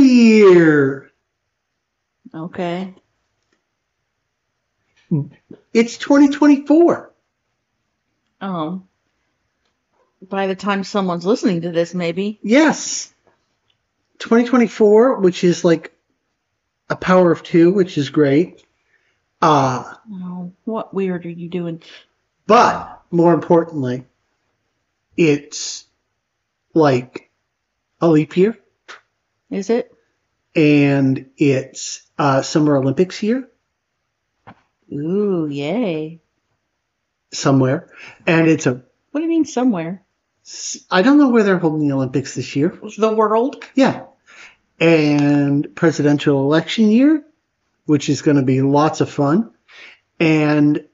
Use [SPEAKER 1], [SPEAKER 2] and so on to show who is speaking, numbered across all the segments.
[SPEAKER 1] beer.
[SPEAKER 2] Okay.
[SPEAKER 1] It's 2024.
[SPEAKER 2] Oh. By the time someone's listening to this, maybe.
[SPEAKER 1] Yes. 2024, which is like a power of two, which is great. Uh,
[SPEAKER 2] Oh, what weird are you doing?
[SPEAKER 1] but more importantly, it's like a leap year
[SPEAKER 2] Is it?
[SPEAKER 1] and it's uh, Summer Olympics year
[SPEAKER 2] Ooh, yay.
[SPEAKER 1] somewhere. And it's a,
[SPEAKER 2] What do you mean somewhere?
[SPEAKER 1] I don't know where they're holding the Olympics this year.
[SPEAKER 2] The world?
[SPEAKER 1] Yeah. And presidential election year, which is going to be lots of fun. And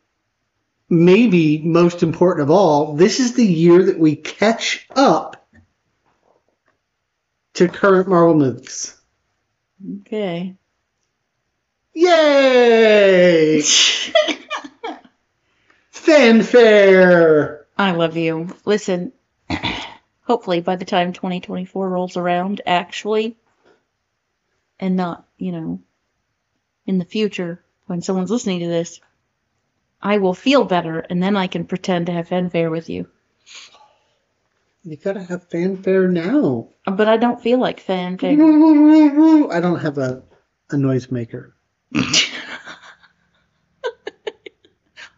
[SPEAKER 1] maybe most important of all, this is the year that we catch up to current Marvel movies.
[SPEAKER 2] Okay.
[SPEAKER 1] Yay! Fanfare!
[SPEAKER 2] I love you. Listen, hopefully by the time 2024 rolls around, actually, and not, you know, in the future when someone's listening to this, I will feel better and then I can pretend to have fanfare with you.
[SPEAKER 1] You gotta have fanfare now.
[SPEAKER 2] But I don't feel like fanfare.
[SPEAKER 1] I don't have a, a noisemaker.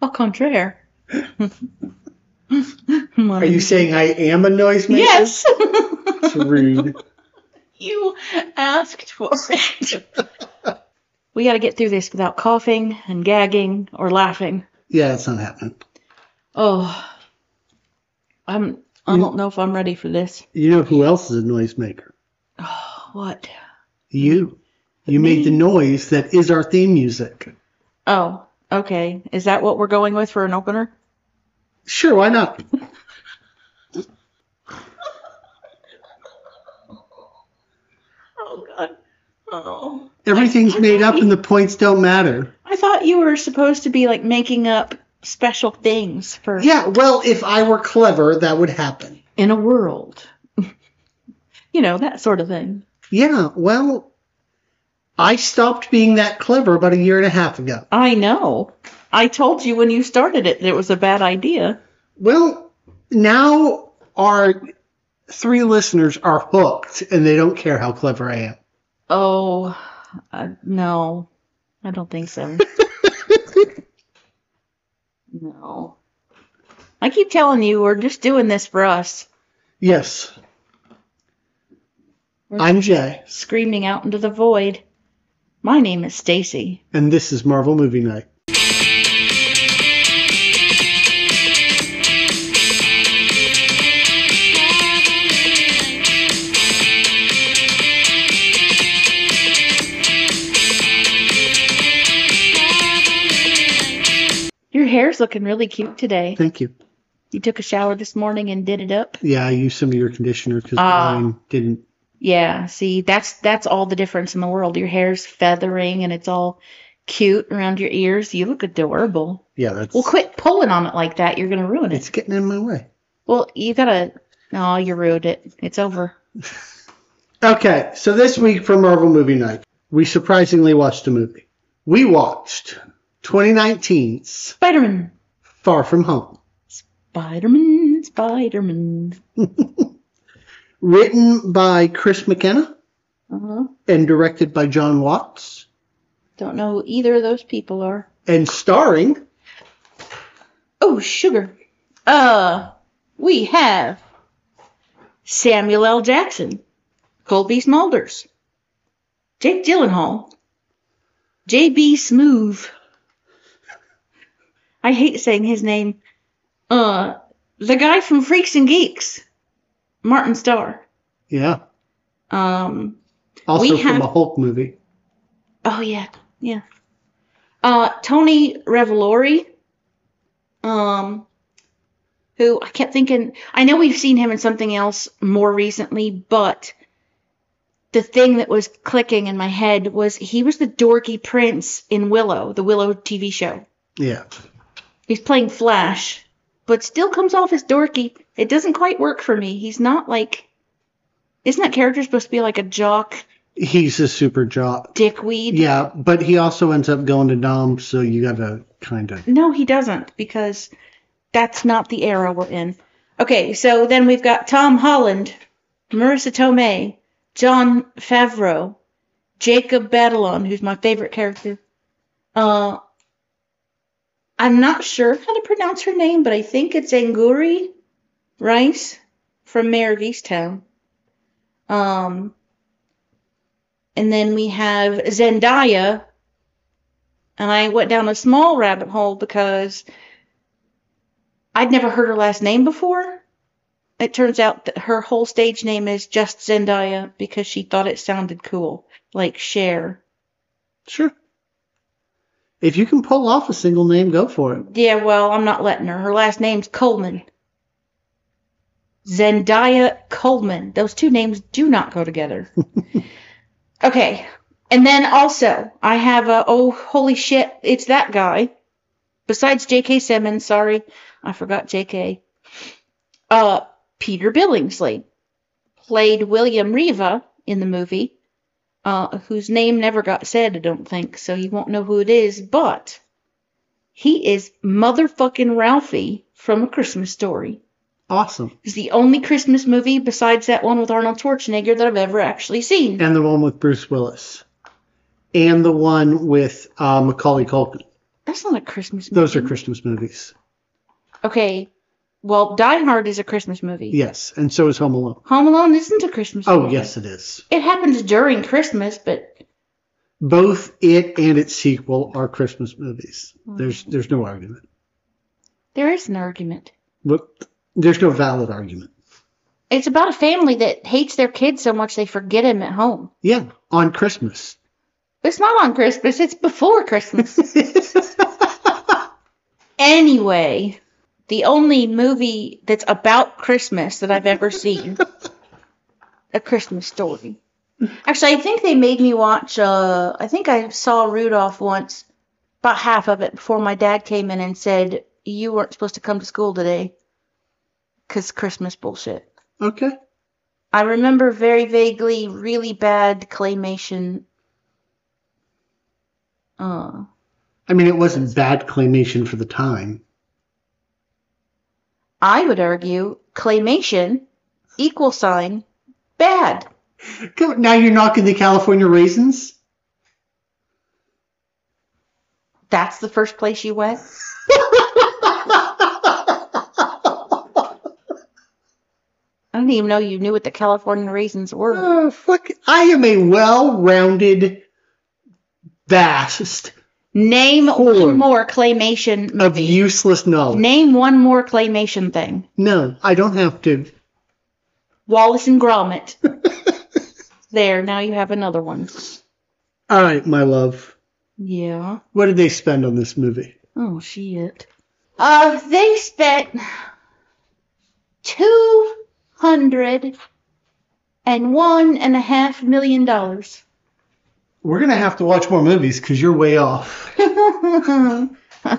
[SPEAKER 2] Au contraire.
[SPEAKER 1] Are you saying I am a noisemaker?
[SPEAKER 2] Yes!
[SPEAKER 1] It's rude.
[SPEAKER 2] You asked for it. we got to get through this without coughing and gagging or laughing.
[SPEAKER 1] Yeah, it's not happening.
[SPEAKER 2] Oh, I'm. I don't know if I'm ready for this.
[SPEAKER 1] You know who else is a noisemaker?
[SPEAKER 2] What?
[SPEAKER 1] You. You made the noise that is our theme music.
[SPEAKER 2] Oh, okay. Is that what we're going with for an opener?
[SPEAKER 1] Sure, why not?
[SPEAKER 2] Oh God. Oh.
[SPEAKER 1] Everything's made up and the points don't matter.
[SPEAKER 2] I thought you were supposed to be like making up special things for
[SPEAKER 1] Yeah, well, if I were clever, that would happen.
[SPEAKER 2] in a world. you know that sort of thing.
[SPEAKER 1] Yeah, well, I stopped being that clever about a year and a half ago.
[SPEAKER 2] I know. I told you when you started it that it was a bad idea.
[SPEAKER 1] Well, now our three listeners are hooked and they don't care how clever I am.
[SPEAKER 2] Oh, uh, no. I don't think so. no. I keep telling you, we're just doing this for us.
[SPEAKER 1] Yes. I'm Jay,
[SPEAKER 2] Screaming out into the void. My name is Stacy.
[SPEAKER 1] and this is Marvel Movie Night.
[SPEAKER 2] Your hair's looking really cute today.
[SPEAKER 1] Thank you.
[SPEAKER 2] You took a shower this morning and did it up.
[SPEAKER 1] Yeah, I used some of your conditioner because
[SPEAKER 2] Ah.
[SPEAKER 1] mine didn't.
[SPEAKER 2] Yeah, see, that's that's all the difference in the world. Your hair's feathering and it's all cute around your ears. You look adorable.
[SPEAKER 1] Yeah, that's
[SPEAKER 2] Well, quit pulling on it like that. You're gonna ruin it.
[SPEAKER 1] it's getting in my way.
[SPEAKER 2] Well, you gotta. No, you ruined it. It's over.
[SPEAKER 1] Okay, so this week for Marvel Movie Night, we surprisingly watched a movie. We watched 2019's
[SPEAKER 2] Spider Man.
[SPEAKER 1] Far From Home,
[SPEAKER 2] Spider Man. Spider Man.
[SPEAKER 1] written by Chris McKenna
[SPEAKER 2] Uh-huh.
[SPEAKER 1] and directed by John Watts,
[SPEAKER 2] Don't know who either of those people are.
[SPEAKER 1] and starring
[SPEAKER 2] Oh, sugar. Uh, we have Samuel L. Jackson, Colby Smulders, Jake Gyllenhaal, J.B. Smoove. I hate saying his name. Uh, the guy from Freaks and Geeks, Martin Starr.
[SPEAKER 1] yeah,
[SPEAKER 2] Um,
[SPEAKER 1] also
[SPEAKER 2] We
[SPEAKER 1] from
[SPEAKER 2] have-
[SPEAKER 1] a Hulk movie.
[SPEAKER 2] oh yeah, yeah. Uh, Tony Revolori, um, who I kept thinking, I know we've seen him in something else more recently, but the thing that was clicking in my head was he was the dorky prince in Willow, the Willow TV show.
[SPEAKER 1] Yeah,
[SPEAKER 2] He's playing Flash, but still comes off as dorky. It doesn't quite work for me. He's not like, isn't that character supposed to be like a jock
[SPEAKER 1] He's a super jock.
[SPEAKER 2] Dickweed.
[SPEAKER 1] Yeah, but he also ends up going to Dom, so you gotta kind of.
[SPEAKER 2] No, he doesn't because that's not the era we're in. Okay, so then we've got Tom Holland, Marissa Tomei, John Favreau, Jacob Batalon, who's my favorite character. Uh, I'm not sure how to pronounce her name, but I think it's Anguri Rice from Mayor of Easttown. Um, and then we have Zendaya. And I went down a small rabbit hole because I'd never heard her last name before. It turns out that her whole stage name is just Zendaya because she thought it sounded cool, like Cher.
[SPEAKER 1] Sure. If you can pull off a single name, go for it.
[SPEAKER 2] Yeah, well, I'm not letting her. Her last name's Coleman. Zendaya Coleman. Those two names do not go together. okay. And then also, I have a oh holy shit, it's that guy. Besides J.K. Simmons, sorry, I forgot J.K. Uh, Peter Billingsley played William Riva in the movie, uh, whose name never got said, I don't think, so you won't know who it is. But he is motherfucking Ralphie from A Christmas Story.
[SPEAKER 1] Awesome.
[SPEAKER 2] It's the only Christmas movie besides that one with Arnold Schwarzenegger that I've ever actually seen.
[SPEAKER 1] And the one with Bruce Willis. And the one with uh, Macaulay Culkin.
[SPEAKER 2] That's not a Christmas movie.
[SPEAKER 1] Those are Christmas movies.
[SPEAKER 2] Okay. Well, Die Hard is a Christmas movie.
[SPEAKER 1] Yes, and so is Home Alone.
[SPEAKER 2] Home Alone isn't a Christmas
[SPEAKER 1] Oh,
[SPEAKER 2] movie.
[SPEAKER 1] yes, it is.
[SPEAKER 2] It happens during Christmas, but
[SPEAKER 1] Both it and its sequel are Christmas movies. There's there's no argument.
[SPEAKER 2] there is an argument.
[SPEAKER 1] But there's no valid argument.
[SPEAKER 2] It's about a family that hates their kids so much they forget him at home.
[SPEAKER 1] Yeah, on Christmas.
[SPEAKER 2] It's not on Christmas, it's before Christmas. Anyway, the only movie that's about Christmas that I've ever seen, a Christmas story. Actually, I think they made me watch. Uh, I think I saw Rudolph once, about half of it before my dad came in and said you weren't supposed to come to school today, 'cause Christmas bullshit.
[SPEAKER 1] okay.
[SPEAKER 2] I remember very vaguely really bad claymation. Uh,
[SPEAKER 1] I mean, it wasn't bad claymation for the time.
[SPEAKER 2] I would argue claymation equal sign bad.
[SPEAKER 1] Come- Now you're knocking the California raisins?
[SPEAKER 2] That's the first place you went. I didn't even know you knew what the California raisins were.
[SPEAKER 1] Oh, fuck. I am a well rounded, vast
[SPEAKER 2] Name
[SPEAKER 1] Sure.
[SPEAKER 2] one more claymation
[SPEAKER 1] of
[SPEAKER 2] movie.
[SPEAKER 1] useless knowledge.
[SPEAKER 2] Name one more claymation thing.
[SPEAKER 1] No, I don't have to.
[SPEAKER 2] Wallace and Gromit. there, now you have another one.
[SPEAKER 1] All right, my love.
[SPEAKER 2] Yeah.
[SPEAKER 1] What did they spend on this movie?
[SPEAKER 2] Oh shit. Uh, they spent two hundred and one and a half million dollars.
[SPEAKER 1] We're going to have to watch more movies because you're way off.
[SPEAKER 2] I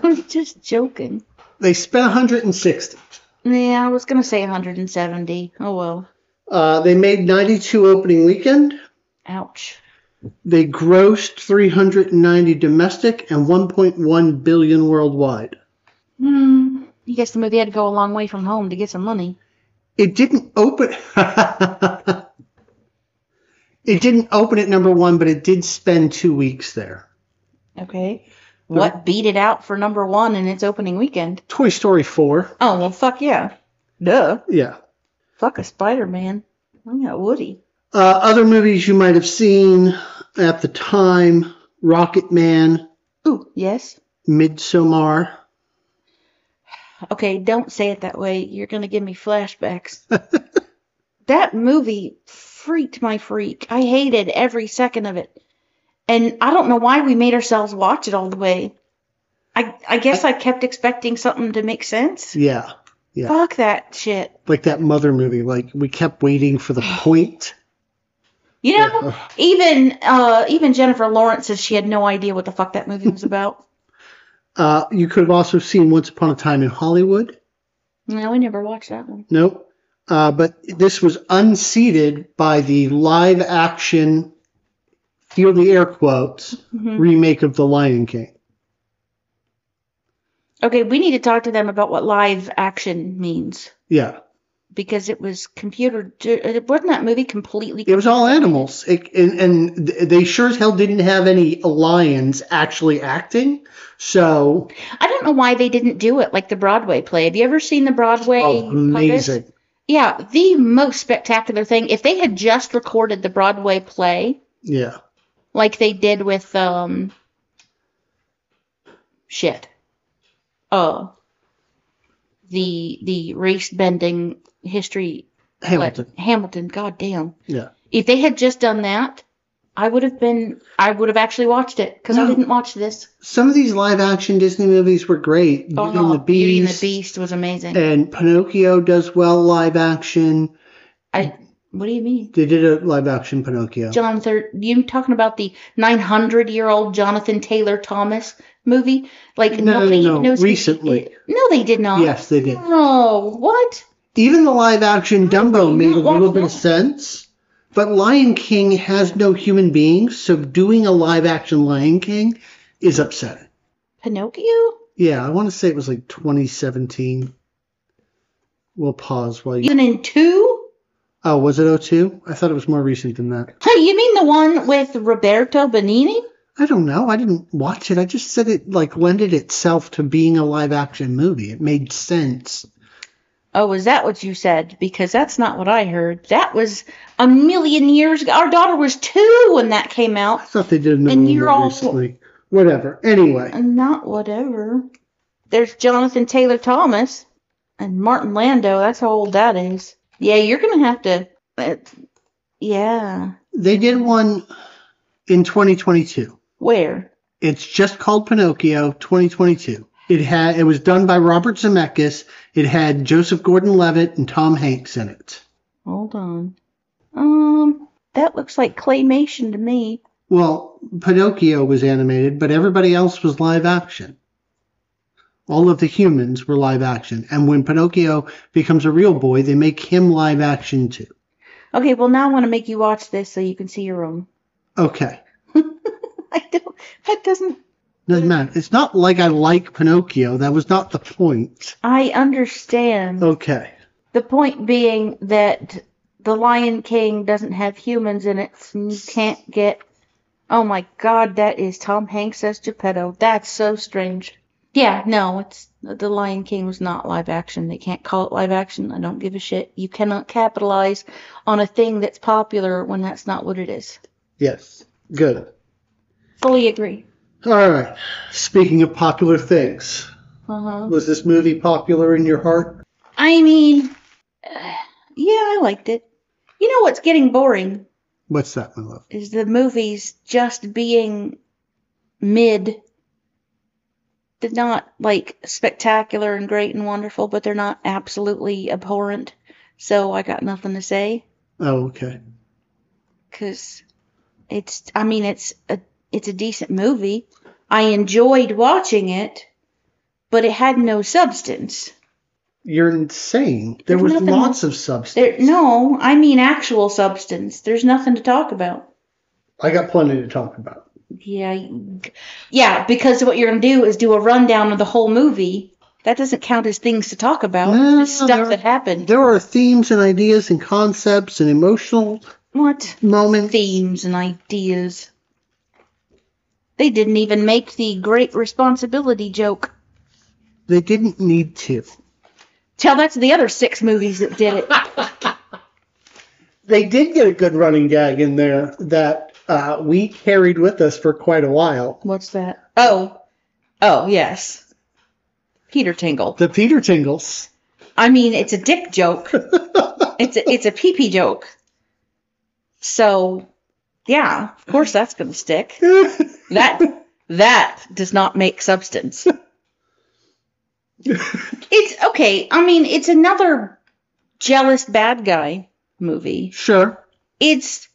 [SPEAKER 2] was just joking.
[SPEAKER 1] They spent 160.
[SPEAKER 2] Yeah, I was gonna say 170. Oh well.
[SPEAKER 1] Uh, they made 92 opening weekend.
[SPEAKER 2] Ouch.
[SPEAKER 1] They grossed 390 domestic and 1.1 billion worldwide.
[SPEAKER 2] Hmm. You guess the movie had to go a long way from home to get some money.
[SPEAKER 1] It didn't open. it didn't open at number one, but it did spend two weeks there.
[SPEAKER 2] Okay. What beat it out for number one in its opening weekend?
[SPEAKER 1] Toy Story 4.
[SPEAKER 2] Oh well, fuck yeah. Duh.
[SPEAKER 1] Yeah.
[SPEAKER 2] Fuck a Spider Man. I got Woody.
[SPEAKER 1] Uh, other movies you might have seen at the time Rocket Man,
[SPEAKER 2] Ooh, yes.
[SPEAKER 1] Midsommar.
[SPEAKER 2] Okay, don't say it that way. You're going to give me flashbacks. that movie freaked my freak. I hated every second of it. And I don't know why we made ourselves watch it all the way. I I guess I kept expecting something to make sense.
[SPEAKER 1] Yeah. Yeah.
[SPEAKER 2] Fuck that shit.
[SPEAKER 1] Like that mother movie. Like we kept waiting for the point.
[SPEAKER 2] You know, even uh even Jennifer Lawrence says she had no idea what the fuck that movie was about.
[SPEAKER 1] Uh, you could have also seen Once Upon a Time in Hollywood.
[SPEAKER 2] no, we never watched that one.
[SPEAKER 1] Nope. Uh, but this was unseated by the live action hear the air quotes
[SPEAKER 2] Mhm.
[SPEAKER 1] remake of The Lion King.
[SPEAKER 2] Okay, we need to talk to them about what live action means
[SPEAKER 1] Yeah,
[SPEAKER 2] because it was computer. It wasn't that movie completely.
[SPEAKER 1] it was all animals, it, and, and th- they sure as hell didn't have any lions actually acting. So
[SPEAKER 2] I don't know why they didn't do it like the Broadway play. Have you ever seen the Broadway?
[SPEAKER 1] oh,
[SPEAKER 2] puppets?
[SPEAKER 1] amazing.
[SPEAKER 2] Yeah, the most spectacular thing. If they had just recorded the Broadway play
[SPEAKER 1] Yeah,
[SPEAKER 2] like they did with um shit. Uh the the race bending history
[SPEAKER 1] Hamilton.
[SPEAKER 2] Hamilton, goddamn.
[SPEAKER 1] Yeah.
[SPEAKER 2] If they had just done that, I would have been I would have actually watched it cuz I
[SPEAKER 1] No.
[SPEAKER 2] didn't watch this.
[SPEAKER 1] Some of these live action Disney movies were great. Beauty and the
[SPEAKER 2] Oh, Beauty and the
[SPEAKER 1] Beast.
[SPEAKER 2] Beast was amazing.
[SPEAKER 1] And Pinocchio does well live action.
[SPEAKER 2] I what do you mean?
[SPEAKER 1] They did a live action Pinocchio.
[SPEAKER 2] John Thir you talking about the 900 year old Jonathan Taylor Thomas movie? Like
[SPEAKER 1] No,
[SPEAKER 2] nobody
[SPEAKER 1] no,
[SPEAKER 2] knows who-
[SPEAKER 1] recently.
[SPEAKER 2] no, they did not.
[SPEAKER 1] Yes, they did.
[SPEAKER 2] No, what?
[SPEAKER 1] Even the live action Dumbo
[SPEAKER 2] did
[SPEAKER 1] made a
[SPEAKER 2] not watch
[SPEAKER 1] little bit of
[SPEAKER 2] that.
[SPEAKER 1] sense. But Lion King has no human beings, so doing a live action Lion King is upsetting.
[SPEAKER 2] Pinocchio?
[SPEAKER 1] Yeah, I want to say it was like 2017. We'll pause while you.
[SPEAKER 2] Even in two?
[SPEAKER 1] Oh, was it 02? I thought it was more recent than that.
[SPEAKER 2] Hey, you mean the one with Roberto Benini?
[SPEAKER 1] I don't know. I didn't watch it. I just said it like lended itself to being a live action movie. It made sense.
[SPEAKER 2] Oh, is that what you said? Because that's not what I heard. That was a million years ago. Our daughter was two when that came
[SPEAKER 1] I
[SPEAKER 2] out.
[SPEAKER 1] thought they did another
[SPEAKER 2] And
[SPEAKER 1] one
[SPEAKER 2] you're
[SPEAKER 1] more
[SPEAKER 2] all-
[SPEAKER 1] recently. Whatever. Anyway,
[SPEAKER 2] And not whatever. There's Jonathan Taylor Thomas and Martin Lando. That's how old that is. Yeah, you're going to have to. Uh, yeah.
[SPEAKER 1] they did one in 2022.
[SPEAKER 2] Where?
[SPEAKER 1] It's just called Pinocchio 2022. It had it was done by Robert Zemeckis. It had Joseph Gordon-Levitt and Tom Hanks in it.
[SPEAKER 2] Hold on. Um, that looks like claymation to me.
[SPEAKER 1] Well, Pinocchio was animated, but everybody else was live action. All of the humans were live action. And when Pinocchio becomes a real boy, they make him live action too.
[SPEAKER 2] Okay, well now I want to make you watch this so you can see your own.
[SPEAKER 1] Okay.
[SPEAKER 2] I don't. That doesn't.
[SPEAKER 1] Doesn't matter. It's not like I like Pinocchio. That was not the point.
[SPEAKER 2] I understand.
[SPEAKER 1] Okay.
[SPEAKER 2] The point being that the Lion King doesn't have humans in it, and you can't get. Oh my God, that is Tom Hanks as Geppetto. That's so strange. Yeah, no, it's the Lion King was not live action. They can't call it live action. I don't give a shit. You cannot capitalize on a thing that's popular when that's not what it is.
[SPEAKER 1] Yes. Good.
[SPEAKER 2] Fully agree.
[SPEAKER 1] All right. Speaking of popular things,
[SPEAKER 2] Uh huh.
[SPEAKER 1] was this movie popular in your heart?
[SPEAKER 2] I mean, uh, yeah, I liked it. You know what's getting boring
[SPEAKER 1] What's that, my love?
[SPEAKER 2] is the movies just being mid. They're not like spectacular and great and wonderful, but they're not absolutely abhorrent. So I got nothing to say
[SPEAKER 1] Oh, okay.
[SPEAKER 2] because it's. I mean, it's a it's a decent movie. I enjoyed watching it, but it had no substance.
[SPEAKER 1] You're insane. There
[SPEAKER 2] There's
[SPEAKER 1] was
[SPEAKER 2] nothing
[SPEAKER 1] lots of substance.
[SPEAKER 2] There, no, I mean actual substance. There's nothing to talk about.
[SPEAKER 1] I got plenty to talk about.
[SPEAKER 2] Yeah, you- yeah, because what you're gonna do is do a rundown of the whole movie. That doesn't count as things to talk about.
[SPEAKER 1] No,
[SPEAKER 2] It's stuff
[SPEAKER 1] there-
[SPEAKER 2] that happened.
[SPEAKER 1] There are themes and ideas and concepts and emotional
[SPEAKER 2] what
[SPEAKER 1] moments.
[SPEAKER 2] themes and ideas? They didn't even make the great responsibility joke.
[SPEAKER 1] They didn't need to.
[SPEAKER 2] Tell that to the other six movies that did it.
[SPEAKER 1] They did get a good running gag in there that uh, we carried with us for quite a while.
[SPEAKER 2] What's that? Oh, oh yes, Peter Tingle.
[SPEAKER 1] The Peter Tingles.
[SPEAKER 2] I mean, it's a dick joke. it's a, it's a pee pee joke. So, yeah, of course that's gonna stick. That that does not make substance. It's okay. I mean, it's another jealous bad guy movie.
[SPEAKER 1] sure.
[SPEAKER 2] It's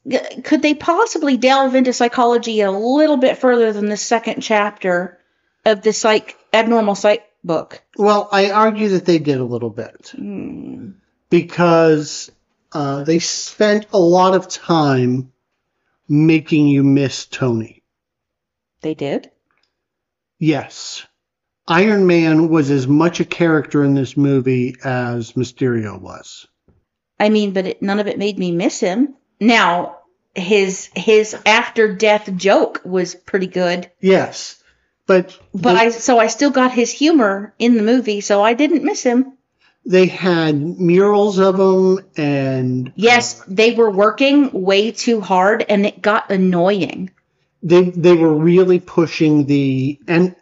[SPEAKER 2] could they possibly delve into psychology a little bit further than the second chapter of the psych abnormal psych book?
[SPEAKER 1] Well, I argue that they did a little bit
[SPEAKER 2] Hmm.
[SPEAKER 1] because uh, they spent a lot of time making you miss Tony.
[SPEAKER 2] They did?
[SPEAKER 1] Yes. Iron Man was as much a character in this movie as Mysterio was.
[SPEAKER 2] I mean, but it, none of it made me miss him. Now, his his after death joke was pretty good,
[SPEAKER 1] Yes. But,
[SPEAKER 2] but I so I still got his humor in the movie, so I didn't miss him.
[SPEAKER 1] they had murals of him and
[SPEAKER 2] Yes, they were working way too hard and it got annoying.
[SPEAKER 1] they they were really pushing the and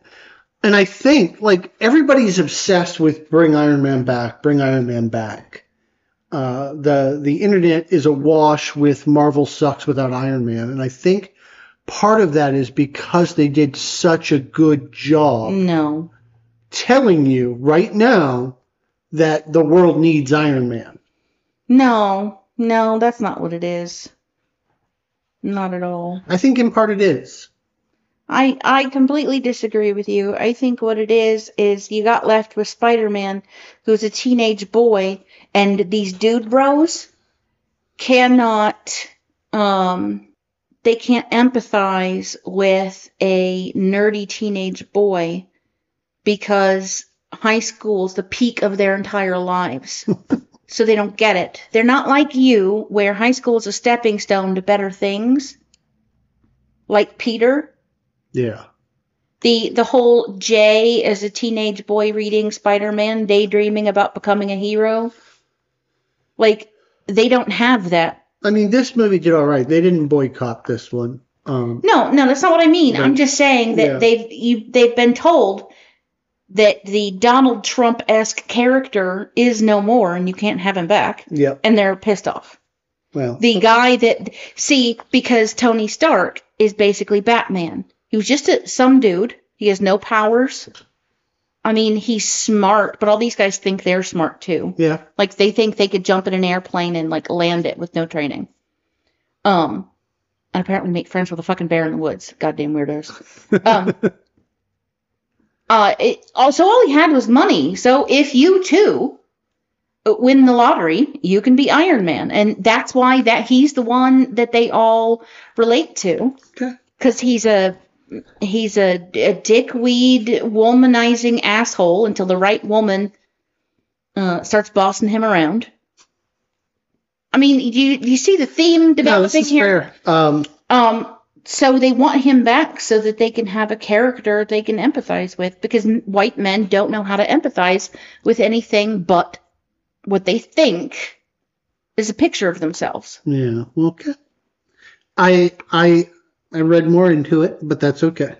[SPEAKER 1] and I think like everybody's obsessed with bring Iron Man back, bring Iron Man back. Uh, the the internet is awash with Marvel sucks without Iron Man, and I think part of that is because they did such a good job
[SPEAKER 2] No.
[SPEAKER 1] telling you right now that the world needs Iron Man.
[SPEAKER 2] No. No, that's not what it is. Not at all.
[SPEAKER 1] I think in part it is.
[SPEAKER 2] I I completely disagree with you. I think what it is is you got left with Spider-Man, who's a teenage boy, and these dude bros cannot um they can't empathize with a nerdy teenage boy because high school's the peak of their entire lives. so they don't get it. They're not like you where high school is a stepping stone to better things. Like Peter,
[SPEAKER 1] Yeah.
[SPEAKER 2] the the whole Jay as a teenage boy reading Spider-Man, daydreaming about becoming a hero. Like they don't have that.
[SPEAKER 1] I mean, this movie did all right. They didn't boycott this one. Um,
[SPEAKER 2] No, no, that's not what I mean. I'm just saying that
[SPEAKER 1] Yeah.
[SPEAKER 2] they've you they've been told that the Donald Trump-esque character is no more and you can't have him back
[SPEAKER 1] yeah.
[SPEAKER 2] and they're pissed off.
[SPEAKER 1] Well,
[SPEAKER 2] The guy that see because Tony Stark is basically Batman. He was just a, some dude. He has no powers. I mean, he's smart, but all these guys think they're smart too.
[SPEAKER 1] yeah.
[SPEAKER 2] Like they think they could jump in an airplane and like land it with no training. Um, and apparently make friends with a fucking bear in the woods. Goddamn weirdos. Um, uh, it, also all he had was money. So if you too uh, win the lottery, you can be Iron Man, and that's why that he's the one that they all relate to.
[SPEAKER 1] Okay.
[SPEAKER 2] Because he's a he's a, a dickweed womanizing asshole until the right woman uh, starts bossing him around. I mean, you you see the theme
[SPEAKER 1] No,
[SPEAKER 2] developing
[SPEAKER 1] this is
[SPEAKER 2] here.
[SPEAKER 1] fair. Um,
[SPEAKER 2] Um, so they want him back so that they can have a character they can empathize with because m- white men don't know how to empathize with anything but what they think is a picture of themselves.
[SPEAKER 1] yeah. well, Okay. I I I read more into it, but that's okay.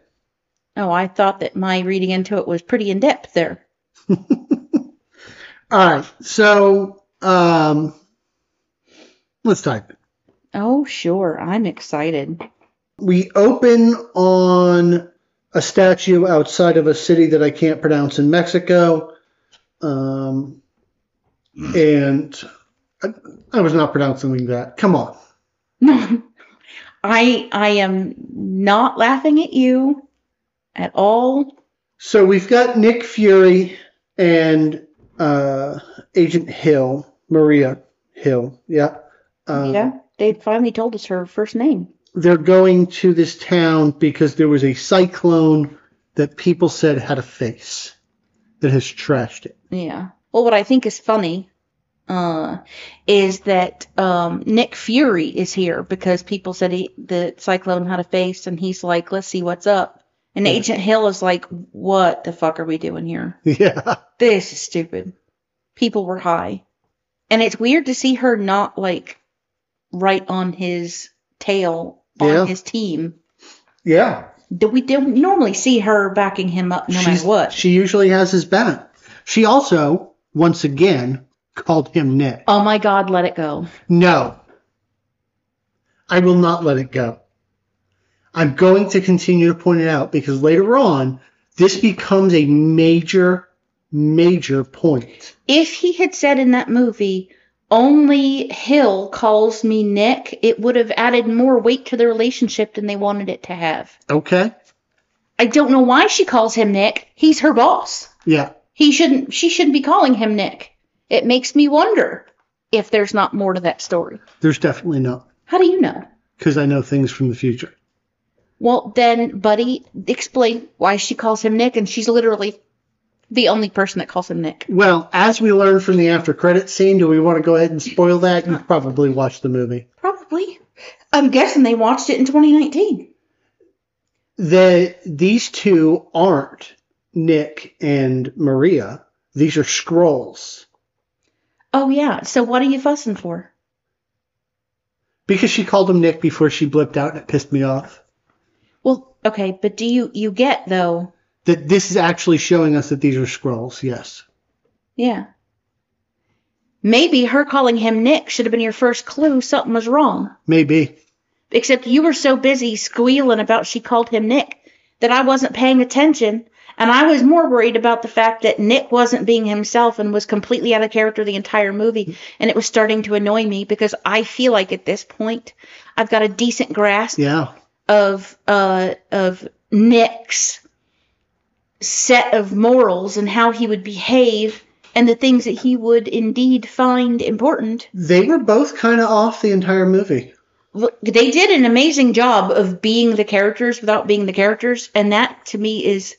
[SPEAKER 2] Oh, I thought that my reading into it was pretty in depth there.
[SPEAKER 1] All right. So um, let's type it.
[SPEAKER 2] Oh, sure. I'm excited.
[SPEAKER 1] We open on a statue outside of a city that I can't pronounce in Mexico, um, and I, I was not pronouncing that. Come on.
[SPEAKER 2] No, I I am not laughing at you at all.
[SPEAKER 1] So we've got Nick Fury and uh, Agent Hill, Maria Hill. Yeah. Uh,
[SPEAKER 2] yeah, they finally told us her first name.
[SPEAKER 1] They're going to this town because there was a cyclone that people said had a face that has trashed it.
[SPEAKER 2] Yeah. Well, what I think is funny uh, is that um, Nick Fury is here because people said he, the Cyclone had a face, and he's like, "Let's see what's up." And
[SPEAKER 1] Yeah.
[SPEAKER 2] Agent Hill is like, "What the fuck are we doing here?
[SPEAKER 1] Yeah.
[SPEAKER 2] This is stupid." People were high, and it's weird to see her not like right on his tail on
[SPEAKER 1] Yeah.
[SPEAKER 2] his team.
[SPEAKER 1] Yeah.
[SPEAKER 2] Do we don't normally see her backing him up no
[SPEAKER 1] She's-
[SPEAKER 2] matter what?
[SPEAKER 1] She usually has his back. She also, once again, called him Nick.
[SPEAKER 2] oh my God, let it go.
[SPEAKER 1] No. I will not let it go. I'm going to continue to point it out because later on, this becomes a major, major point.
[SPEAKER 2] if he had said in that movie, only Hill calls me Nick, it would have added more weight to the relationship than they wanted it to have.
[SPEAKER 1] Okay?
[SPEAKER 2] I don't know why she calls him Nick. He's her boss.
[SPEAKER 1] Yeah.
[SPEAKER 2] He shouldn't she shouldn't be calling him Nick. It makes me wonder if there's not more to that story.
[SPEAKER 1] There's definitely not.
[SPEAKER 2] How do you know?
[SPEAKER 1] because I know things from the future.
[SPEAKER 2] Well, then, buddy, explain why she calls him Nick, and she's literally the only person that calls him Nick.
[SPEAKER 1] Well, as we learn from the after credit scene, do we want to go ahead and spoil that? You probably watched the movie.
[SPEAKER 2] Probably. I'm guessing they watched it in 2019.
[SPEAKER 1] The these two aren't Nick and Maria. These are scrolls
[SPEAKER 2] Oh, yeah. So what are you fussing for?
[SPEAKER 1] because she called him Nick before she blipped out, and it pissed me off.
[SPEAKER 2] Well, okay, but do you you get though?
[SPEAKER 1] That this is actually showing us that these are scrolls. Yes.
[SPEAKER 2] Yeah. Maybe her calling him Nick should have been your first clue something was wrong.
[SPEAKER 1] Maybe.
[SPEAKER 2] Except you were so busy squealing about she called him Nick that I wasn't paying attention, and I was more worried about the fact that Nick wasn't being himself and was completely out of character the entire movie, and it was starting to annoy me because I feel like at this point I've got a decent grasp
[SPEAKER 1] Yeah.
[SPEAKER 2] of uh, of Nick's set of morals and how he would behave and the things that he would indeed find important.
[SPEAKER 1] They were both kind of off the entire movie.
[SPEAKER 2] Look, They did an amazing job of being the characters without being the characters, and that to me is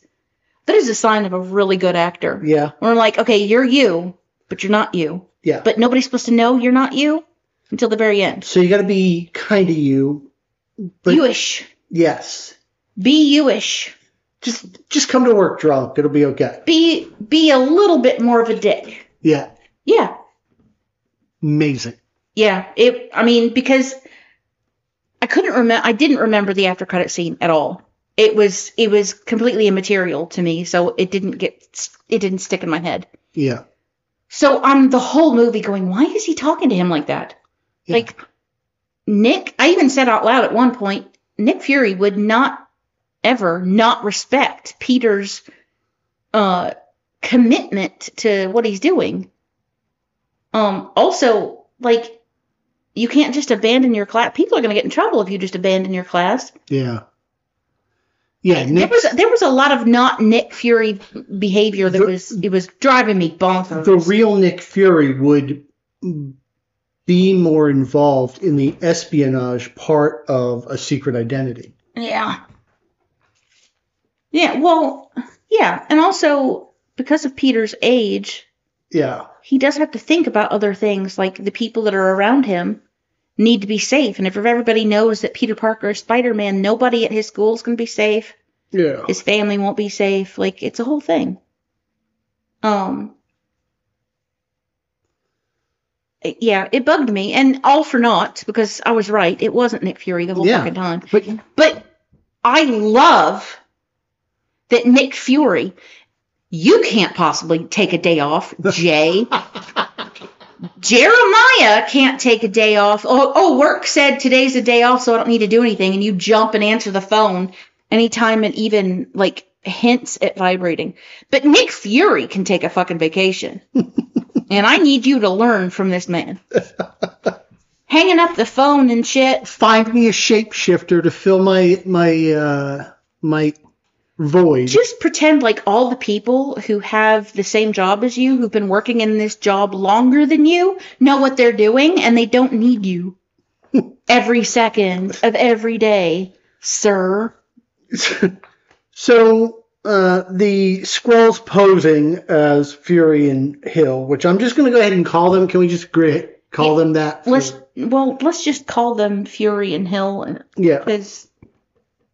[SPEAKER 2] that is a sign of a really good actor.
[SPEAKER 1] Yeah.
[SPEAKER 2] We're like, okay, you're you, but you're not you.
[SPEAKER 1] Yeah.
[SPEAKER 2] But nobody's supposed to know you're not you until the very end.
[SPEAKER 1] so you got to be kind of you. But
[SPEAKER 2] Youish.
[SPEAKER 1] yes.
[SPEAKER 2] Be youish.
[SPEAKER 1] Just just come to work drunk. It'll be okay.
[SPEAKER 2] Be be a little bit more of a dick.
[SPEAKER 1] Yeah.
[SPEAKER 2] Yeah.
[SPEAKER 1] Amazing.
[SPEAKER 2] Yeah, it. I mean, because I couldn't remember. I didn't remember the after credit scene at all. It was it was completely immaterial to me, so it didn't get it didn't stick in my head.
[SPEAKER 1] Yeah.
[SPEAKER 2] So I'm the whole movie going, why is he talking to him like that?
[SPEAKER 1] Yeah.
[SPEAKER 2] Like Nick, I even said out loud at one point, Nick Fury would not ever not respect Peter's uh commitment to what he's doing. Um also like you can't just abandon your class. People are going to get in trouble if you just abandon your class.
[SPEAKER 1] Yeah. Yeah.
[SPEAKER 2] there
[SPEAKER 1] Nick,
[SPEAKER 2] was there was a lot of not Nick Fury behavior that
[SPEAKER 1] The-
[SPEAKER 2] was it was driving me bonkers.
[SPEAKER 1] the real Nick Fury would be more involved in the espionage part of a secret identity.
[SPEAKER 2] Yeah. Yeah, well, yeah, and also because of Peter's age,
[SPEAKER 1] Yeah.
[SPEAKER 2] he does have to think about other things like the people that are around him need to be safe. And if everybody knows that Peter Parker is Spider Man, nobody at his school is going to be safe.
[SPEAKER 1] Yeah.
[SPEAKER 2] His family won't be safe. Like, it's a whole thing. Um, it- yeah, it bugged me, and all for naught because I was right. It wasn't Nick Fury the whole
[SPEAKER 1] Yeah.
[SPEAKER 2] fucking time.
[SPEAKER 1] But
[SPEAKER 2] But I love that Nick Fury. You can't possibly take a day off, Jay. Jeremiah can't take a day off. Oh, oh, work said today's a day off, so I don't need to do anything. And you jump and answer the phone anytime it even like hints at vibrating. But Nick Fury can take a fucking vacation. and I need you to learn from this man. Hanging up the phone and shit.
[SPEAKER 1] find me a shapeshifter to fill my my uh, my void.
[SPEAKER 2] just pretend like all the people who have the same job as you, who've been working in this job longer than you, know what they're doing and they don't need you every second of every day, sir.
[SPEAKER 1] so uh, the scrolls posing as Fury and Hill, which I'm just going to go ahead and call them. Can we just agree? Call them that. for-
[SPEAKER 2] Let's well, let's just call them Fury and Hill
[SPEAKER 1] yeah,
[SPEAKER 2] because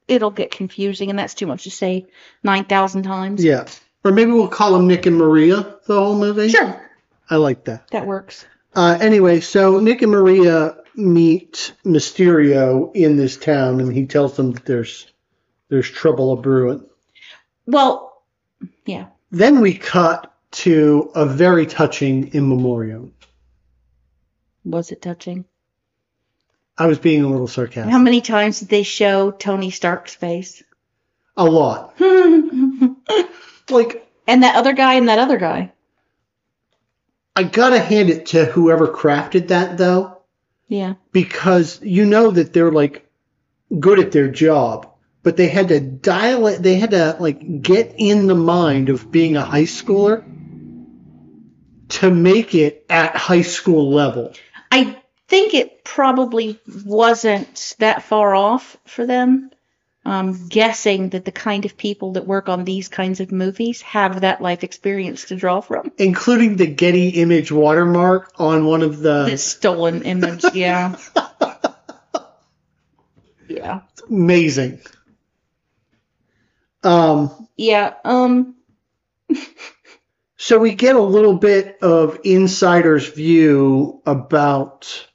[SPEAKER 2] it'll get confusing and that's too much to say nine thousand times.
[SPEAKER 1] yeah. Or maybe we'll call them Nick and Maria the whole movie.
[SPEAKER 2] Sure,
[SPEAKER 1] I like that.
[SPEAKER 2] that works.
[SPEAKER 1] Uh, anyway, so Nick and Maria meet Mysterio in this town, and he tells them that there's there's trouble a brewing.
[SPEAKER 2] Well, yeah.
[SPEAKER 1] Then we cut to a very touching in memoriam.
[SPEAKER 2] Was it touching?
[SPEAKER 1] I was being a little sarcastic.
[SPEAKER 2] How many times did they show Tony Stark's face?
[SPEAKER 1] A lot. Like,
[SPEAKER 2] And that other guy and that other guy.
[SPEAKER 1] I gotta hand it to whoever crafted that though,
[SPEAKER 2] Yeah.
[SPEAKER 1] because you know that they're like good at their job, but they had to dial it, they had to like get in the mind of being a high schooler to make it at high school level.
[SPEAKER 2] I think it probably wasn't that far off for them. I'm guessing that the kind of people that work on these kinds of movies have that life experience to draw from.
[SPEAKER 1] including the Getty image watermark on one of the
[SPEAKER 2] This stolen image, yeah. yeah.
[SPEAKER 1] amazing. Um,
[SPEAKER 2] Yeah. Um
[SPEAKER 1] so we get a little bit of insider's view about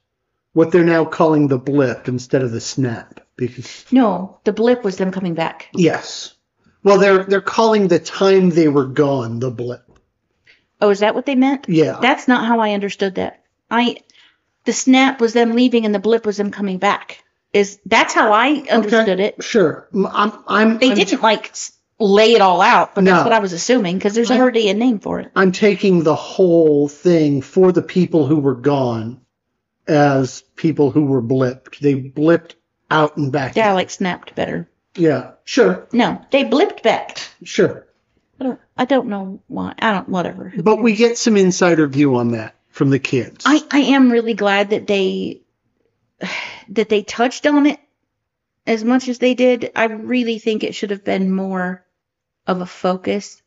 [SPEAKER 1] what they're now calling the blip instead of the snap because
[SPEAKER 2] no, the blip was them coming back.
[SPEAKER 1] yes. Well, they're they're calling the time they were gone the blip.
[SPEAKER 2] Oh, is that what they meant?
[SPEAKER 1] Yeah.
[SPEAKER 2] That's not how I understood that. I the snap was them leaving and the blip was them coming back. Is that's how I understood it.
[SPEAKER 1] Sure. M- I'm I'm
[SPEAKER 2] They
[SPEAKER 1] I'm,
[SPEAKER 2] didn't like s- lay it all out, but
[SPEAKER 1] No.
[SPEAKER 2] that's what I was assuming because there's
[SPEAKER 1] I-
[SPEAKER 2] already a name for it.
[SPEAKER 1] I'm taking the whole thing for the people who were gone as people who were blipped. They blipped out and back.
[SPEAKER 2] Yeah, I like snapped better.
[SPEAKER 1] Yeah. Sure.
[SPEAKER 2] No, they blipped back.
[SPEAKER 1] Sure.
[SPEAKER 2] I don't, I don't know why. I don't whatever. Who
[SPEAKER 1] But we get some insider view on that from the kids.
[SPEAKER 2] I, I am really glad that they that they touched on it as much as they did. I really think it should have been more of a focus.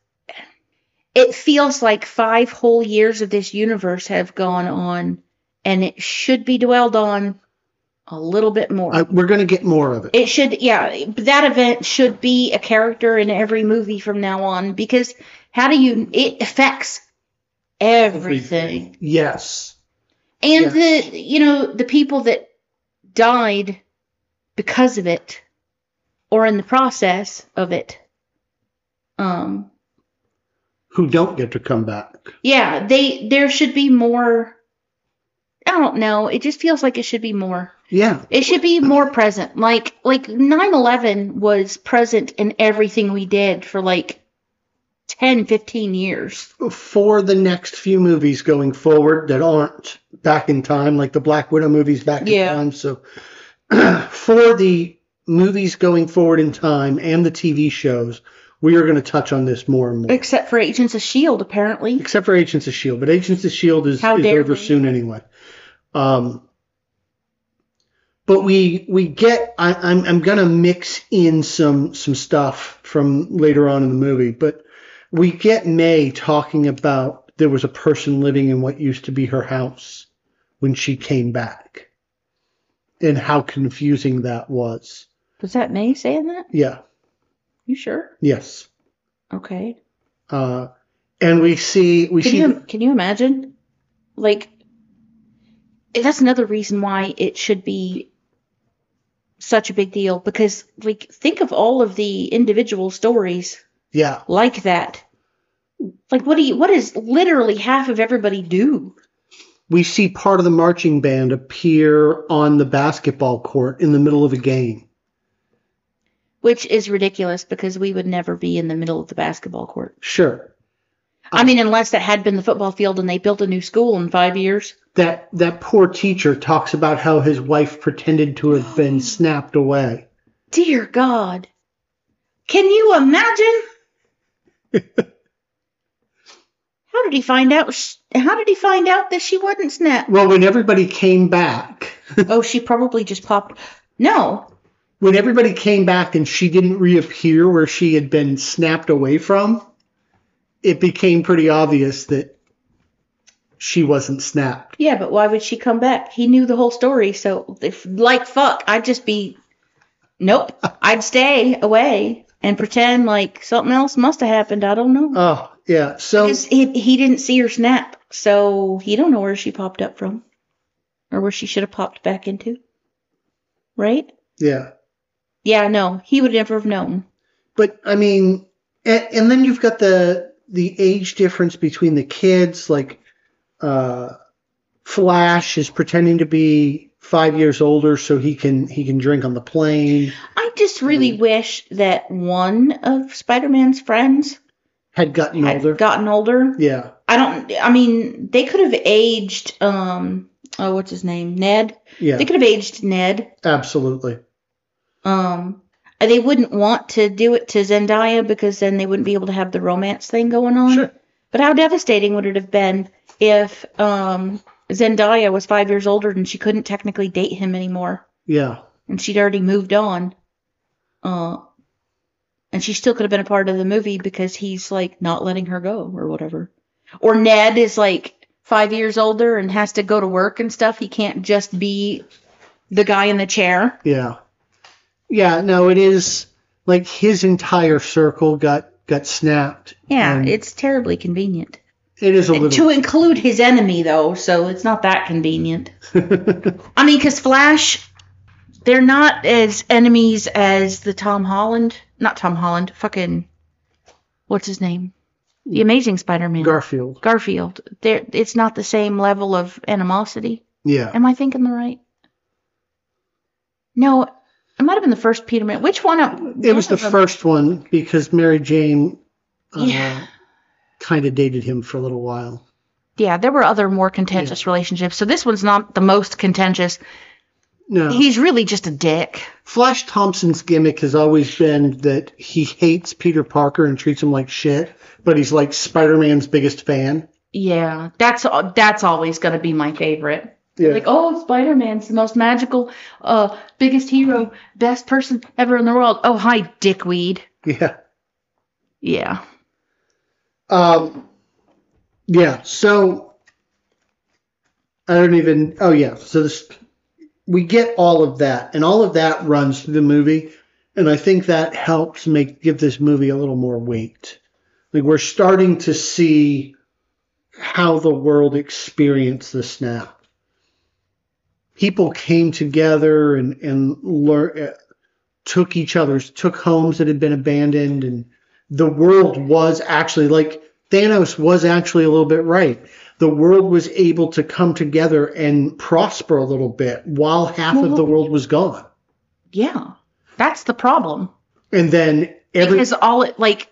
[SPEAKER 2] It feels like five whole years of this universe have gone on, and it should be dwelled on a little bit more.
[SPEAKER 1] I- Uh, we're going to get more of it.
[SPEAKER 2] It should, yeah, that event should be a character in every movie from now on because how do you, it affects everything.
[SPEAKER 1] Yes.
[SPEAKER 2] And the, you know, the people that died because of it or in the process of it. Um,
[SPEAKER 1] Who don't get to come back.
[SPEAKER 2] yeah, they, there should be more. I don't know. It just feels like it should be more.
[SPEAKER 1] Yeah.
[SPEAKER 2] It should be more present. Like like 9/11 was present in everything we did for like 10, 15 years.
[SPEAKER 1] For the next few movies going forward that aren't back in time, like the Black Widow movies back
[SPEAKER 2] Yeah.
[SPEAKER 1] in time. So for the movies going forward in time and the TV shows, we are going to touch on this more and more.
[SPEAKER 2] Except for Agents of Shield E apparently.
[SPEAKER 1] except for Agents of Shield, E but Agents of Shield is,
[SPEAKER 2] How
[SPEAKER 1] is
[SPEAKER 2] dare
[SPEAKER 1] over
[SPEAKER 2] they.
[SPEAKER 1] soon anyway. Um, but we we get I, I'm I'm gonna mix in some some stuff from later on in the movie, but we get May talking about there was a person living in what used to be her house when she came back, and how confusing that was.
[SPEAKER 2] Was that May saying that?
[SPEAKER 1] Yeah.
[SPEAKER 2] You sure?
[SPEAKER 1] Yes.
[SPEAKER 2] Okay.
[SPEAKER 1] Uh, and we see we
[SPEAKER 2] Can
[SPEAKER 1] see
[SPEAKER 2] you can you imagine? Like eh, that's another reason why it should be such a big deal because like think of all of the individual stories
[SPEAKER 1] yeah.
[SPEAKER 2] like that. Like what do you what does literally half of everybody do?
[SPEAKER 1] we see part of the marching band appear on the basketball court in the middle of a game.
[SPEAKER 2] Which is ridiculous because we would never be in the middle of the basketball court.
[SPEAKER 1] Sure,
[SPEAKER 2] I mean, unless that had been the football field and they built a new school in five years.
[SPEAKER 1] that that poor teacher talks about how his wife pretended to have been snapped away.
[SPEAKER 2] Dear God. Can you imagine? how did he find out? sh- How did he find out that she wasn't snapped?
[SPEAKER 1] Well, when everybody came back,
[SPEAKER 2] oh, she probably just popped. No,
[SPEAKER 1] when everybody came back and she didn't reappear where she had been snapped away from, it became pretty obvious that she wasn't snapped.
[SPEAKER 2] Yeah, but why would she come back? He knew the whole story, so if like fuck, I'd just be nope. I'd stay away and pretend like something else must have happened. I don't know.
[SPEAKER 1] Oh, yeah. So
[SPEAKER 2] 'Cause he, he didn't see her snap, so he don't know where she popped up from or where she should have popped back into. Right?
[SPEAKER 1] yeah.
[SPEAKER 2] Yeah, no, he would never have known.
[SPEAKER 1] but I mean, and, and then you've got the the age difference between the kids. Like, uh, Flash is pretending to be five years older so he can he can drink on the plane.
[SPEAKER 2] I just really
[SPEAKER 1] Mm-hmm.
[SPEAKER 2] wish that one of Spider-Man's friends
[SPEAKER 1] Had gotten
[SPEAKER 2] had
[SPEAKER 1] older.
[SPEAKER 2] gotten older.
[SPEAKER 1] yeah,
[SPEAKER 2] I don't. I mean, they could have aged. Um. Oh, what's his name? Ned.
[SPEAKER 1] yeah,
[SPEAKER 2] They could have aged Ned.
[SPEAKER 1] absolutely.
[SPEAKER 2] Um. and They wouldn't want to do it to Zendaya because then they wouldn't be able to have the romance thing going on.
[SPEAKER 1] Sure.
[SPEAKER 2] But how devastating would it have been if um Zendaya was five years older and she couldn't technically date him anymore.
[SPEAKER 1] Yeah.
[SPEAKER 2] And she'd already moved on. Uh, and she still could have been a part of the movie because he's like not letting her go or whatever. Or Ned is like five years older and has to go to work and stuff. He can't just be the guy in the chair.
[SPEAKER 1] Yeah. Yeah, no, it is like his entire circle got got snapped.
[SPEAKER 2] Yeah,
[SPEAKER 1] And
[SPEAKER 2] it's terribly convenient.
[SPEAKER 1] it is Mm. a little
[SPEAKER 2] To include his enemy, though, so it's not that convenient. I mean, because Flash, they're not as enemies as the Tom Holland. Not Tom Holland, fucking. What's his name? The Amazing Spider Man.
[SPEAKER 1] Garfield.
[SPEAKER 2] Garfield. They're, it's not the same level of animosity.
[SPEAKER 1] Yeah.
[SPEAKER 2] Am I thinking the right? No, it might have been the first Peter Man. Which one? of-
[SPEAKER 1] It was
[SPEAKER 2] one
[SPEAKER 1] the
[SPEAKER 2] of them-
[SPEAKER 1] first one because Mary Jane uh,
[SPEAKER 2] Yeah.
[SPEAKER 1] kind of dated him for a little while.
[SPEAKER 2] Yeah, there were other more contentious relationships. So this one's not the most contentious.
[SPEAKER 1] No.
[SPEAKER 2] He's really just a dick.
[SPEAKER 1] Flash Thompson's gimmick has always been that he hates Peter Parker and treats him like shit, but he's like Spider-Man's biggest fan.
[SPEAKER 2] Yeah, that's al- that's always gonna be my favorite.
[SPEAKER 1] Yeah.
[SPEAKER 2] Like, oh, Spider Man's the most magical, uh, biggest hero, best person ever in the world. Oh, hi, dickweed.
[SPEAKER 1] yeah.
[SPEAKER 2] Yeah.
[SPEAKER 1] Um, yeah. So I don't even. Oh yeah. So this, we get all of that, and all of that runs through the movie, and I think that helps make give this movie a little more weight. Like we're starting to see how the world experienced the snap. People came together and and learn, took each other's took homes that had been abandoned and the world was actually like Thanos was actually a little bit right. The world was able to come together and prosper a little bit while half of the world was gone.
[SPEAKER 2] Yeah. That's the problem.
[SPEAKER 1] And then every
[SPEAKER 2] because all it, like,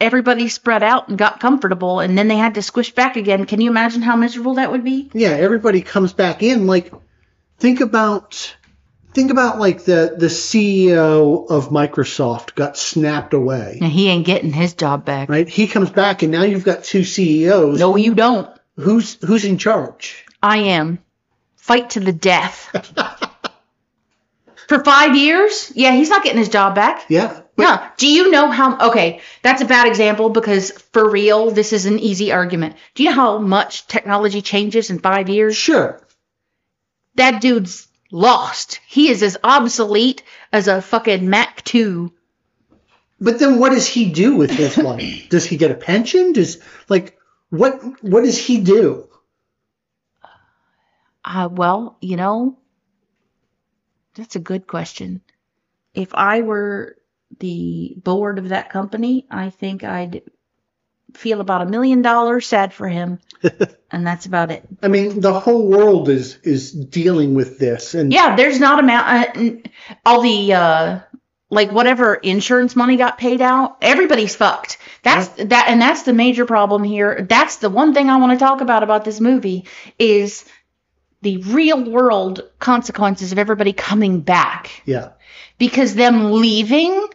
[SPEAKER 2] everybody spread out and got comfortable, and then they had to squish back again. Can you imagine how miserable that would be?
[SPEAKER 1] yeah, everybody comes back in like think about think about like the the CEO of Microsoft got snapped away.
[SPEAKER 2] And he ain't getting his job back.
[SPEAKER 1] Right? He comes back and now you've got two CEOs.
[SPEAKER 2] No, you don't.
[SPEAKER 1] Who's who's in charge?
[SPEAKER 2] I am. Fight to the death. For five years? Yeah, he's not getting his job back.
[SPEAKER 1] Yeah. But
[SPEAKER 2] No. Do you know how? Okay, that's a bad example because for real, this is an easy argument. Do you know how much technology changes in five years?
[SPEAKER 1] sure.
[SPEAKER 2] That dude's lost. He is as obsolete as a fucking Mac 2.
[SPEAKER 1] But then what does he do with his life? does he get a pension? Does like what what does he do?
[SPEAKER 2] Uh, well, you know, that's a good question. If I were the board of that company, I think I'd feel about a million dollars sad for him. and that's about it.
[SPEAKER 1] I mean, the whole world is is dealing with this and
[SPEAKER 2] Yeah, there's not amount. Uh, n- all the uh, like whatever insurance money got paid out, everybody's fucked. That's that, and that's the major problem here. That's the one thing I want to talk about about this movie is the real world consequences of everybody coming back
[SPEAKER 1] yeah.
[SPEAKER 2] because them leaving.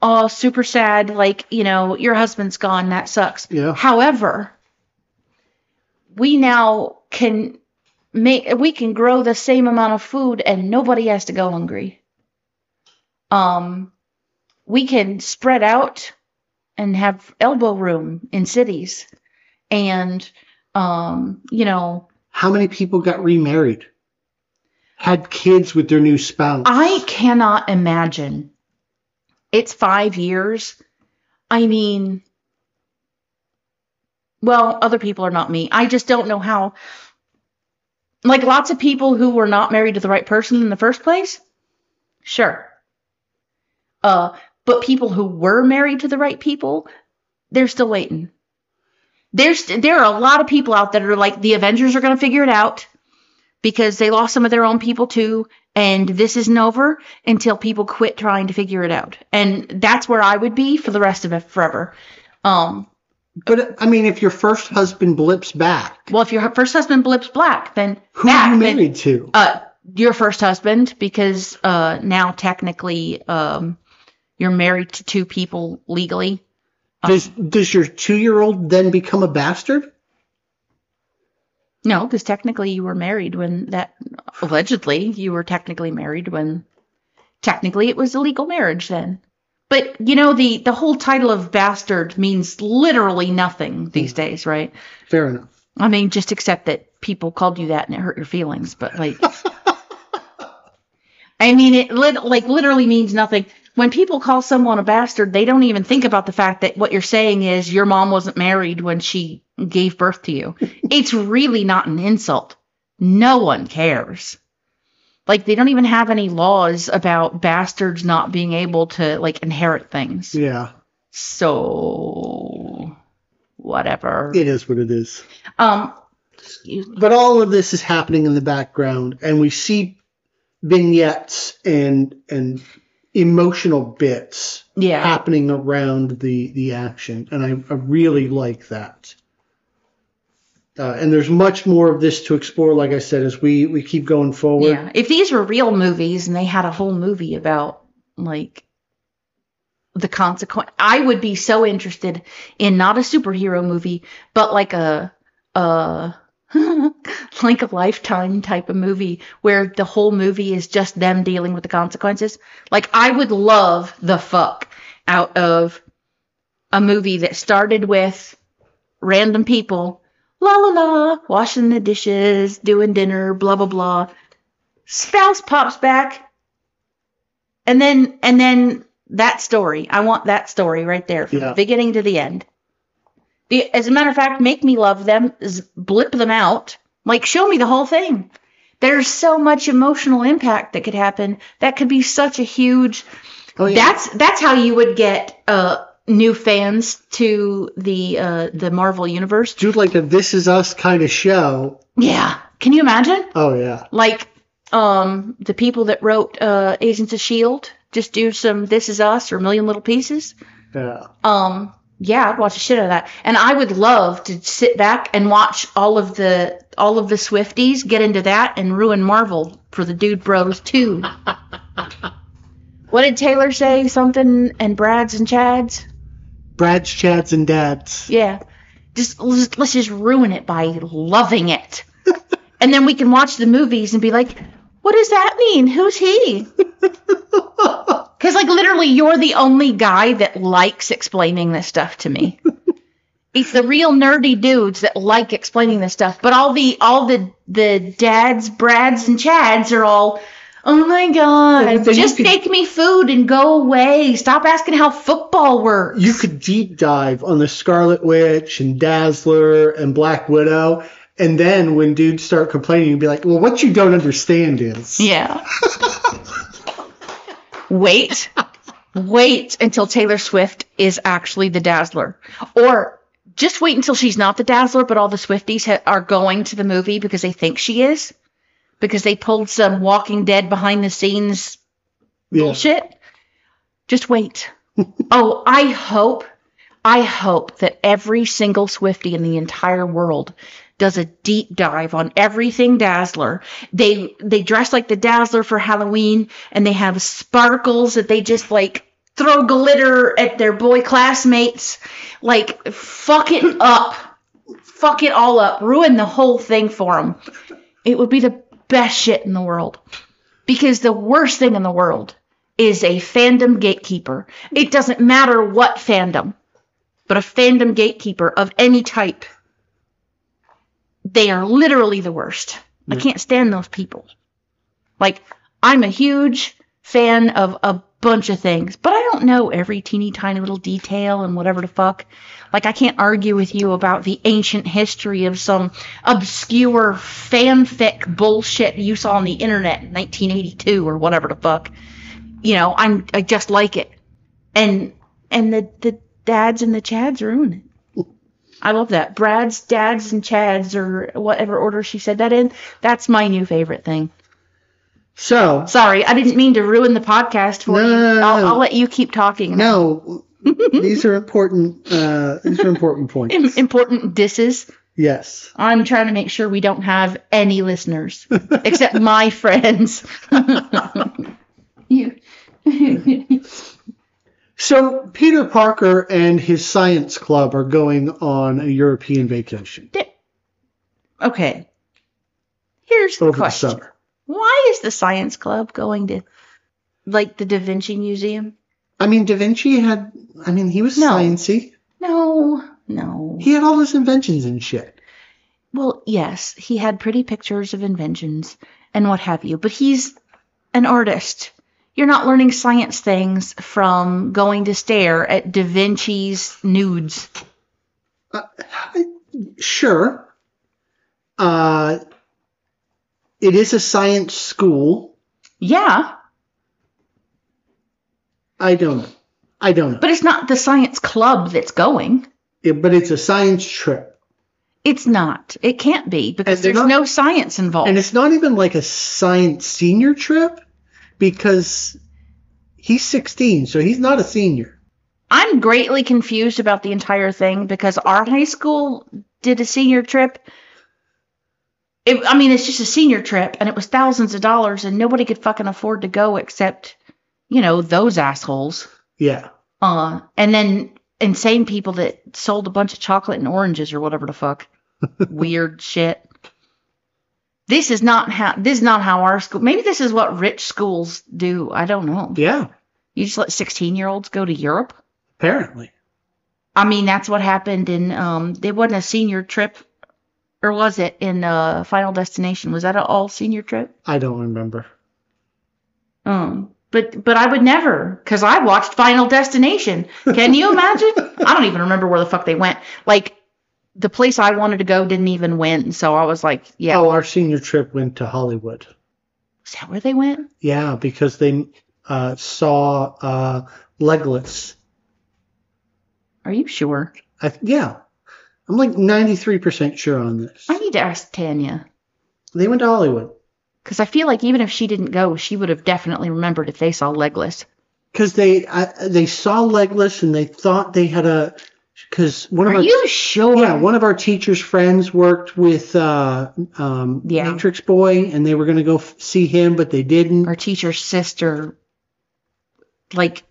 [SPEAKER 2] Oh, super sad. Like, you know, your husband's gone. That sucks.
[SPEAKER 1] Yeah.
[SPEAKER 2] However, we now can make we can grow the same amount of food and nobody has to go hungry. Um we can spread out and have elbow room in cities and um you know
[SPEAKER 1] How many people got remarried? Had kids with their new spouse?
[SPEAKER 2] I cannot imagine. It's five years. I mean, well, other people are not me. I just don't know how. Like lots of people who were not married to the right person in the first place, sure. Uh, but people who were married to the right people, they're still waiting. There's there are a lot of people out that are like the Avengers are going to figure it out because they lost some of their own people too and this isn't over until people quit trying to figure it out and that's where i would be for the rest of it forever um
[SPEAKER 1] but I mean, if your first husband blips back,
[SPEAKER 2] well if your first husband blips black then
[SPEAKER 1] who
[SPEAKER 2] back,
[SPEAKER 1] are you
[SPEAKER 2] then-
[SPEAKER 1] married to?
[SPEAKER 2] uh your first husband because uh now technically um you're married to two people legally Uh,
[SPEAKER 1] does does your two year old then become a bastard?
[SPEAKER 2] No, because technically you were married when that allegedly you were technically married when technically it was a legal marriage then. But you know the the whole title of bastard means literally nothing these days, right?
[SPEAKER 1] Fair enough.
[SPEAKER 2] I mean, just accept that people called you that and it hurt your feelings, but like I mean, it lit- like literally means nothing. When people call someone a bastard, they don't even think about the fact that what you're saying is your mom wasn't married when she gave birth to you. it's really not an insult. No one cares. Like they don't even have any laws about bastards not being able to like inherit things.
[SPEAKER 1] Yeah,
[SPEAKER 2] So whatever.
[SPEAKER 1] it is what it is.
[SPEAKER 2] Um excuse me.
[SPEAKER 1] But all of this is happening in the background, and we see vignettes and and emotional bits
[SPEAKER 2] Yeah.
[SPEAKER 1] happening around the the action, and I, I really like that. Uh, and there's much more of this to explore, like I said, as we we keep going forward.
[SPEAKER 2] Yeah. If these were real movies and they had a whole movie about like the consequence, I would be so interested in not a superhero movie, but like a a like a lifetime type of movie where the whole movie is just them dealing with the consequences. Like I would love the fuck out of a movie that started with random people la la la washing the dishes, doing dinner, blah blah blah spouse pops back and then and then that story i want that story right there from
[SPEAKER 1] Yeah.
[SPEAKER 2] the beginning to the end The- as a matter of fact make me love them z- blip them out like show me the whole thing there's so much emotional impact that could happen that could be such a huge
[SPEAKER 1] Oh, yeah.
[SPEAKER 2] that's that's how you would get uh new fans to the uh the marvel universe
[SPEAKER 1] Dude, like a "This Is Us" kind of show.
[SPEAKER 2] yeah can you imagine
[SPEAKER 1] Oh yeah,
[SPEAKER 2] like um the people that wrote uh agents of shield just do some this is us or million little pieces
[SPEAKER 1] yeah.
[SPEAKER 2] um yeah i'd watch the shit out of that and i would love to sit back and watch all of the all of the swifties get into that and ruin marvel for the dude bros too what did taylor say something and brad's and chad's
[SPEAKER 1] Brad's, Chad's, and Dad's.
[SPEAKER 2] yeah. Just let's, let's just ruin it by loving it. and then we can watch the movies and be like, what does that mean? Who's he? Cuz like literally you're the only guy that likes explaining this stuff to me. it's the real nerdy dudes that like explaining this stuff, but all the all the the dads, brads and chads are all Oh my
[SPEAKER 1] Yeah,
[SPEAKER 2] god!
[SPEAKER 1] but then you
[SPEAKER 2] Just
[SPEAKER 1] could-
[SPEAKER 2] make me food and go away. Stop asking how football works.
[SPEAKER 1] You could deep dive on the Scarlet Witch and Dazzler and Black Widow, and then when dudes start complaining, you'd be like, "Well, what you don't understand is."
[SPEAKER 2] Yeah. wait. Wait until Taylor Swift is actually the Dazzler. Or just wait until she's not the Dazzler, but all the Swifties ha- are going to the movie because they think she is. Because they pulled some Walking Dead behind the scenes
[SPEAKER 1] Yeah.
[SPEAKER 2] bullshit. Just wait. oh, I hope, I hope that every single Swifty in the entire world does a deep dive on everything Dazzler. They they dress like the Dazzler for Halloween, and they have sparkles that they just like throw glitter at their boy classmates. Like fuck it up, fuck it all up, ruin the whole thing for them. It would be the best shit in the world. Because the worst thing in the world is a fandom gatekeeper. It doesn't matter what fandom, but a fandom gatekeeper of any type. They are literally the worst. I can't stand those people. Like, I'm a huge fan of a bunch of things, but I don't know every teeny tiny little detail and whatever the fuck. Like, I can't argue with you about the ancient history of some obscure fanfic bullshit you saw on the internet in 1982 or whatever the fuck you know, I'm I just like it. And and the the dads and the chads ruin it. I love that. Brad's dads and chads or whatever order she said that in. That's my new favorite thing.
[SPEAKER 1] So
[SPEAKER 2] Sorry, I didn't mean to ruin the podcast for
[SPEAKER 1] No,
[SPEAKER 2] you.
[SPEAKER 1] no, no,
[SPEAKER 2] I'll,
[SPEAKER 1] no.
[SPEAKER 2] I'll let you keep talking.
[SPEAKER 1] no, these are important. Uh, these are important points.
[SPEAKER 2] Im- Important disses.
[SPEAKER 1] Yes.
[SPEAKER 2] I'm trying to make sure we don't have any listeners except my friends. you.
[SPEAKER 1] So Peter Parker and his science club are going on a European vacation.
[SPEAKER 2] okay. Here's the
[SPEAKER 1] over the
[SPEAKER 2] question.
[SPEAKER 1] summer.
[SPEAKER 2] Why is the science club going to like the Da Vinci Museum?
[SPEAKER 1] I mean, Da Vinci had, I mean, he was
[SPEAKER 2] No.
[SPEAKER 1] sciency.
[SPEAKER 2] No, no.
[SPEAKER 1] He had all his inventions and shit.
[SPEAKER 2] well, yes, he had pretty pictures of inventions and what have you, but he's an artist. You're not learning science things from going to stare at Da Vinci's nudes.
[SPEAKER 1] Sure. Uh, it is a science school.
[SPEAKER 2] Yeah,
[SPEAKER 1] I don't know. I don't know.
[SPEAKER 2] but it's not the science club that's going.
[SPEAKER 1] Yeah, but it's a science trip.
[SPEAKER 2] It's not. It can't be because
[SPEAKER 1] And they're
[SPEAKER 2] there's
[SPEAKER 1] not-
[SPEAKER 2] no science involved.
[SPEAKER 1] And it's not even like a science senior trip because he's 16, so he's not a senior.
[SPEAKER 2] I'm greatly confused about the entire thing because our high school did a senior trip. It, I mean, it's just a senior trip, and it was thousands of dollars, and nobody could fucking afford to go except, you know, those assholes.
[SPEAKER 1] Yeah.
[SPEAKER 2] Uh, and then insane people that sold a bunch of chocolate and oranges or whatever the fuck, weird shit. This is not how. This is not how our school. Maybe this is what rich schools do. I don't know.
[SPEAKER 1] Yeah.
[SPEAKER 2] You just let sixteen-year-olds go to Europe.
[SPEAKER 1] Apparently.
[SPEAKER 2] I mean, that's what happened in um it wasn't a senior trip or was it in uh Final Destination? Was that an all senior trip?
[SPEAKER 1] I don't remember.
[SPEAKER 2] Um but but I would never cuz I watched Final Destination. Can you imagine? I don't even remember where the fuck they went. Like the place I wanted to go didn't even win, so I was like, yeah.
[SPEAKER 1] Oh, our senior trip went to Hollywood.
[SPEAKER 2] Is that where they went?
[SPEAKER 1] Yeah, because they uh, saw uh, Legless.
[SPEAKER 2] Are you sure?
[SPEAKER 1] I, th- yeah, I'm like 93% sure on this.
[SPEAKER 2] I need to ask Tanya
[SPEAKER 1] They went to Hollywood
[SPEAKER 2] cuz I feel like even if she didn't go, she would have definitely remembered if they saw Legless.
[SPEAKER 1] because they I, they saw Legless and they thought they had a because one of
[SPEAKER 2] Are
[SPEAKER 1] our
[SPEAKER 2] you sure?
[SPEAKER 1] Oh, yeah one of our teacher's friends worked with uh, um,
[SPEAKER 2] Yeah.
[SPEAKER 1] Matrix Boy and they were gonna go f- see him but they didn't.
[SPEAKER 2] her teacher's sister like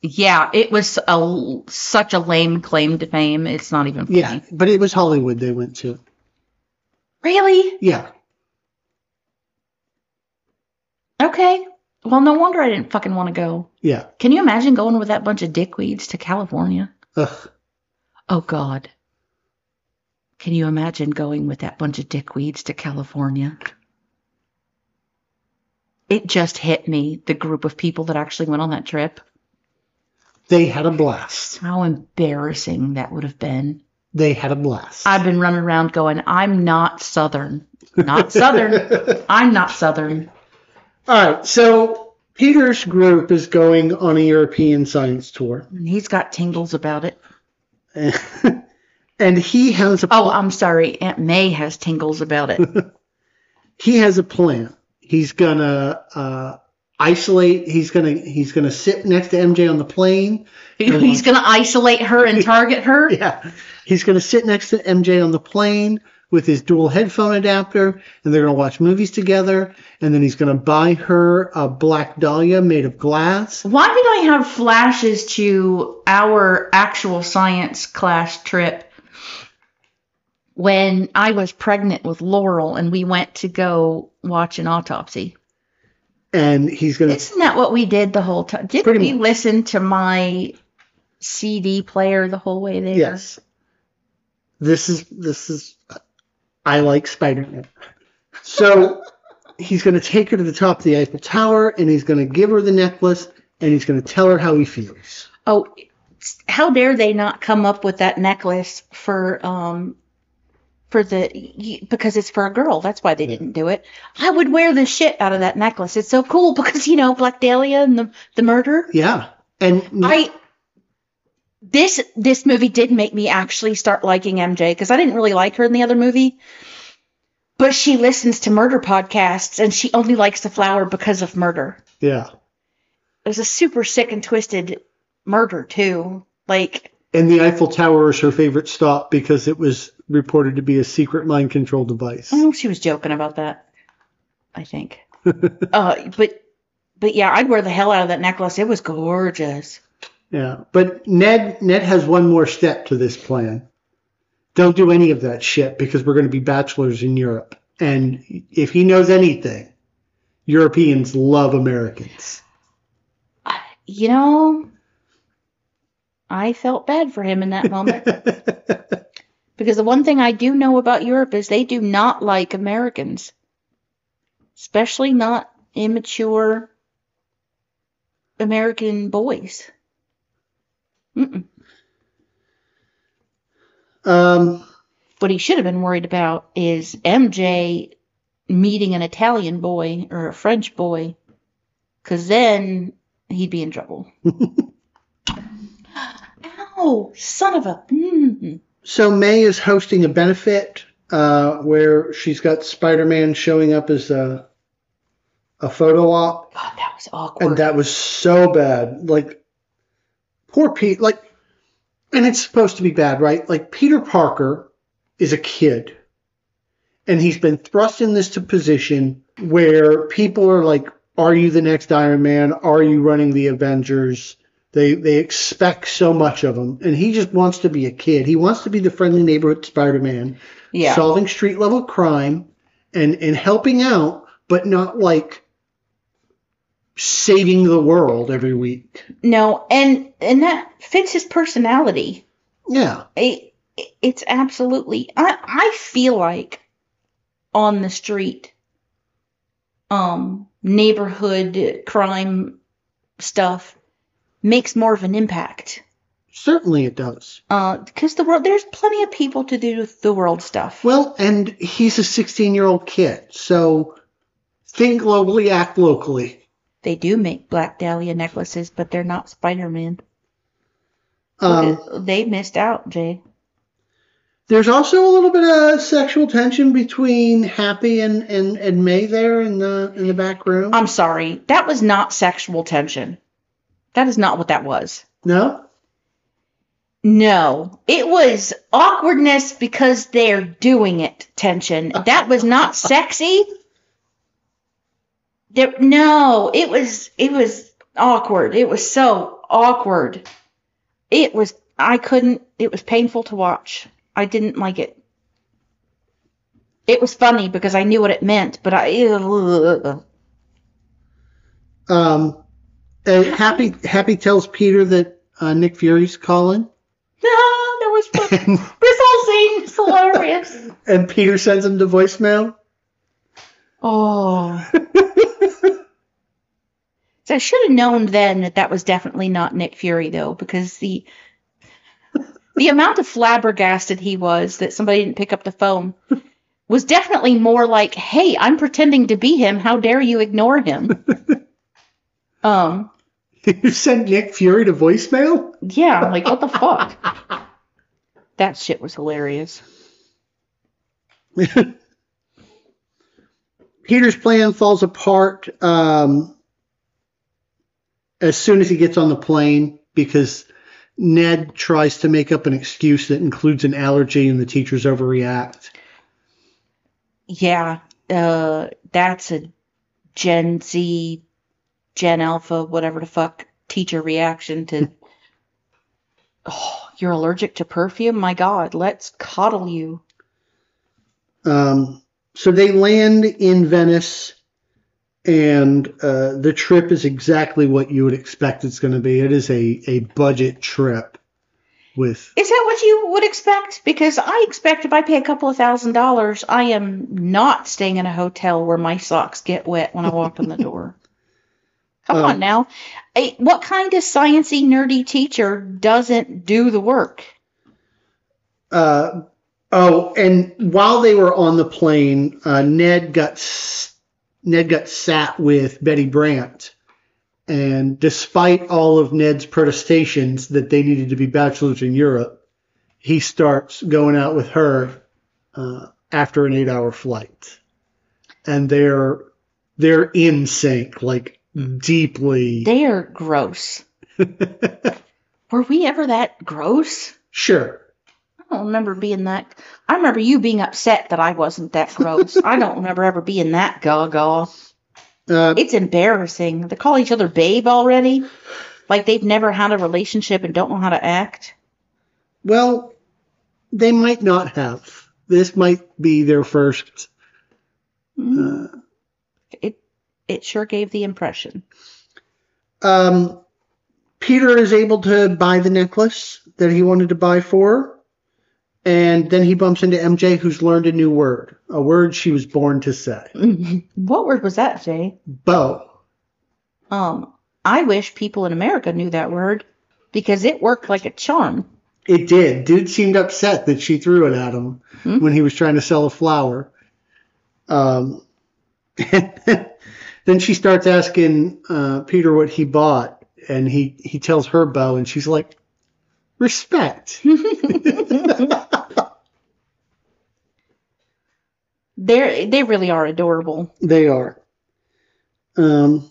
[SPEAKER 2] yeah it was a l- such a lame claim to fame it's not even funny
[SPEAKER 1] Yeah, but it was Hollywood they went to.
[SPEAKER 2] really
[SPEAKER 1] Yeah,
[SPEAKER 2] okay well no wonder i didn't fucking want to go
[SPEAKER 1] yeah.
[SPEAKER 2] can you imagine going with that bunch of dickweeds to california
[SPEAKER 1] Ugh.
[SPEAKER 2] oh god can you imagine going with that bunch of dickweeds to california it just hit me the group of people that actually went on that trip
[SPEAKER 1] They had a blast.
[SPEAKER 2] how embarrassing that would have been
[SPEAKER 1] They had a blast.
[SPEAKER 2] I've been running around going, I'm not Southern. Not Southern. I'm not Southern.
[SPEAKER 1] All right, so Peter's group is going on a European science tour,
[SPEAKER 2] And He's got tingles about it.
[SPEAKER 1] and he has a
[SPEAKER 2] Oh, I'm sorry. Aunt May has tingles about it.
[SPEAKER 1] he has a plan. He's gonna uh, isolate. He's gonna he's gonna sit next to MJ on the plane.
[SPEAKER 2] He's going to isolate her and target her.
[SPEAKER 1] Yeah, he's gonna sit next to MJ on the plane with his dual headphone adapter, and they're gonna watch movies together. And then he's gonna buy her a black dahlia made of glass.
[SPEAKER 2] Why did I have flashes to our actual science class trip when I was pregnant with Laurel and we went to go watch an autopsy?
[SPEAKER 1] And he's gonna
[SPEAKER 2] Isn't that what we did the whole time? Didn't
[SPEAKER 1] Pretty
[SPEAKER 2] we
[SPEAKER 1] much.
[SPEAKER 2] listen to my CD player the whole way there?
[SPEAKER 1] Yes. This is this is I like Spider-Man. So he's going to take her to the top of the Eiffel Tower and he's going to give her the necklace and he's going to tell her how he feels.
[SPEAKER 2] Oh, it's- how dare they not come up with that necklace for um for the y- because it's for a girl. That's why they
[SPEAKER 1] Yeah.
[SPEAKER 2] didn't do it. I would wear the shit out of that necklace. It's so cool because you know Black Dahlia and the the murder.
[SPEAKER 1] Yeah. And
[SPEAKER 2] I this this movie did make me actually start liking MJ because I didn't really like her in the other movie. But she listens to murder podcasts and she only likes the flower because of murder.
[SPEAKER 1] yeah.
[SPEAKER 2] It was a super sick and twisted murder too. Like
[SPEAKER 1] And the Eiffel Tower is her favorite stop because it was reported to be a secret mind control device.
[SPEAKER 2] Oh, she was joking about that. I think. uh, but but yeah, I'd wear the hell out of that necklace. It was gorgeous.
[SPEAKER 1] Yeah. But Ned Ned has one more step to this plan. Don't do any of that shit because we're going to be bachelors in Europe. And if he knows anything, Europeans love Americans.
[SPEAKER 2] You know, I felt bad for him in that moment because the one thing I do know about Europe is they do not like Americans, especially not immature American boys. Mm-mm.
[SPEAKER 1] um,
[SPEAKER 2] What he should have been worried about is MJ meeting an Italian boy or a French boy, because then he'd be in trouble. Ow, son of a. mm
[SPEAKER 1] so May is hosting a benefit uh, where she's got Spider-Man showing up as a a photo op
[SPEAKER 2] God, that was awkward.
[SPEAKER 1] and that was so bad. Like poor Pete. Like, and it's supposed to be bad, right? Like Peter Parker is a kid, and he's been thrust in this to position where people are like, "Are you the next Iron Man? Are you running the Avengers?" They they expect so much of him, and he just wants to be a kid. He wants to be the friendly neighborhood Spider-Man
[SPEAKER 2] yeah.
[SPEAKER 1] solving street level crime and and helping out but not like saving the world every week
[SPEAKER 2] no, and and that fits his personality.
[SPEAKER 1] yeah
[SPEAKER 2] it, it's absolutely I, I feel like on the street um neighborhood crime stuff makes more of an impact
[SPEAKER 1] certainly it does
[SPEAKER 2] because the world there's plenty of people to do the world stuff
[SPEAKER 1] well and he's a 16 year old kid so think globally act locally
[SPEAKER 2] they do make black dahlia necklaces but they're not spider-man
[SPEAKER 1] um,
[SPEAKER 2] they missed out jay
[SPEAKER 1] there's also a little bit of sexual tension between happy and, and, and may there in the in the back room
[SPEAKER 2] i'm sorry that was not sexual tension that is not what that was
[SPEAKER 1] no
[SPEAKER 2] No, it was awkwardness because they're doing it tension. That was not sexy. There, no, it was it was awkward. It was so awkward. It was I couldn't. It was painful to watch. I didn't like it. It was funny because I knew what it meant, but I ugh.
[SPEAKER 1] um, and happy happy tells peter that uh, nick fury's calling
[SPEAKER 2] no, that was fun. this whole scene is hilarious.
[SPEAKER 1] and Peter sends him to voicemail.
[SPEAKER 2] Oh. so I should have known then that that was definitely not Nick Fury though, because the the amount of flabbergasted he was that somebody didn't pick up the phone was definitely more like, "Hey, I'm pretending to be him. How dare you ignore him?" um.
[SPEAKER 1] you sent Nick Fury to voicemail?
[SPEAKER 2] Yeah, I'm like, what the fuck? That shit was hilarious.
[SPEAKER 1] Peter's plan falls apart um, as soon as he gets on the plane because Ned tries to make up an excuse that includes an allergy and the teachers overreact.
[SPEAKER 2] Yeah, uh, that's a Gen Z, Gen Alpha, whatever the fuck teacher reaction to. oh, you're allergic to perfume? My God, let's coddle you.
[SPEAKER 1] Um, so they land in Venice, and uh, the trip is exactly what you would expect it's going to be. It is a, a budget trip with
[SPEAKER 2] Is that what you would expect? Because I expect if I pay a couple of thousand dollars, I am not staying in a hotel where my socks get wet when I walk in the door. Come
[SPEAKER 1] Um,
[SPEAKER 2] on now. Eh, What kind of sciencey, nerdy teacher doesn't do the work?
[SPEAKER 1] Uh, oh, and while they were on the plane, uh, Ned got s- Ned got sat with Betty Brant, and despite all of Ned's protestations that they needed to be bachelors in Europe, he starts going out with her uh, after an eight-hour flight, and they're they're in sync, like deeply.
[SPEAKER 2] They are gross. Were we ever that gross?
[SPEAKER 1] sure,
[SPEAKER 2] I don't remember being that. I remember you being upset that I wasn't that gross. I don't remember ever being that gaga.
[SPEAKER 1] uh,
[SPEAKER 2] It's embarrassing. They call each other babe already. Like they've never had a relationship and don't know how to act.
[SPEAKER 1] Well, they might not have. This might be their first
[SPEAKER 2] Mm,
[SPEAKER 1] Uh,
[SPEAKER 2] It it sure gave the impression.
[SPEAKER 1] um, Peter is able to buy the necklace that he wanted to buy for, her, and then he bumps into MJ, who's learned a new word, a word she was born to say.
[SPEAKER 2] what word was that, Jay?
[SPEAKER 1] Bo.
[SPEAKER 2] Um, I wish people in America knew that word because it worked like a charm.
[SPEAKER 1] It did. Dude seemed upset that she threw it at him
[SPEAKER 2] Hmm.
[SPEAKER 1] when he was trying to sell a flower. Um, then she starts asking uh, Peter what he bought, and he, he tells her bow, and she's like, respect.
[SPEAKER 2] They're they really are adorable.
[SPEAKER 1] They are. Um,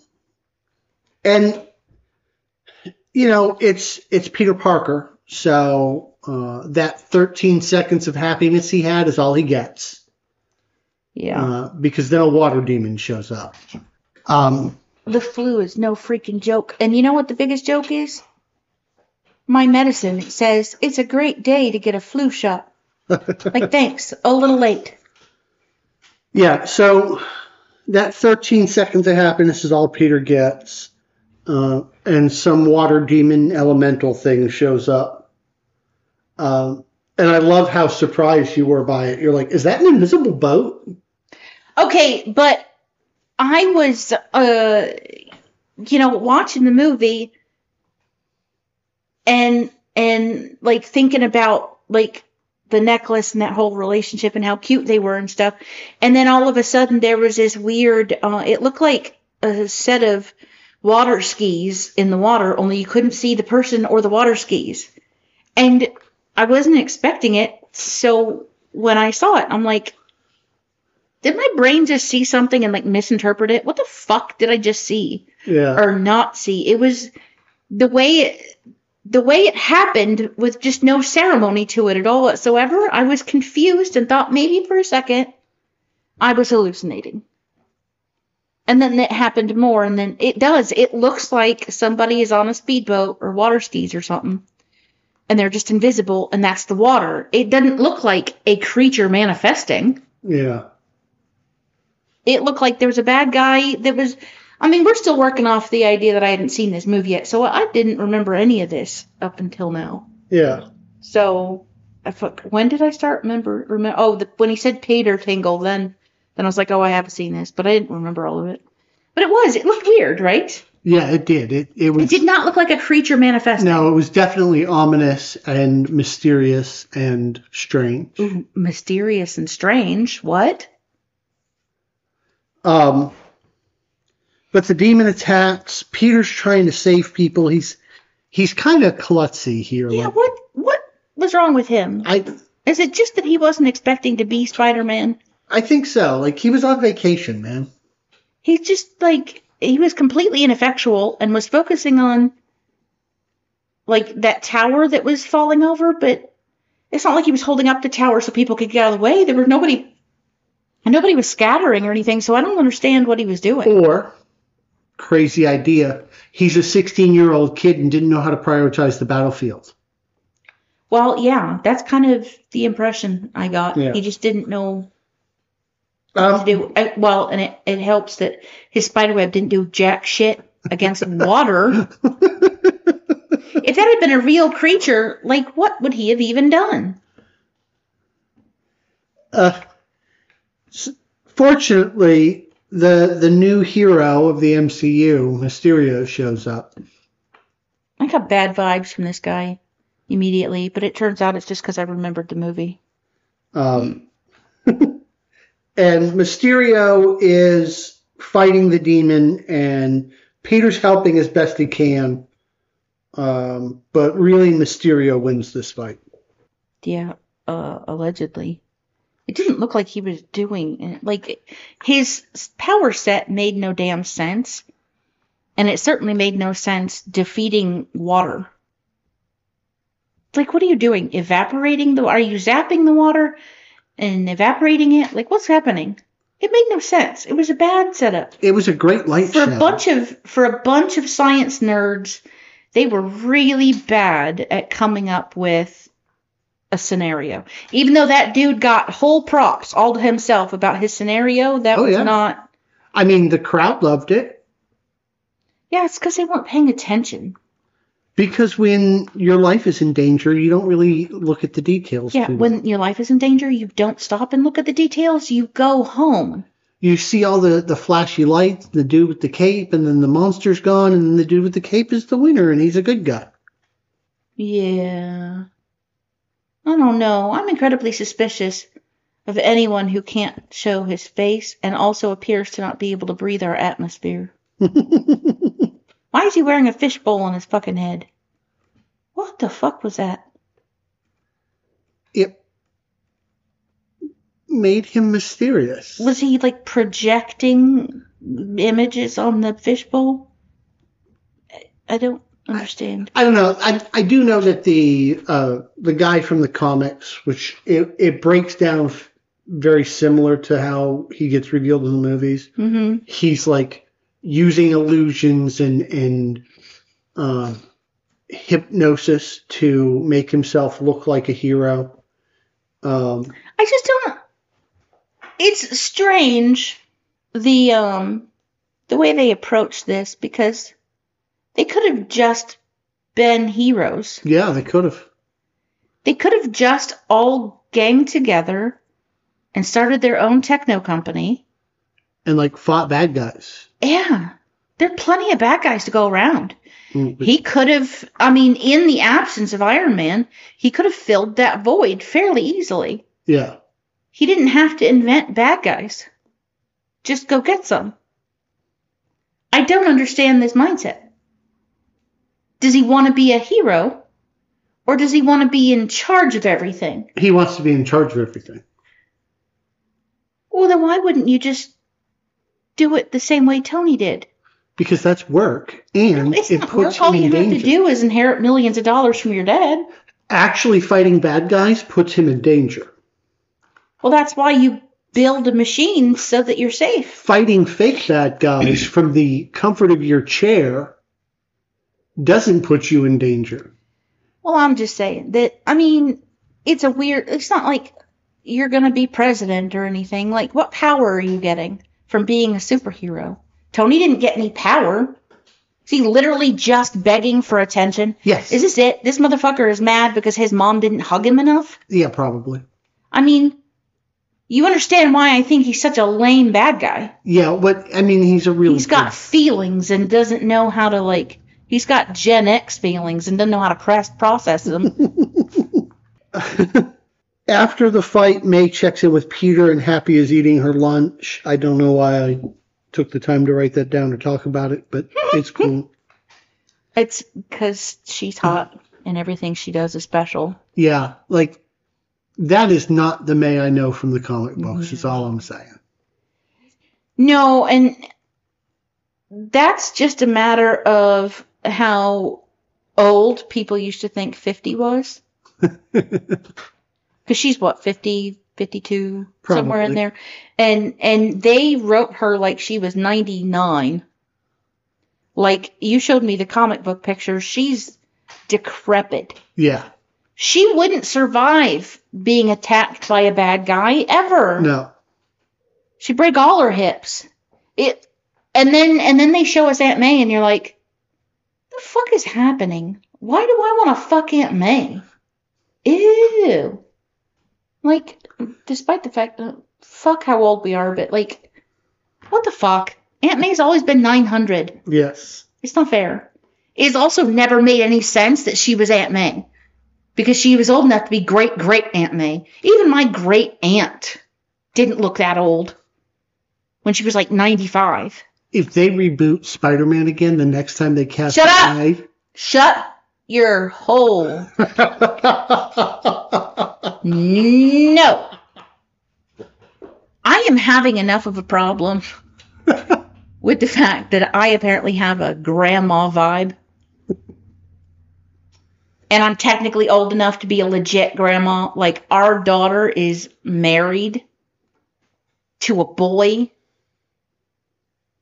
[SPEAKER 1] and you know, it's it's Peter Parker, so uh, that 13 seconds of happiness he had is all he gets.
[SPEAKER 2] Yeah.
[SPEAKER 1] uh, because then a water demon shows up. Um,
[SPEAKER 2] the flu is no freaking joke. And you know what the biggest joke is? My medicine it says it's a great day to get a flu shot. like thanks, a little late.
[SPEAKER 1] yeah, so that 13 seconds of happiness is all Peter gets, uh, and some water demon elemental thing shows up. Um, and I love how surprised you were by it. You're like, is that an invisible boat?
[SPEAKER 2] Okay, but I was uh you know watching the movie and and like thinking about like the necklace and that whole relationship and how cute they were and stuff. And then all of a sudden there was this weird uh it looked like a set of water skis in the water only you couldn't see the person or the water skis. And I wasn't expecting it. So when I saw it I'm like did my brain just see something and like misinterpret it? What the fuck did I just see
[SPEAKER 1] Yeah.
[SPEAKER 2] or not see? It was the way it, the way it happened with just no ceremony to it at all whatsoever. I was confused and thought maybe for a second I was hallucinating. And then it happened more and then it does. It looks like somebody is on a speedboat or water skis or something. And they're just invisible, and that's the water. It doesn't look like a creature manifesting
[SPEAKER 1] Yeah.
[SPEAKER 2] it looked like there was a bad guy that was I mean, we're still working off the idea that I hadn't seen this movie yet, so I didn't remember any of this up until now.
[SPEAKER 1] Yeah.
[SPEAKER 2] So, I fuck, when did I start remember? Remember? Oh, the, when he said Peter Tingle, then then I was like, oh, I haven't seen this, but I didn't remember all of it. But it was, it looked weird, right?
[SPEAKER 1] Yeah, it did. It, it was.
[SPEAKER 2] It did not look like a creature manifesting.
[SPEAKER 1] no, it was definitely ominous and mysterious and strange.
[SPEAKER 2] Ooh, mysterious and strange. What?
[SPEAKER 1] Um, but the demon attacks. Peter's trying to save people. He's he's kind of klutzy here.
[SPEAKER 2] Yeah.
[SPEAKER 1] like,
[SPEAKER 2] What? What was wrong with him?
[SPEAKER 1] I
[SPEAKER 2] Is it just that he wasn't expecting to be Spider-Man?
[SPEAKER 1] I think so. Like he was on vacation, man.
[SPEAKER 2] he just like he was completely ineffectual and was focusing on like that tower that was falling over but it's not like he was holding up the tower so people could get out of the way there was nobody and nobody was scattering or anything so i don't understand what he was doing
[SPEAKER 1] Or crazy idea. He's a 16 year old kid and didn't know how to prioritize the battlefield.
[SPEAKER 2] well yeah that's kind of the impression i got
[SPEAKER 1] Yeah.
[SPEAKER 2] he just didn't know what to
[SPEAKER 1] Um,
[SPEAKER 2] do I, well and it, it helps that his spiderweb didn't do jack shit against water if that had been a real creature like what would he have even done
[SPEAKER 1] uh, s- fortunately, the the new hero of the MCU, Mysterio, shows up.
[SPEAKER 2] I got bad vibes from this guy immediately, but it turns out it's just because I remembered the movie.
[SPEAKER 1] Um, and Mysterio is fighting the demon, and Peter's helping as best he can. Um, but really, Mysterio wins this fight.
[SPEAKER 2] Yeah, uh, allegedly. It didn't look like he was doing like his power set made no damn sense, and it certainly made no sense defeating water. It's Like, what are you doing? Evaporating the? Are you zapping the water and evaporating it? Like, what's happening? It made no sense. It was a bad setup.
[SPEAKER 1] It was a great light
[SPEAKER 2] for
[SPEAKER 1] show.
[SPEAKER 2] a bunch of for a bunch of science nerds, they were really bad at coming up with a scenario. Even though that dude got whole props all to himself about his scenario, that
[SPEAKER 1] Oh,
[SPEAKER 2] was
[SPEAKER 1] yeah.
[SPEAKER 2] not.
[SPEAKER 1] I mean, the crowd loved it
[SPEAKER 2] Yeah, it's because they weren't paying attention.
[SPEAKER 1] because when your life is in danger, you don't really look at the details.
[SPEAKER 2] Yeah,
[SPEAKER 1] too
[SPEAKER 2] when your life is in danger, you don't stop and look at the details. You go home.
[SPEAKER 1] you see all the, the flashy lights, the dude with the cape, and then the monster's gone, and then the dude with the cape is the winner, and he's a good guy.
[SPEAKER 2] Yeah. I don't know. I'm incredibly suspicious of anyone who can't show his face and also appears to not be able to breathe our atmosphere. Why is he wearing a fishbowl on his fucking head? What the fuck was that?
[SPEAKER 1] it made him mysterious.
[SPEAKER 2] Was he like projecting images on the fishbowl? I- I don't understand.
[SPEAKER 1] I don't know. I, I do know that the uh, the guy from the comics, which it, it breaks down f- very similar to how he gets revealed in the movies.
[SPEAKER 2] hmm
[SPEAKER 1] he's like using illusions and and uh, hypnosis to make himself look like a hero. Um,
[SPEAKER 2] I just don't. It's strange the um the way they approach this because they could have just been heroes.
[SPEAKER 1] yeah, they could have.
[SPEAKER 2] They could have just all ganged together and started their own techno company.
[SPEAKER 1] And like fought bad guys.
[SPEAKER 2] Yeah, there are plenty of bad guys to go around.
[SPEAKER 1] Mm,
[SPEAKER 2] He could have, I mean, in the absence of Iron Man, he could have filled that void fairly easily.
[SPEAKER 1] Yeah.
[SPEAKER 2] He didn't have to invent bad guys. Just go get some. I don't understand this mindset. Does he want to be a hero or does he want to be in charge of everything?
[SPEAKER 1] He wants to be in charge of everything.
[SPEAKER 2] Well, then why wouldn't you just do it the same way Tony did?
[SPEAKER 1] Because that's work. And
[SPEAKER 2] It's
[SPEAKER 1] it
[SPEAKER 2] not
[SPEAKER 1] puts
[SPEAKER 2] work. All
[SPEAKER 1] him
[SPEAKER 2] you
[SPEAKER 1] in
[SPEAKER 2] have
[SPEAKER 1] danger.
[SPEAKER 2] to do is inherit millions of dollars from your dad.
[SPEAKER 1] Actually fighting bad guys puts him in danger.
[SPEAKER 2] Well, that's why you build a machine so that you're safe.
[SPEAKER 1] Fighting fake bad guys from the comfort of your chair doesn't put you in danger.
[SPEAKER 2] Well, I'm just saying that, I mean, it's a weird, it's not like you're going to be president or anything. Like, what power are you getting from being a superhero? Tony didn't get any power. Is he literally just begging for attention?
[SPEAKER 1] Yes.
[SPEAKER 2] Is this it? This motherfucker is mad because his mom didn't hug him enough?
[SPEAKER 1] yeah, probably.
[SPEAKER 2] I mean, you understand why I think he's such a lame bad guy.
[SPEAKER 1] Yeah, but I mean, he's a really
[SPEAKER 2] He's got feelings and doesn't know how to, like, he's got Gen X feelings and doesn't know how to press, process them.
[SPEAKER 1] After the fight, May checks in with Peter, and Happy is eating her lunch. I don't know why I took the time to write that down or talk about it, but it's cool.
[SPEAKER 2] It's because she's hot and everything she does is special.
[SPEAKER 1] Yeah, like that is not the May I know from the comic books. Is all I'm saying.
[SPEAKER 2] No, and that's just a matter of how old people used to think 50 was. Because she's what, 50, 52, somewhere in
[SPEAKER 1] Probably.
[SPEAKER 2] there. And and they wrote her like she was 99. Like you showed me the comic book picture. She's decrepit.
[SPEAKER 1] Yeah,
[SPEAKER 2] she wouldn't survive being attacked by a bad guy ever.
[SPEAKER 1] no,
[SPEAKER 2] She'd break all her hips. It and then and then they show us Aunt May and you're like, the fuck is happening? Why do I want to fuck Aunt May? Ew. Like, despite the fact that fuck how old we are, but like, what the fuck? Aunt May's always been 900.
[SPEAKER 1] yes,
[SPEAKER 2] It's not fair. It's also never made any sense that she was Aunt May because she was old enough to be great great Aunt May. Even my great aunt didn't look that old when she was like 95.
[SPEAKER 1] if they reboot Spider-Man again, the next time they cast
[SPEAKER 2] Shut up!
[SPEAKER 1] May-
[SPEAKER 2] Shut your hole. No. I am having enough of a problem with the fact that I apparently have a grandma vibe. And I'm technically old enough to be a legit grandma. Like, our daughter is married to a boy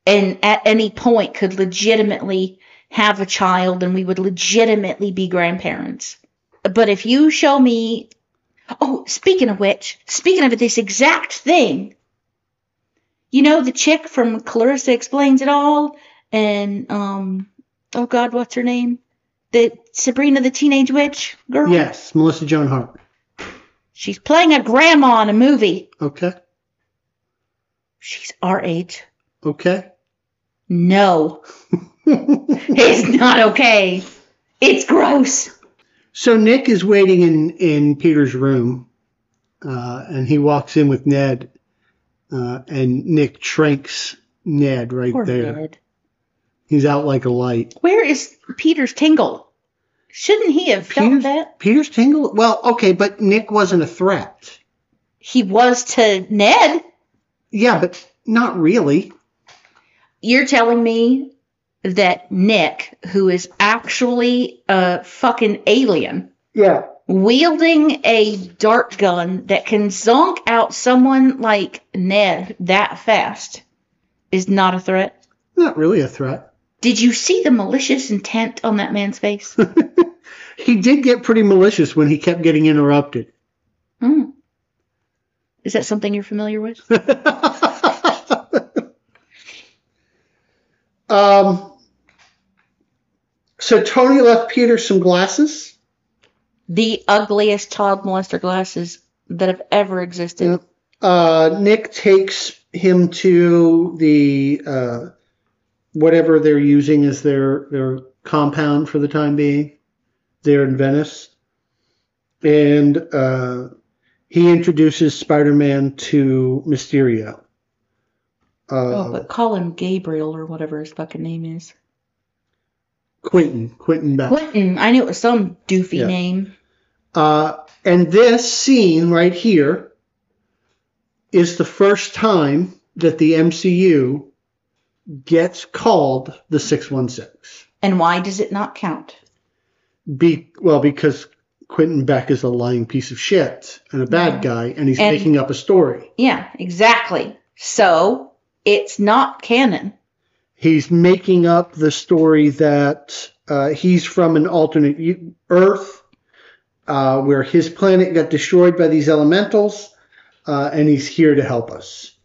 [SPEAKER 2] and at any point could legitimately have a child and we would legitimately be grandparents. But if you show me Oh, speaking of which, speaking of this exact thing, you know the chick from Clarissa Explains It All and um oh god, what's her name? The Sabrina the Teenage Witch girl?
[SPEAKER 1] Yes, Melissa Joan Hart.
[SPEAKER 2] She's playing a grandma in a movie.
[SPEAKER 1] Okay.
[SPEAKER 2] She's our age.
[SPEAKER 1] Okay.
[SPEAKER 2] No, it's not okay. It's gross.
[SPEAKER 1] so Nick is waiting in in Peter's room, uh, and he walks in with Ned, uh, and Nick shrinks Ned right
[SPEAKER 2] Poor
[SPEAKER 1] there.
[SPEAKER 2] Ned.
[SPEAKER 1] He's out like a light.
[SPEAKER 2] Where is Peter's tingle? Shouldn't he have felt
[SPEAKER 1] Peter's-
[SPEAKER 2] that?
[SPEAKER 1] Peter's tingle. Well, okay, but Nick wasn't a threat.
[SPEAKER 2] He was to Ned.
[SPEAKER 1] Yeah, but not really.
[SPEAKER 2] You're telling me that Nick, who is actually a fucking alien,
[SPEAKER 1] Yeah.
[SPEAKER 2] wielding a dart gun that can zonk out someone like Ned that fast, is not a threat?
[SPEAKER 1] Not really a threat.
[SPEAKER 2] Did you see the malicious intent on that man's face?
[SPEAKER 1] He did get pretty malicious when he kept getting interrupted.
[SPEAKER 2] Mm. Is that something you're familiar with?
[SPEAKER 1] um, so Tony left Peter some glasses.
[SPEAKER 2] the ugliest child molester glasses that have ever existed.
[SPEAKER 1] Yep. Uh, Nick takes him to the uh, whatever they're using as their their compound for the time being. They're in Venice, and uh, he introduces Spider-Man to Mysterio. Uh,
[SPEAKER 2] Oh, but call him Gabriel or whatever his fucking name is.
[SPEAKER 1] Quentin, Quentin Beck.
[SPEAKER 2] Quentin. I knew it was some doofy
[SPEAKER 1] Yeah.
[SPEAKER 2] name.
[SPEAKER 1] Uh, and this scene right here is the first time that the MCU gets called the 616.
[SPEAKER 2] And why does it not count?
[SPEAKER 1] Be, well, because Quentin Beck is a lying piece of shit and a bad
[SPEAKER 2] Yeah.
[SPEAKER 1] guy, and he's
[SPEAKER 2] And-
[SPEAKER 1] making up a story.
[SPEAKER 2] Yeah, exactly. So it's not canon.
[SPEAKER 1] He's making up the story that uh, he's from an alternate u- Earth uh, where his planet got destroyed by these elementals, uh, and he's here to help us.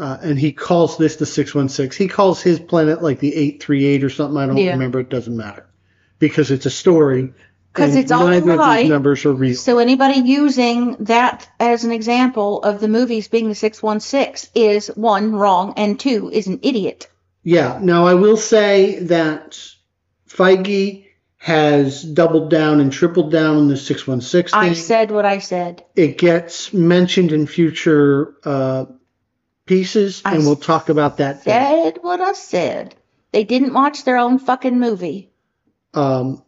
[SPEAKER 1] Uh, and he calls this the 616. He calls his planet like the 838 or something. I don't
[SPEAKER 2] Yeah.
[SPEAKER 1] remember. It doesn't matter because it's a story.
[SPEAKER 2] 'Cause
[SPEAKER 1] and
[SPEAKER 2] it's all
[SPEAKER 1] neither
[SPEAKER 2] a
[SPEAKER 1] of
[SPEAKER 2] lie.
[SPEAKER 1] these numbers are real.
[SPEAKER 2] So anybody using that as an example of the movies being the 616 is one, wrong, and two, is an idiot.
[SPEAKER 1] Yeah. Now, I will say that Feige has doubled down and tripled down on the 616
[SPEAKER 2] I
[SPEAKER 1] thing.
[SPEAKER 2] said what I said.
[SPEAKER 1] it gets mentioned in future uh, pieces,
[SPEAKER 2] I
[SPEAKER 1] and we'll talk about that. then.
[SPEAKER 2] Said what I said. They didn't watch their own fucking movie.
[SPEAKER 1] Um,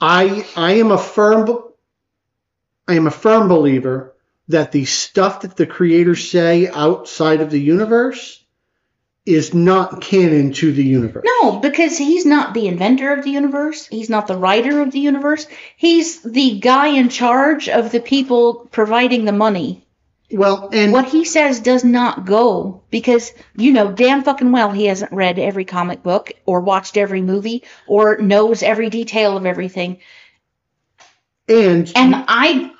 [SPEAKER 1] I I am a firm be- I am a firm believer that the stuff that the creators say outside of the universe is not canon to the universe.
[SPEAKER 2] No, because he's not the inventor of the universe. He's not the writer of the universe. He's the guy in charge of the people providing the money.
[SPEAKER 1] Well, and
[SPEAKER 2] What he says does not go because you know damn fucking well he hasn't read every comic book or watched every movie or knows every detail of everything.
[SPEAKER 1] and
[SPEAKER 2] And I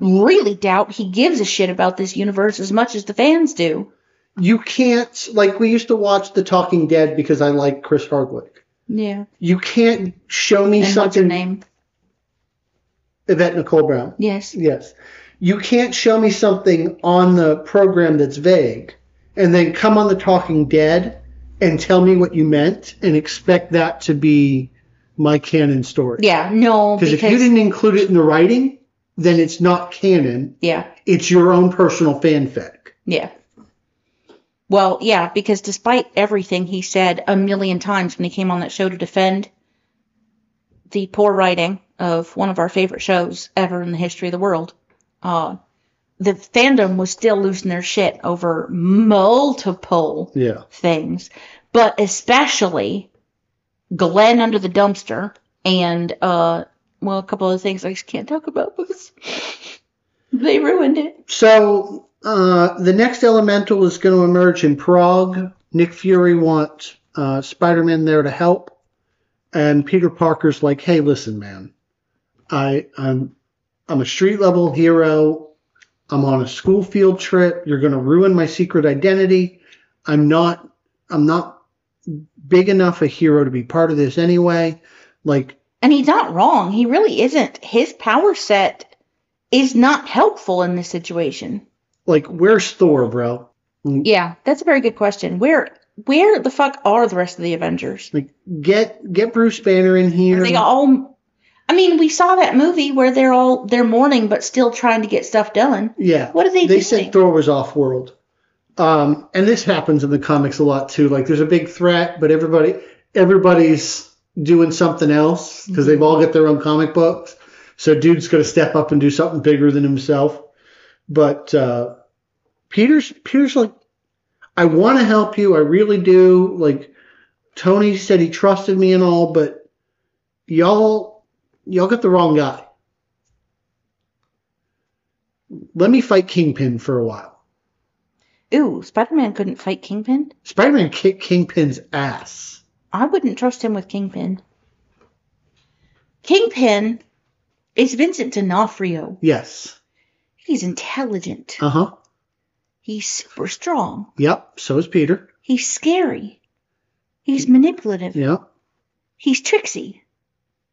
[SPEAKER 2] really doubt he gives a shit about this universe as much as the fans do.
[SPEAKER 1] you can't like we used to watch The Talking Dead because I like Chris Hardwick.
[SPEAKER 2] Yeah.
[SPEAKER 1] You can't show me
[SPEAKER 2] And what's her
[SPEAKER 1] something.
[SPEAKER 2] name?
[SPEAKER 1] Yvette Nicole Brown.
[SPEAKER 2] Yes.
[SPEAKER 1] Yes. You can't show me something on the program that's vague and then come on the Talking Dead and tell me what you meant and expect that to be my canon story.
[SPEAKER 2] Yeah. No.
[SPEAKER 1] because
[SPEAKER 2] Because
[SPEAKER 1] if you didn't include it in the writing, then it's not canon.
[SPEAKER 2] yeah.
[SPEAKER 1] It's your own personal fanfic.
[SPEAKER 2] Yeah. Well, yeah, because despite everything he said a million times when he came on that show to defend the poor writing of one of our favorite shows ever in the history of the world, uh, the fandom was still losing their shit over multiple
[SPEAKER 1] Yeah.
[SPEAKER 2] things, but especially Glenn under the dumpster and uh well a couple of things I just can't talk about because they ruined it.
[SPEAKER 1] So uh, the next elemental is going to emerge in Prague. Nick Fury wants uh, Spider-Man there to help, and Peter Parker's like, "Hey, listen, man, I I'm I'm a street level hero. I'm on a school field trip. You're going to ruin my secret identity. I'm not I'm not big enough a hero to be part of this anyway. Like
[SPEAKER 2] And he's not wrong. He really isn't. His power set is not helpful in this situation.
[SPEAKER 1] like where's Thor, bro?
[SPEAKER 2] Yeah, that's a very good question. Where where the fuck are the rest of the Avengers?
[SPEAKER 1] Like get get Bruce Banner in here.
[SPEAKER 2] Are they all I mean, we saw that movie where they're all they're mourning but still trying to get stuff done.
[SPEAKER 1] yeah.
[SPEAKER 2] What are they,
[SPEAKER 1] they
[SPEAKER 2] doing?
[SPEAKER 1] said Thor was off world. Um, and this happens in the comics a lot too. Like there's a big threat, but everybody everybody's doing something else because they've all got their own comic books. So dude's gonna step up and do something bigger than himself. But uh, Peter's Peter's like, I want to help you, I really do. Like Tony said, he trusted me and all, but y'all y'all got the wrong guy let me fight Kingpin for a while.
[SPEAKER 2] Ooh, Spider Man couldn't fight Kingpin.
[SPEAKER 1] Spider Man kicked Kingpin's ass.
[SPEAKER 2] I wouldn't trust him with Kingpin. Kingpin is Vincent D'Onofrio.
[SPEAKER 1] Yes.
[SPEAKER 2] He's intelligent.
[SPEAKER 1] Uh huh.
[SPEAKER 2] He's super strong.
[SPEAKER 1] Yep. So is Peter.
[SPEAKER 2] He's scary. He's manipulative.
[SPEAKER 1] Yep.
[SPEAKER 2] He's tricksy.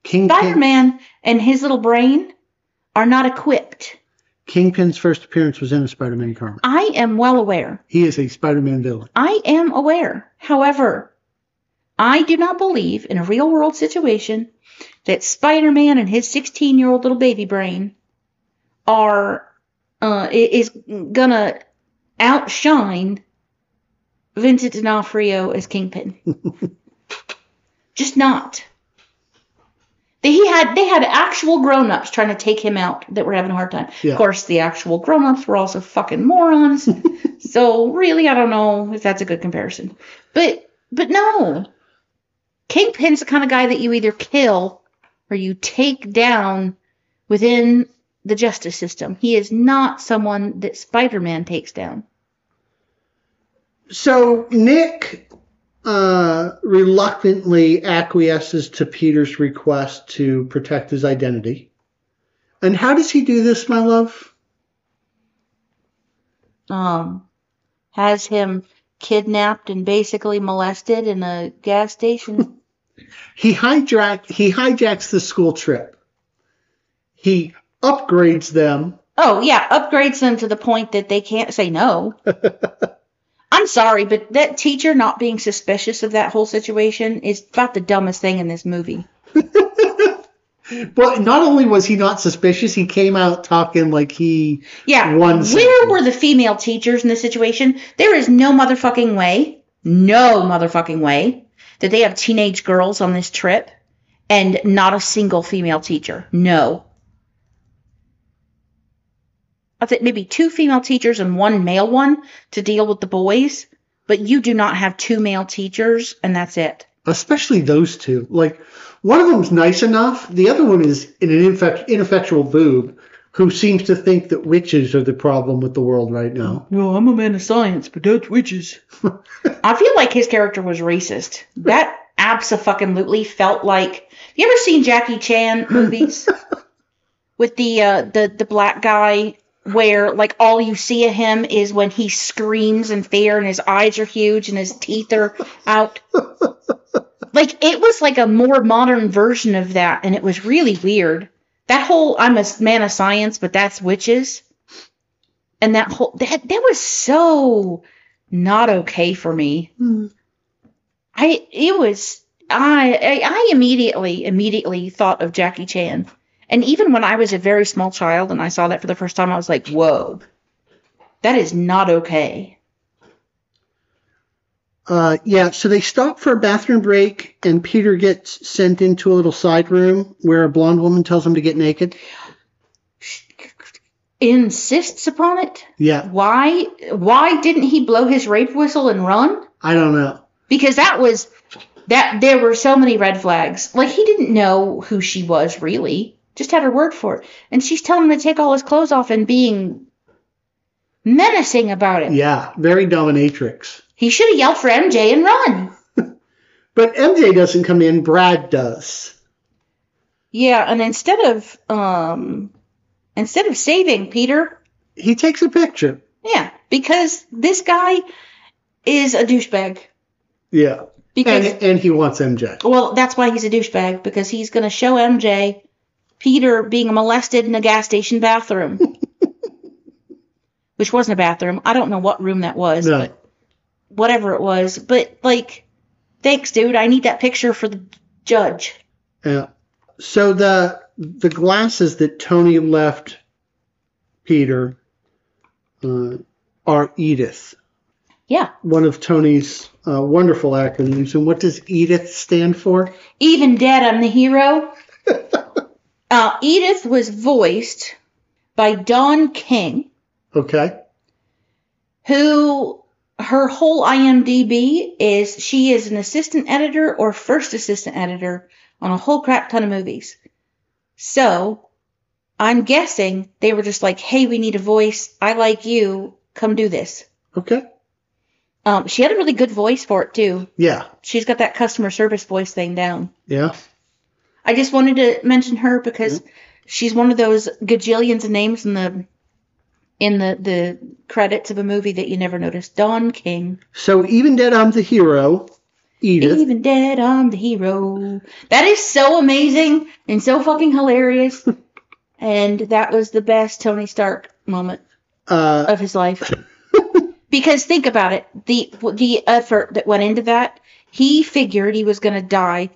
[SPEAKER 1] Kingpin.
[SPEAKER 2] Spider Man and his little brain are not equipped.
[SPEAKER 1] Kingpin's first appearance was in a Spider Man comic.
[SPEAKER 2] I am well aware.
[SPEAKER 1] He is a Spider Man villain.
[SPEAKER 2] I am aware. However, I do not believe in a real world situation that Spider Man and his 16 year old little baby brain are, uh, i- is gonna outshine Vincent D'Onofrio as Kingpin. Just not. They, he had they had actual grown ups trying to take him out that were having a hard time.
[SPEAKER 1] Yeah.
[SPEAKER 2] Of course, the actual grown ups were also fucking morons. So really, I don't know if that's a good comparison, but but no, Kingpin's the kind of guy that you either kill or you take down within the justice system. He is not someone that Spider-Man takes down.
[SPEAKER 1] So Nick uh, reluctantly acquiesces to Peter's request to protect his identity. And how does he do this, my love?
[SPEAKER 2] Um, has him kidnapped and basically molested in a gas station.
[SPEAKER 1] He hijack he hijacks the school trip. He upgrades them
[SPEAKER 2] oh yeah, upgrades them to the point that they can't say no. I'm sorry, but that teacher not being suspicious of that whole situation is about the dumbest thing in this movie.
[SPEAKER 1] Well, not only was he not suspicious, he came out talking like he.
[SPEAKER 2] Yeah.
[SPEAKER 1] One
[SPEAKER 2] Where
[SPEAKER 1] sentence.
[SPEAKER 2] were the female teachers in this situation? There is no motherfucking way, no motherfucking way that they have teenage girls on this trip and not a single female teacher. No. I think maybe two female teachers and one male one to deal with the boys, but you do not have two male teachers and that's it.
[SPEAKER 1] Especially those two. Like, one of them's nice enough. The other one is an ineffect- ineffectual boob who seems to think that witches are the problem with the world right now.
[SPEAKER 2] No, I'm a man of science, but that's witches. I feel like his character was racist. That abso-fucking-lutely felt like. You ever seen Jackie Chan movies with the uh, the the black guy where like all you see of him is when he screams in fear and his eyes are huge and his teeth are out. like it was like a more modern version of that, and it was really weird. That whole I'm a man of science, but that's witches and that whole that that was so not okay for me. I it was I I, I immediately immediately thought of Jackie Chan, and even when I was a very small child and I saw that for the first time, I was like, whoa, that is not okay.
[SPEAKER 1] Uh, yeah, so they stop for a bathroom break, and Peter gets sent into a little side room where a blonde woman tells him to get naked.
[SPEAKER 2] Insists upon it.
[SPEAKER 1] Yeah,
[SPEAKER 2] Why why didn't he blow his rape whistle and run?
[SPEAKER 1] I don't know.
[SPEAKER 2] because that was that there were so many red flags like he didn't know who she was really just had her word for it and she's telling him to take all his clothes off and being menacing about it
[SPEAKER 1] Yeah, very dominatrix.
[SPEAKER 2] he should have yelled for mj and run
[SPEAKER 1] But MJ doesn't come in, Brad does.
[SPEAKER 2] yeah and instead of um Instead of saving Peter,
[SPEAKER 1] He takes a picture.
[SPEAKER 2] yeah, because this guy is a douchebag.
[SPEAKER 1] Yeah.
[SPEAKER 2] Because
[SPEAKER 1] And, and he wants MJ.
[SPEAKER 2] well, that's why he's a douchebag because he's going to show MJ Peter being molested in a gas station bathroom. Which wasn't a bathroom. I don't know what room that was,
[SPEAKER 1] No.
[SPEAKER 2] but whatever it was. But like, thanks, dude. I need that picture for the judge.
[SPEAKER 1] Yeah. So the the glasses that Tony left Peter uh, are Edith,
[SPEAKER 2] Yeah.
[SPEAKER 1] one of Tony's uh, wonderful acronyms. And what does Edith stand for?
[SPEAKER 2] Even dead, I'm the hero. uh, Edith was voiced by Don King,
[SPEAKER 1] Okay.
[SPEAKER 2] who her whole IMDb is she is an assistant editor or first assistant editor on a whole crap ton of movies. So I'm guessing they were just like, hey, we need a voice. I like you. Come do this.
[SPEAKER 1] Okay.
[SPEAKER 2] Um, she had a really good voice for it, too.
[SPEAKER 1] Yeah.
[SPEAKER 2] She's got that customer service voice thing down.
[SPEAKER 1] Yeah.
[SPEAKER 2] I just wanted to mention her because she's one of those gajillions of names in the in the the credits of a movie that you never notice. Don King,
[SPEAKER 1] So even dead, I'm the hero. Edith.
[SPEAKER 2] even dead, I'm the hero. That is so amazing and so fucking hilarious. and that was the best Tony Stark moment
[SPEAKER 1] Uh,
[SPEAKER 2] of his life. because think about it, the the effort that went into that, he figured he was gonna die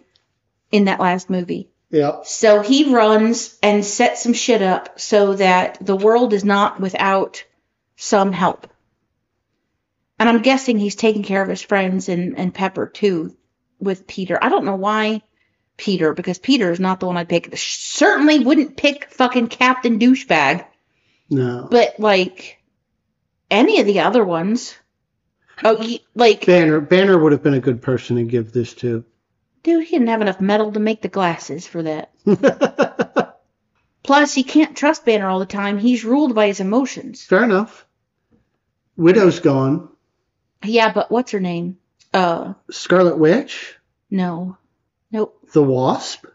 [SPEAKER 2] in that last movie.
[SPEAKER 1] yeah.
[SPEAKER 2] So he runs and sets some shit up so that the world is not without some help. And I'm guessing he's taking care of his friends and, and Pepper too with Peter. I don't know why Peter, because Peter is not the one I'd pick. Certainly wouldn't pick fucking Captain Douchebag,
[SPEAKER 1] No.
[SPEAKER 2] but like any of the other ones. Oh, ye- like,
[SPEAKER 1] Banner. Banner would have been a good person to give this to.
[SPEAKER 2] dude, he didn't have enough metal to make the glasses for that. Plus, he can't trust Banner all the time. He's ruled by his emotions.
[SPEAKER 1] Fair enough. Widow's gone.
[SPEAKER 2] Yeah, but what's her name? Uh,
[SPEAKER 1] Scarlet Witch.
[SPEAKER 2] no. Nope,
[SPEAKER 1] The Wasp.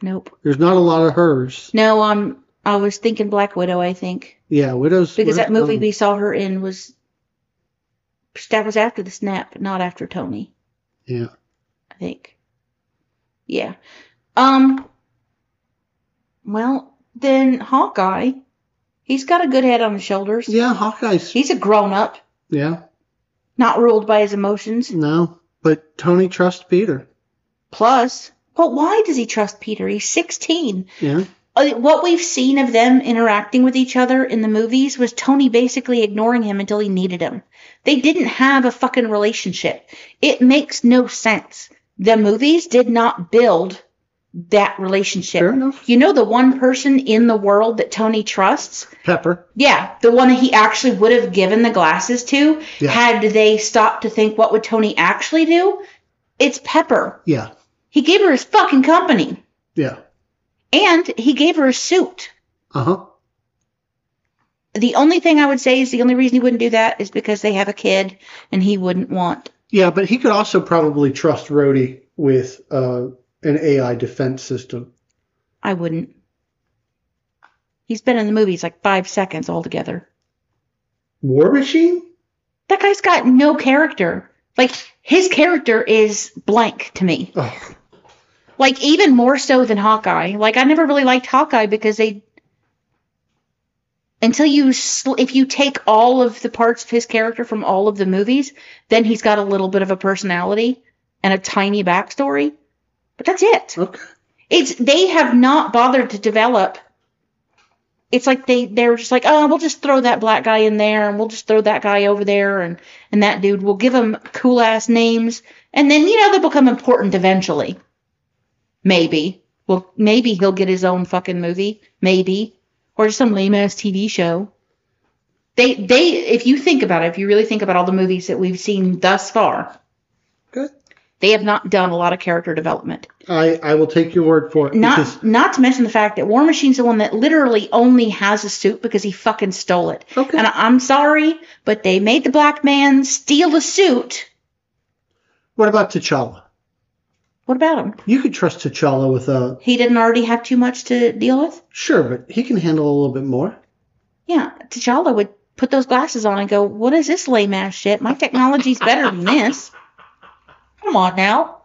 [SPEAKER 2] nope.
[SPEAKER 1] There's not a lot of hers.
[SPEAKER 2] No, um, I was thinking Black Widow, I think.
[SPEAKER 1] Yeah, Widow's.
[SPEAKER 2] Because that
[SPEAKER 1] Widow's
[SPEAKER 2] movie
[SPEAKER 1] gone.
[SPEAKER 2] we saw her in was. That was after the snap, not after Tony,
[SPEAKER 1] Yeah.
[SPEAKER 2] I think. Yeah. Um. Well, then Hawkeye, he's got a good head on his shoulders.
[SPEAKER 1] Yeah, Hawkeye's.
[SPEAKER 2] He's a grown up,
[SPEAKER 1] Yeah.
[SPEAKER 2] not ruled by his emotions.
[SPEAKER 1] No, but Tony trusts Peter.
[SPEAKER 2] Plus, but why does he trust Peter? He's 16.
[SPEAKER 1] Yeah.
[SPEAKER 2] Uh, What we've seen of them interacting with each other in the movies was Tony basically ignoring him until he needed him. They didn't have a fucking relationship. It makes no sense. The movies did not build that relationship.
[SPEAKER 1] Fair enough.
[SPEAKER 2] You know, the one person in the world that Tony trusts?
[SPEAKER 1] Pepper.
[SPEAKER 2] Yeah, the one that he actually would have given the glasses to
[SPEAKER 1] Yeah.
[SPEAKER 2] had they stopped to think what would Tony actually do? It's Pepper.
[SPEAKER 1] Yeah.
[SPEAKER 2] He gave her his fucking company.
[SPEAKER 1] Yeah.
[SPEAKER 2] And he gave her a suit.
[SPEAKER 1] Uh huh.
[SPEAKER 2] The only thing I would say is the only reason he wouldn't do that is because they have a kid and he wouldn't want.
[SPEAKER 1] Yeah, but he could also probably trust Rhodey with uh, an AI defense system.
[SPEAKER 2] I wouldn't. He's been in the movies like five seconds altogether.
[SPEAKER 1] War Machine?
[SPEAKER 2] That guy's got no character. Like, his character is blank to me.
[SPEAKER 1] Oh,
[SPEAKER 2] Like, even more so than Hawkeye. Like, I never really liked Hawkeye because they. Until you. Sl- if you take all of the parts of his character from all of the movies, then he's got a little bit of a personality and a tiny backstory. But that's it.
[SPEAKER 1] okay.
[SPEAKER 2] It's they have not bothered to develop. It's like they they were just like, oh, we'll just throw that black guy in there, and we'll just throw that guy over there, and and that dude. We'll give them cool ass names, and then you know they'll become important eventually. Maybe. Well, maybe he'll get his own fucking movie. Maybe, or just some lame ass TV show. They they if you think about it, if you really think about all the movies that we've seen thus far,
[SPEAKER 1] Good.
[SPEAKER 2] they have not done a lot of character development.
[SPEAKER 1] I, I will take your word for it.
[SPEAKER 2] Not
[SPEAKER 1] because-
[SPEAKER 2] not to mention the fact that War Machine's the one that literally only has a suit because he fucking stole it.
[SPEAKER 1] okay.
[SPEAKER 2] And I'm sorry, but they made the black man steal a suit.
[SPEAKER 1] what about T'Challa?
[SPEAKER 2] What about him?
[SPEAKER 1] You could trust T'Challa with a
[SPEAKER 2] He didn't already have too much to deal with?
[SPEAKER 1] sure, but he can handle a little bit more.
[SPEAKER 2] Yeah, T'Challa would put those glasses on and go, What is this lame ass shit? My technology's better than this. Come on now.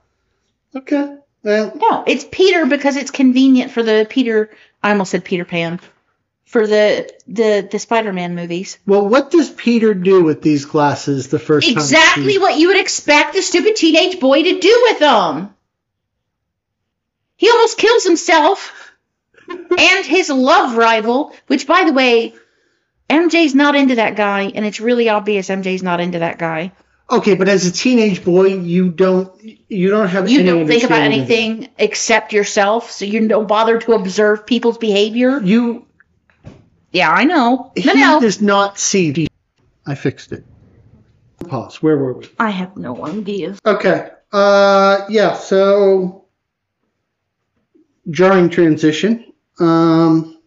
[SPEAKER 1] Okay. Well,
[SPEAKER 2] No, it's Peter because it's convenient for the Peter. I almost said Peter Pan. For the the the Spider-Man movies,
[SPEAKER 1] well, what does Peter do with these glasses the first time?
[SPEAKER 2] exactly
[SPEAKER 1] he-
[SPEAKER 2] what you would expect a stupid teenage boy to do with them. He almost kills himself and his love rival, which, by the way, MJ's not into that guy, and it's really obvious MJ's not into that guy.
[SPEAKER 1] Okay, but as a teenage boy, you don't you don't have
[SPEAKER 2] You
[SPEAKER 1] any
[SPEAKER 2] don't think about
[SPEAKER 1] understanding.
[SPEAKER 2] anything except yourself, so you don't bother to observe people's behavior.
[SPEAKER 1] You
[SPEAKER 2] Yeah, I know.
[SPEAKER 1] he
[SPEAKER 2] No, no.
[SPEAKER 1] does not see. the- I fixed it. Pause. Where were we?
[SPEAKER 2] I have no idea.
[SPEAKER 1] Okay. Uh, yeah. So jarring transition. Um,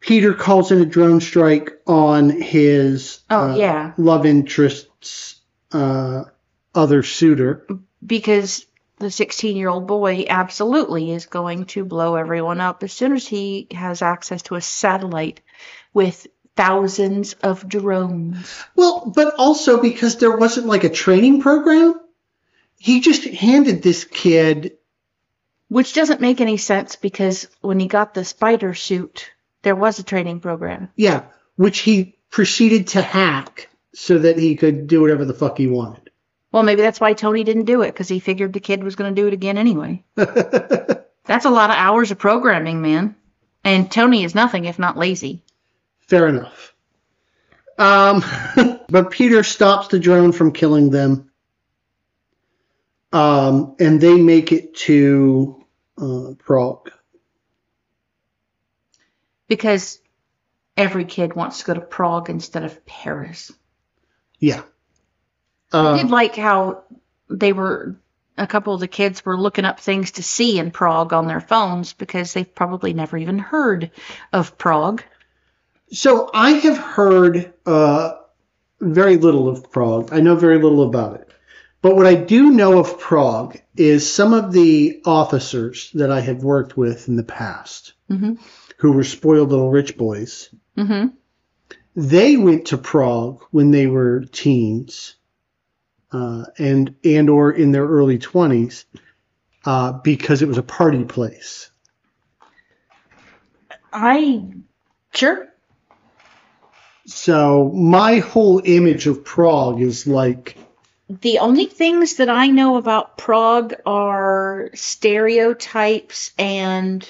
[SPEAKER 1] Peter calls in a drone strike on his
[SPEAKER 2] Oh,
[SPEAKER 1] uh,
[SPEAKER 2] yeah.
[SPEAKER 1] love interest's uh, other suitor.
[SPEAKER 2] Because the 16 year old boy absolutely is going to blow everyone up as soon as he has access to a satellite with thousands of drones.
[SPEAKER 1] Well, but also because there wasn't like a training program, he just handed this kid.
[SPEAKER 2] Which doesn't make any sense because when he got the spider suit, there was a training program.
[SPEAKER 1] Yeah, which he proceeded to hack so that he could do whatever the fuck he wanted.
[SPEAKER 2] Well, maybe that's why Tony didn't do it because he figured the kid was going to do it again anyway. That's a lot of hours of programming, man. And Tony is nothing if not lazy.
[SPEAKER 1] Fair enough. Um, but Peter stops the drone from killing them. Um, and they make it to uh, Prague.
[SPEAKER 2] because every kid wants to go to Prague instead of Paris.
[SPEAKER 1] Yeah.
[SPEAKER 2] I did
[SPEAKER 1] Uh,
[SPEAKER 2] like how they were a couple of the kids were looking up things to see in Prague on their phones because they've probably never even heard of Prague.
[SPEAKER 1] so I have heard uh, very little of Prague. I know very little about it. But what I do know of Prague is some of the officers that I have worked with in the past
[SPEAKER 2] hmm
[SPEAKER 1] who were spoiled little rich boys.
[SPEAKER 2] hmm
[SPEAKER 1] they went to Prague when they were teens, uh, and and or in their early twenties, uh, because it was a party place.
[SPEAKER 2] I sure.
[SPEAKER 1] So my whole image of Prague is like,
[SPEAKER 2] The only things that I know about Prague are stereotypes and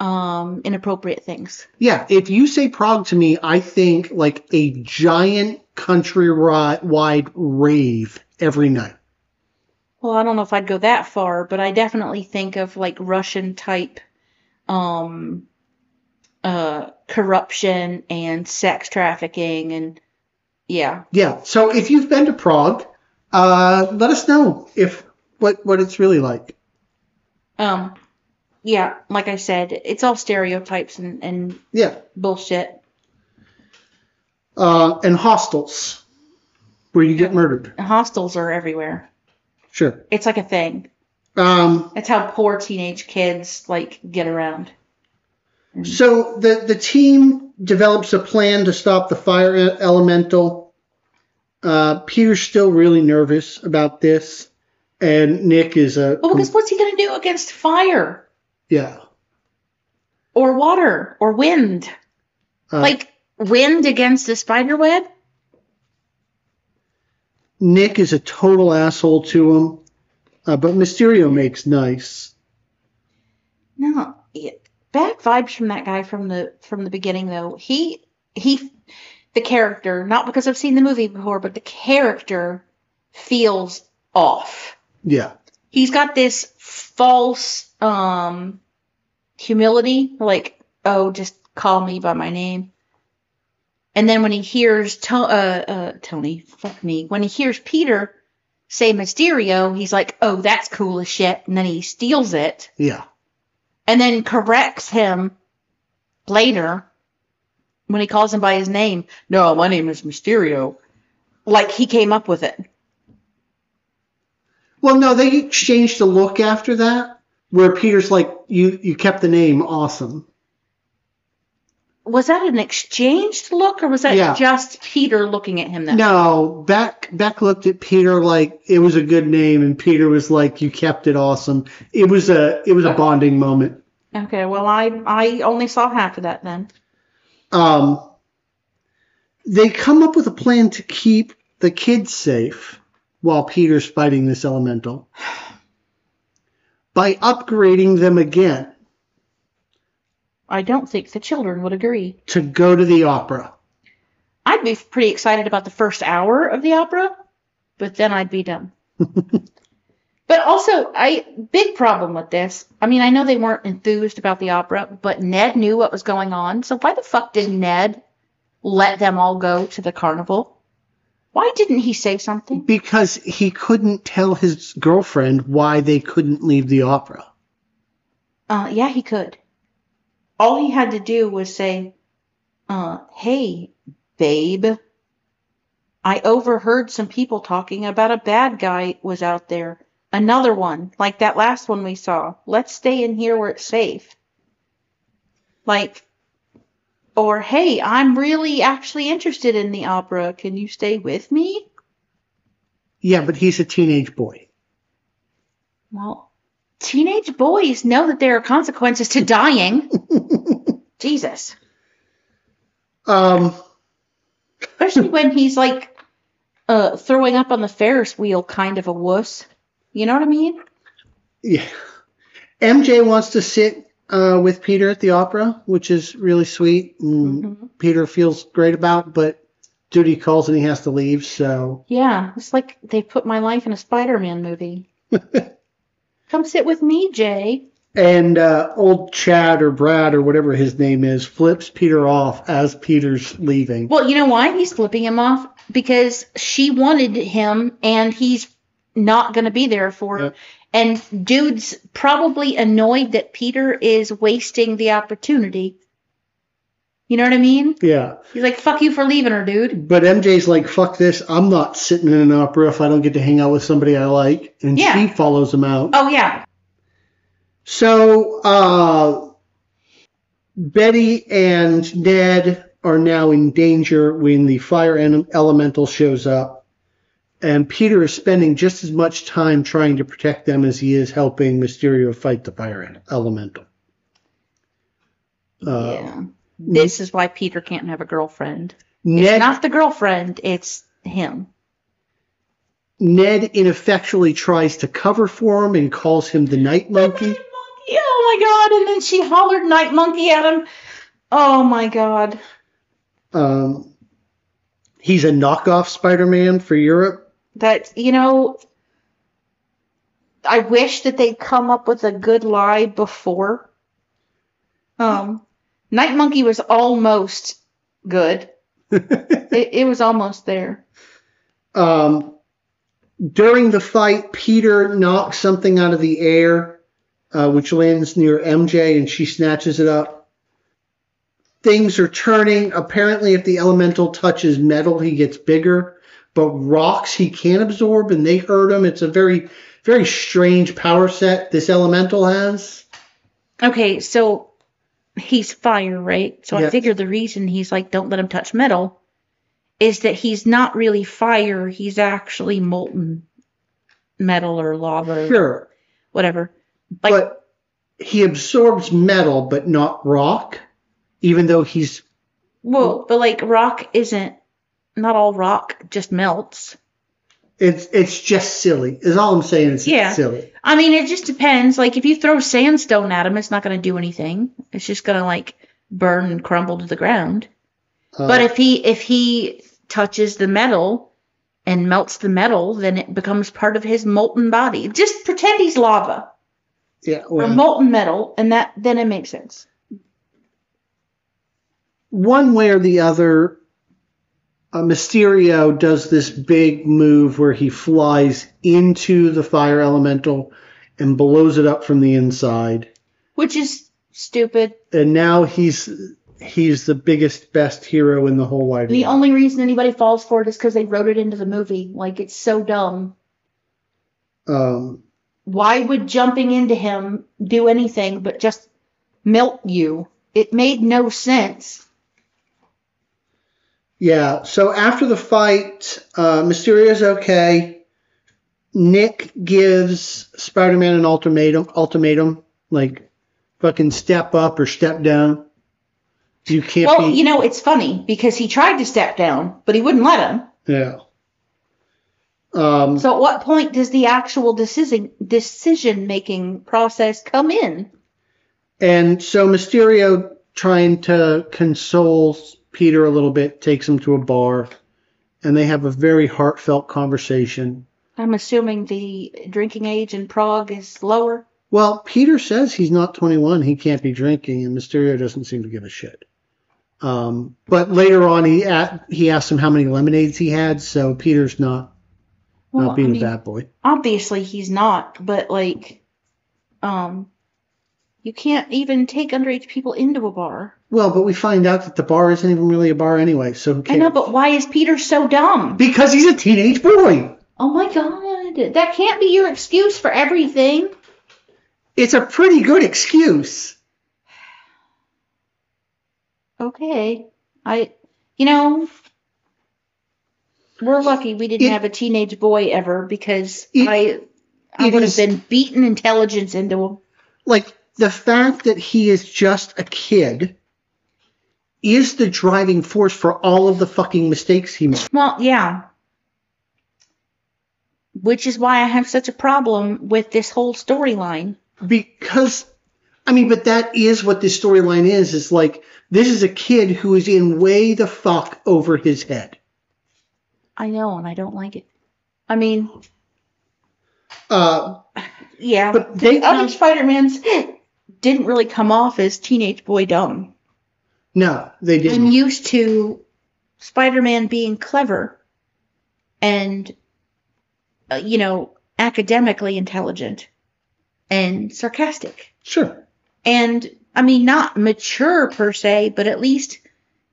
[SPEAKER 2] um, inappropriate things.
[SPEAKER 1] yeah, if you say Prague to me, I think like a giant countrywide rave every night.
[SPEAKER 2] Well, I don't know if I'd go that far, but I definitely think of like Russian type um uh corruption and sex trafficking and yeah.
[SPEAKER 1] Yeah. So if you've been to Prague, uh, let us know if what what it's really like.
[SPEAKER 2] Um yeah, like I said, it's all stereotypes and, and
[SPEAKER 1] Yeah.
[SPEAKER 2] bullshit.
[SPEAKER 1] uh, and hostels where you get murdered.
[SPEAKER 2] Hostels are everywhere.
[SPEAKER 1] Sure.
[SPEAKER 2] It's like a thing.
[SPEAKER 1] Um,
[SPEAKER 2] That's how poor teenage kids like get around.
[SPEAKER 1] so the, the team develops a plan to stop the fire e- elemental. Uh, Peter's still really nervous about this, and Nick is a
[SPEAKER 2] Well, Oh, because what's he gonna do against fire
[SPEAKER 1] yeah.
[SPEAKER 2] or water or wind?
[SPEAKER 1] Uh,
[SPEAKER 2] like wind against the spider web?
[SPEAKER 1] Nick is a total asshole to him, uh, but Mysterio makes nice.
[SPEAKER 2] No, it, bad vibes from that guy from the from the beginning though. He he the character, not because I've seen the movie before, but the character feels off.
[SPEAKER 1] Yeah,
[SPEAKER 2] He's got this false um humility, like oh, just call me by my name. And then when he hears to- uh, uh, Tony, fuck me, when he hears Peter say Mysterio, he's like, oh, that's cool as shit, and then he steals it
[SPEAKER 1] yeah,
[SPEAKER 2] and then corrects him later when he calls him by his name. No, my name is Mysterio. Like he came up with it.
[SPEAKER 1] Well, no, they exchanged a look after that, where Peter's like, "You you kept the name, awesome."
[SPEAKER 2] Was that an exchanged look, or was that
[SPEAKER 1] Yeah.
[SPEAKER 2] just Peter looking at him? That
[SPEAKER 1] No, Beck Beck looked at Peter like it was a good name, and Peter was like, "You kept it awesome." It was a it was a bonding moment.
[SPEAKER 2] Okay. Well, I I only saw half of that then.
[SPEAKER 1] Um, they come up with a plan to keep the kids safe while Peter's fighting this elemental by upgrading them again
[SPEAKER 2] I don't think the children would agree.
[SPEAKER 1] to go to the opera.
[SPEAKER 2] I'd be pretty excited about the first hour of the opera, but then I'd be done. but also, I big problem with this. I mean, I know they weren't enthused about the opera, but Ned knew what was going on. So why the fuck did Ned let them all go to the carnival? Why didn't he say something?
[SPEAKER 1] Because he couldn't tell his girlfriend why they couldn't leave the opera.
[SPEAKER 2] Uh, yeah, he could. All he had to do was say, uh, hey, babe, I overheard some people talking about a bad guy was out there. Another one, like that last one we saw. Let's stay in here where it's safe. Like, or hey, I'm really actually interested in the opera. Can you stay with me?
[SPEAKER 1] Yeah, but he's a teenage boy.
[SPEAKER 2] Well, teenage boys know that there are consequences to dying. Jesus.
[SPEAKER 1] Um,
[SPEAKER 2] especially when he's like uh throwing up on the Ferris wheel kind of a wuss. You know what I mean?
[SPEAKER 1] yeah. MJ wants to sit uh, with Peter at the opera, which is really sweet.
[SPEAKER 2] Mm-hmm.
[SPEAKER 1] And Peter feels great about, but duty calls and he has to leave. So
[SPEAKER 2] Yeah, it's like they put my life in a Spider-Man movie. Come sit with me, Jay.
[SPEAKER 1] and uh, old Chad or Brad or whatever his name is flips Peter off as Peter's leaving.
[SPEAKER 2] Well, you know why he's flipping him off? Because she wanted him and he's not going to be there for her.
[SPEAKER 1] Yep.
[SPEAKER 2] And dude's probably annoyed that Peter is wasting the opportunity. You know what I mean?
[SPEAKER 1] Yeah,
[SPEAKER 2] He's like, fuck you for leaving her, dude.
[SPEAKER 1] but MJ's like, "Fuck this! I'm not sitting in an opera if I don't get to hang out with somebody I like," and
[SPEAKER 2] Yeah.
[SPEAKER 1] she follows him out.
[SPEAKER 2] Oh, yeah.
[SPEAKER 1] So uh, Betty and Ned are now in danger when the fire en- elemental shows up, and Peter is spending just as much time trying to protect them as he is helping Mysterio fight the fire en- elemental. Uh,
[SPEAKER 2] yeah. This is why Peter can't have a girlfriend.
[SPEAKER 1] Ned,
[SPEAKER 2] Not the girlfriend, it's him.
[SPEAKER 1] Ned ineffectually tries to cover for him and calls him the Night Monkey.
[SPEAKER 2] Oh my god, and then she hollered night monkey at him. Oh my god.
[SPEAKER 1] Um, he's a knockoff Spider-Man for Europe.
[SPEAKER 2] That you know I wish that they'd come up with a good lie before. Um Night Monkey was almost good. it, it was almost there.
[SPEAKER 1] um, during the fight, Peter knocks something out of the air, uh, which lands near MJ, and she snatches it up. Things are turning. Apparently, if the elemental touches metal, he gets bigger, but rocks he can't absorb, and they hurt him. It's a very, very strange power set this elemental has.
[SPEAKER 2] Okay, so he's fire, right? So I
[SPEAKER 1] Yes.
[SPEAKER 2] figure the reason he's like, don't let him touch metal is that he's not really fire. He's actually molten metal or lava or
[SPEAKER 1] Sure,
[SPEAKER 2] whatever. Like,
[SPEAKER 1] but he absorbs metal, but not rock, even though he's
[SPEAKER 2] whoa, but like rock isn't, not all rock just melts.
[SPEAKER 1] It's it's just silly. Is all I'm saying. It's
[SPEAKER 2] Yeah.
[SPEAKER 1] silly.
[SPEAKER 2] I mean, it just depends. Like, if you throw sandstone at him, it's not going to do anything. It's just going to like burn and crumble to the ground.
[SPEAKER 1] Uh,
[SPEAKER 2] But if he if he touches the metal and melts the metal, then it becomes part of his molten body. Just pretend he's lava
[SPEAKER 1] yeah,
[SPEAKER 2] or
[SPEAKER 1] well,
[SPEAKER 2] molten metal, and that then it makes sense.
[SPEAKER 1] one way or the other, uh, Mysterio does this big move where he flies into the fire elemental and blows it up from the inside.
[SPEAKER 2] Which is stupid.
[SPEAKER 1] And now he's he's the biggest, best hero in the whole wide
[SPEAKER 2] The
[SPEAKER 1] world.
[SPEAKER 2] only reason anybody falls for it is because they wrote it into the movie. Like it's so dumb.
[SPEAKER 1] Um,
[SPEAKER 2] Why would jumping into him do anything but just melt you? It made no sense.
[SPEAKER 1] yeah. So after the fight, uh, Mysterio's okay. Nick gives Spider-Man an ultimatum. Ultimatum, like fucking step up or step down. You can't
[SPEAKER 2] Well,
[SPEAKER 1] be.
[SPEAKER 2] you know, it's funny because he tried to step down, but he wouldn't let him.
[SPEAKER 1] yeah. Um,
[SPEAKER 2] So at what point does the actual decision decision making process come in?
[SPEAKER 1] And so Mysterio, trying to console Peter a little bit, takes him to a bar, and they have a very heartfelt conversation.
[SPEAKER 2] I'm assuming the drinking age in Prague is lower.
[SPEAKER 1] Well, Peter says he's not 21, he can't be drinking, and Mysterio doesn't seem to give a shit. Um, but later on, he at, he asks him how many lemonades he had, so Peter's not
[SPEAKER 2] Well,
[SPEAKER 1] not being
[SPEAKER 2] I mean,
[SPEAKER 1] a bad boy.
[SPEAKER 2] obviously he's not, but like, um, you can't even take underage people into a bar.
[SPEAKER 1] Well, but we find out that the bar isn't even really a bar anyway, so who
[SPEAKER 2] I
[SPEAKER 1] cares?
[SPEAKER 2] know, but why is Peter so dumb?
[SPEAKER 1] because he's a teenage boy.
[SPEAKER 2] Oh my god, that can't be your excuse for everything.
[SPEAKER 1] It's a pretty good excuse.
[SPEAKER 2] Okay, I, you know, we're lucky we didn't
[SPEAKER 1] It-
[SPEAKER 2] have a teenage boy ever because
[SPEAKER 1] It-
[SPEAKER 2] I, I
[SPEAKER 1] it
[SPEAKER 2] would have
[SPEAKER 1] is-
[SPEAKER 2] been beaten intelligence into him.
[SPEAKER 1] like the fact that he is just a kid is the driving force for all of the fucking mistakes he made.
[SPEAKER 2] Well, yeah. Which is why I have such a problem with this whole storyline.
[SPEAKER 1] Because, I mean, but that is what this storyline is. Is like this is a kid who is in way the fuck over his head.
[SPEAKER 2] I know, and I don't like it. I mean,
[SPEAKER 1] Uh,
[SPEAKER 2] yeah.
[SPEAKER 1] but they
[SPEAKER 2] the other Spider-Mans didn't really come off as teenage boy dumb.
[SPEAKER 1] no, they
[SPEAKER 2] I'm
[SPEAKER 1] didn't.
[SPEAKER 2] used to Spider-Man being clever and, uh, you know, academically intelligent and sarcastic.
[SPEAKER 1] Sure,
[SPEAKER 2] and I mean not mature per se, but at least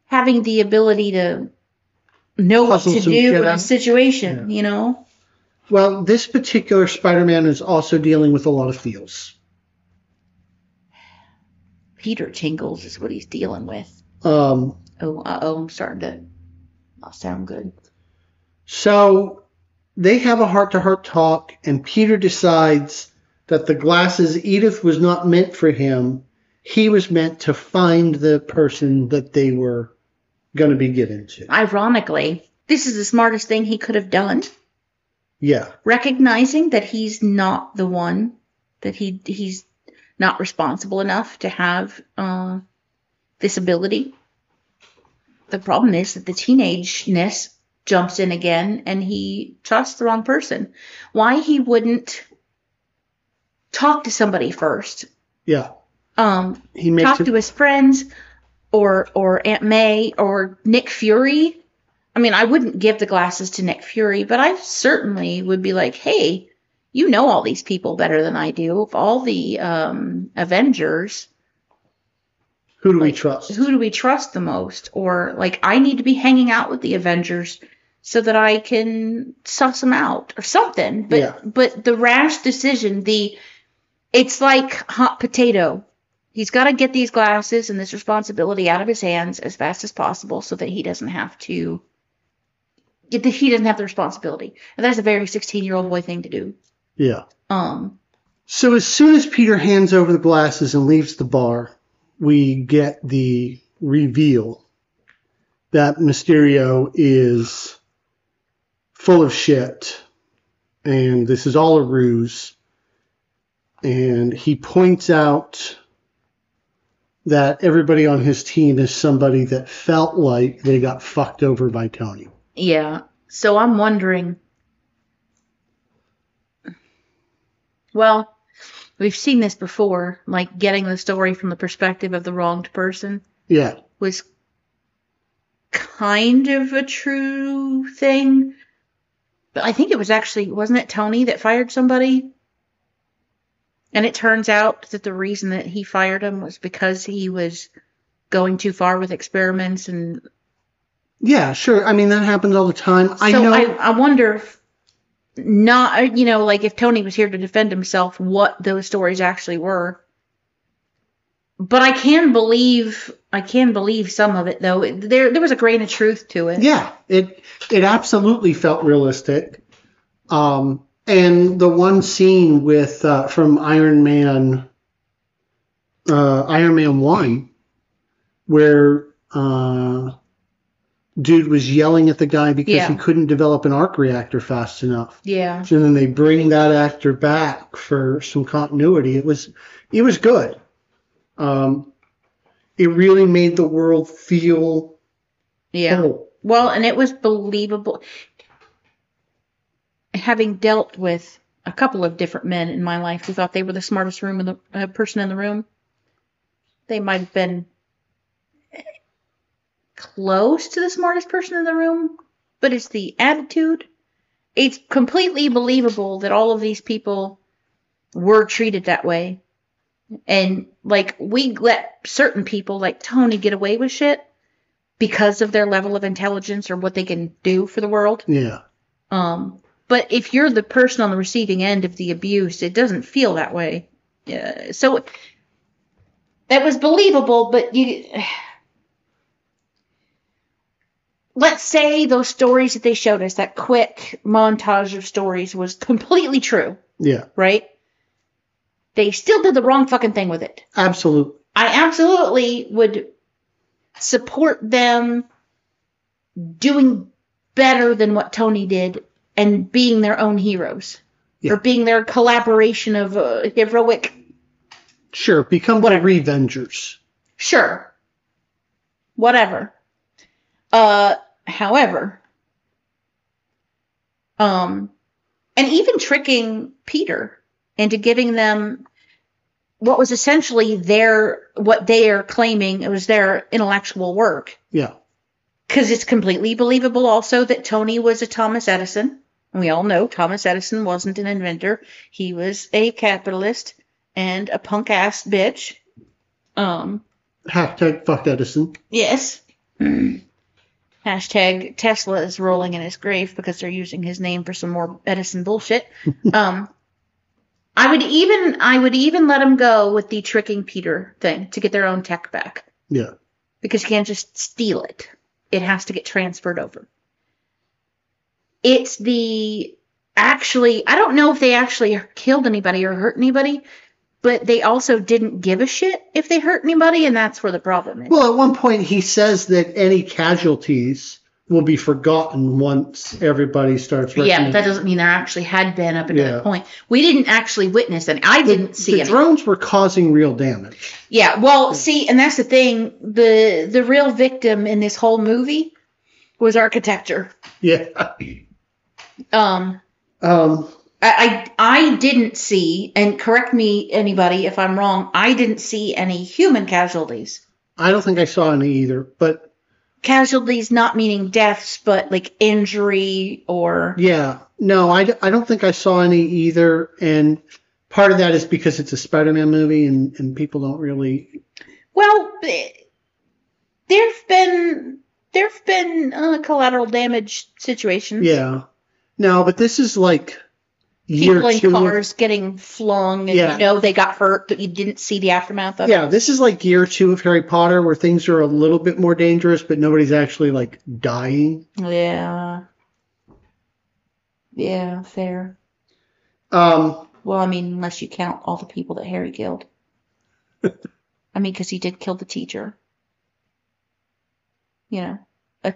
[SPEAKER 2] having the ability to know what
[SPEAKER 1] Puzzle
[SPEAKER 2] to
[SPEAKER 1] some
[SPEAKER 2] do
[SPEAKER 1] shit
[SPEAKER 2] in a
[SPEAKER 1] out.
[SPEAKER 2] situation, you know.
[SPEAKER 1] Well, this particular Spider-Man is also dealing with a lot of feels.
[SPEAKER 2] Peter tingles is what he's dealing with.
[SPEAKER 1] Um,
[SPEAKER 2] Oh, uh oh, I'm starting to not sound good.
[SPEAKER 1] So they have a heart to heart talk, and Peter decides that the glasses Edith was not meant for him. He was meant to find the person that they were going to be given to.
[SPEAKER 2] Ironically, this is the smartest thing he could have done,
[SPEAKER 1] Yeah.
[SPEAKER 2] recognizing that he's not the one that he he's not responsible enough to have uh, this ability. The problem is that the teenageness jumps in again and he trusts the wrong person. Why he wouldn't talk to somebody first,
[SPEAKER 1] Yeah.
[SPEAKER 2] um,
[SPEAKER 1] He makes
[SPEAKER 2] talk
[SPEAKER 1] it.
[SPEAKER 2] to his friends or or Aunt May or Nick Fury. I mean, I wouldn't give the glasses to Nick Fury, but I certainly would be like, "Hey, you know all these people better than I do. Of all the um, Avengers,
[SPEAKER 1] Who do we
[SPEAKER 2] like,
[SPEAKER 1] trust?
[SPEAKER 2] who do we trust the most? Or like, I need to be hanging out with the Avengers so that I can suss them out or something." But
[SPEAKER 1] Yeah.
[SPEAKER 2] but the rash decision, the it's like hot potato. He's got to get these glasses and this responsibility out of his hands as fast as possible so that he doesn't have to. Get the, he doesn't have the responsibility, and that's a very sixteen-year-old boy thing to do.
[SPEAKER 1] yeah.
[SPEAKER 2] Um,
[SPEAKER 1] So as soon as Peter hands over the glasses and leaves the bar, we get the reveal that Mysterio is full of shit and this is all a ruse. And he points out that everybody on his team is somebody that felt like they got fucked over by Tony.
[SPEAKER 2] yeah. So I'm wondering. Well, we've seen this before, like getting the story from the perspective of the wronged person.
[SPEAKER 1] Yeah.
[SPEAKER 2] was kind of a true thing. But I think it was actually, wasn't it Tony that fired somebody? And it turns out that the reason that he fired him was because he was going too far with experiments. And
[SPEAKER 1] Yeah, sure. I mean, that happens all the time.
[SPEAKER 2] so
[SPEAKER 1] I
[SPEAKER 2] I,
[SPEAKER 1] know.
[SPEAKER 2] I, wonder if not uh, you know like if Tony was here to defend himself, what those stories actually were. But I can believe I can believe some of it though. It- There there was a grain of truth to it.
[SPEAKER 1] Yeah, it it absolutely felt realistic. Um, and the one scene with uh, from Iron Man, uh, Iron Man One, where uh, dude was yelling at the guy because
[SPEAKER 2] Yeah.
[SPEAKER 1] he couldn't develop an arc reactor fast enough.
[SPEAKER 2] Yeah.
[SPEAKER 1] And then they bring that actor back for some continuity. It was it was good. Um, it really made the world feel
[SPEAKER 2] Yeah.
[SPEAKER 1] whole.
[SPEAKER 2] Well, and it was believable. Having dealt with a couple of different men in my life who thought they were the smartest room in the uh, person in the room, they might have been close to the smartest person in the room, but it's the attitude. It's completely believable that all of these people were treated that way. And like we let certain people like Tony get away with shit because of their level of intelligence or what they can do for the world.
[SPEAKER 1] Yeah.
[SPEAKER 2] Um, but if you're the person on the receiving end of the abuse, it doesn't feel that way. Yeah, so that was believable, but you. Let's say those stories that they showed us, that quick montage of stories, was completely true,
[SPEAKER 1] Yeah.
[SPEAKER 2] right? They still did the wrong fucking thing with it.
[SPEAKER 1] Absolutely.
[SPEAKER 2] I absolutely would support them doing better than what Tony did and being their own heroes
[SPEAKER 1] Yeah.
[SPEAKER 2] or being their collaboration of uh, heroic.
[SPEAKER 1] Sure. Become what Revengers.
[SPEAKER 2] Sure, whatever. Uh, however, um, and even tricking Peter into giving them what was essentially their what they are claiming it was their intellectual work
[SPEAKER 1] Yeah.
[SPEAKER 2] because it's completely believable also that Tony was a Thomas Edison. And We all know Thomas Edison wasn't an inventor. He was a capitalist and a punk ass bitch. Um,
[SPEAKER 1] Hashtag fuck Edison.
[SPEAKER 2] yes. Hashtag Tesla is rolling in his grave because they're using his name for some more Edison bullshit. um, I would even I would even let him go with the tricking Peter thing to get their own tech back
[SPEAKER 1] Yeah.
[SPEAKER 2] because you can't just steal it. It has to get transferred over. It's the actually, I don't know if they actually killed anybody or hurt anybody, but they also didn't give a shit if they hurt anybody, and that's where the problem is.
[SPEAKER 1] Well, at one point he says that any casualties will be forgotten once everybody starts.
[SPEAKER 2] yeah,
[SPEAKER 1] reckoning.
[SPEAKER 2] but that doesn't mean there actually had been up until
[SPEAKER 1] Yeah.
[SPEAKER 2] that point. We didn't actually witness any. I
[SPEAKER 1] The-
[SPEAKER 2] didn't see
[SPEAKER 1] the
[SPEAKER 2] any.
[SPEAKER 1] drones were causing real damage.
[SPEAKER 2] Yeah, well, see, and that's the thing. The the real victim in this whole movie was architecture.
[SPEAKER 1] Yeah.
[SPEAKER 2] Um
[SPEAKER 1] Um,
[SPEAKER 2] I, I I didn't see, and correct me anybody if I'm wrong. I didn't see any human casualties.
[SPEAKER 1] I don't think I saw any either, but
[SPEAKER 2] Casualties not meaning deaths, but like injury or
[SPEAKER 1] yeah, no, I, d- I don't think I saw any either. And part of that is because it's a Spider-Man movie and, and people don't really,
[SPEAKER 2] well, eh, there've been there've been uh, collateral damage situations.
[SPEAKER 1] yeah, no, but this is like year
[SPEAKER 2] People in
[SPEAKER 1] two of
[SPEAKER 2] cars getting flung, and
[SPEAKER 1] Yeah.
[SPEAKER 2] you know they got hurt, but you didn't see the aftermath of it.
[SPEAKER 1] Yeah, this is like year two of Harry Potter where things are a little bit more dangerous, but nobody's actually like dying.
[SPEAKER 2] Yeah, yeah, fair.
[SPEAKER 1] Um,
[SPEAKER 2] Well, I mean, unless you count all the people that Harry killed. I mean, because he did kill the teacher. You know, a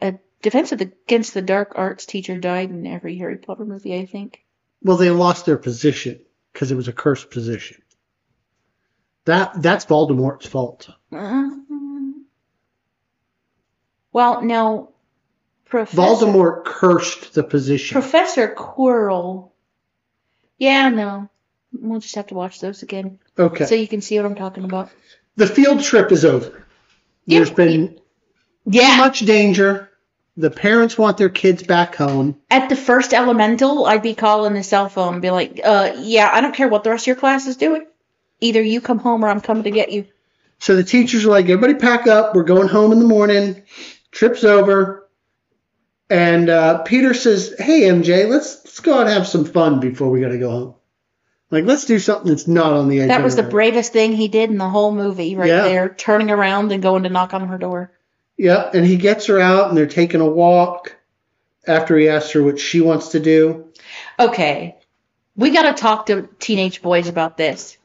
[SPEAKER 2] a defense of the, against the dark arts teacher died in every Harry Potter movie, I think.
[SPEAKER 1] well, they lost their position because it was a cursed position. That that's Voldemort's fault. Uh-huh.
[SPEAKER 2] Um, well, no, Professor
[SPEAKER 1] Voldemort cursed the position.
[SPEAKER 2] Professor Quirrell. Yeah, no, we'll just have to watch those again
[SPEAKER 1] Okay,
[SPEAKER 2] so you can see what I'm talking about.
[SPEAKER 1] the field trip is over.
[SPEAKER 2] Yeah.
[SPEAKER 1] There's been
[SPEAKER 2] Yeah.
[SPEAKER 1] much danger. The parents want their kids back home.
[SPEAKER 2] at the first elemental, I'd be calling the cell phone and be like, uh, yeah, I don't care what the rest of your class is doing. Either you come home or I'm coming to get you.
[SPEAKER 1] So the teachers are like, everybody pack up. We're going home in the morning. Trip's over. And uh, Peter says, "Hey MJ, let's let's go out and have some fun before we gotta go home. Like let's do something that's not on the edge."
[SPEAKER 2] That
[SPEAKER 1] of
[SPEAKER 2] was the
[SPEAKER 1] our-
[SPEAKER 2] bravest thing he did in the whole movie, right
[SPEAKER 1] Yeah.
[SPEAKER 2] there, turning around and going to knock on her door.
[SPEAKER 1] Yep, and he gets her out, and they're taking a walk. After he asks her what she wants to do,
[SPEAKER 2] Okay, we got to talk to teenage boys about this.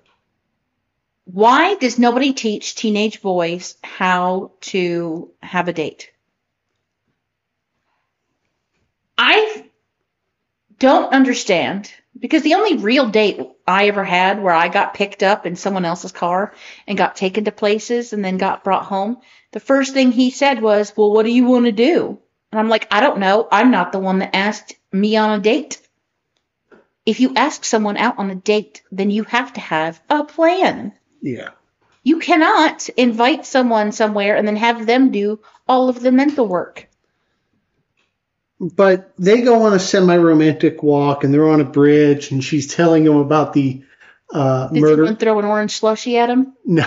[SPEAKER 2] Why does nobody teach teenage boys how to have a date? I don't understand because the only real date I ever had where I got picked up in someone else's car and got taken to places and then got brought home, the first thing he said was, Well, what do you want to do? And I'm like, I don't know. I'm not the one that asked me on a date. If you ask someone out on a date, then you have to have a plan.
[SPEAKER 1] yeah,
[SPEAKER 2] You cannot invite someone somewhere and then have them do all of the mental work.
[SPEAKER 1] but they go on a semi-romantic walk, and they're on a bridge, and she's telling him about the uh,
[SPEAKER 2] Did
[SPEAKER 1] murder.
[SPEAKER 2] someone throw an orange slushy at him?
[SPEAKER 1] No.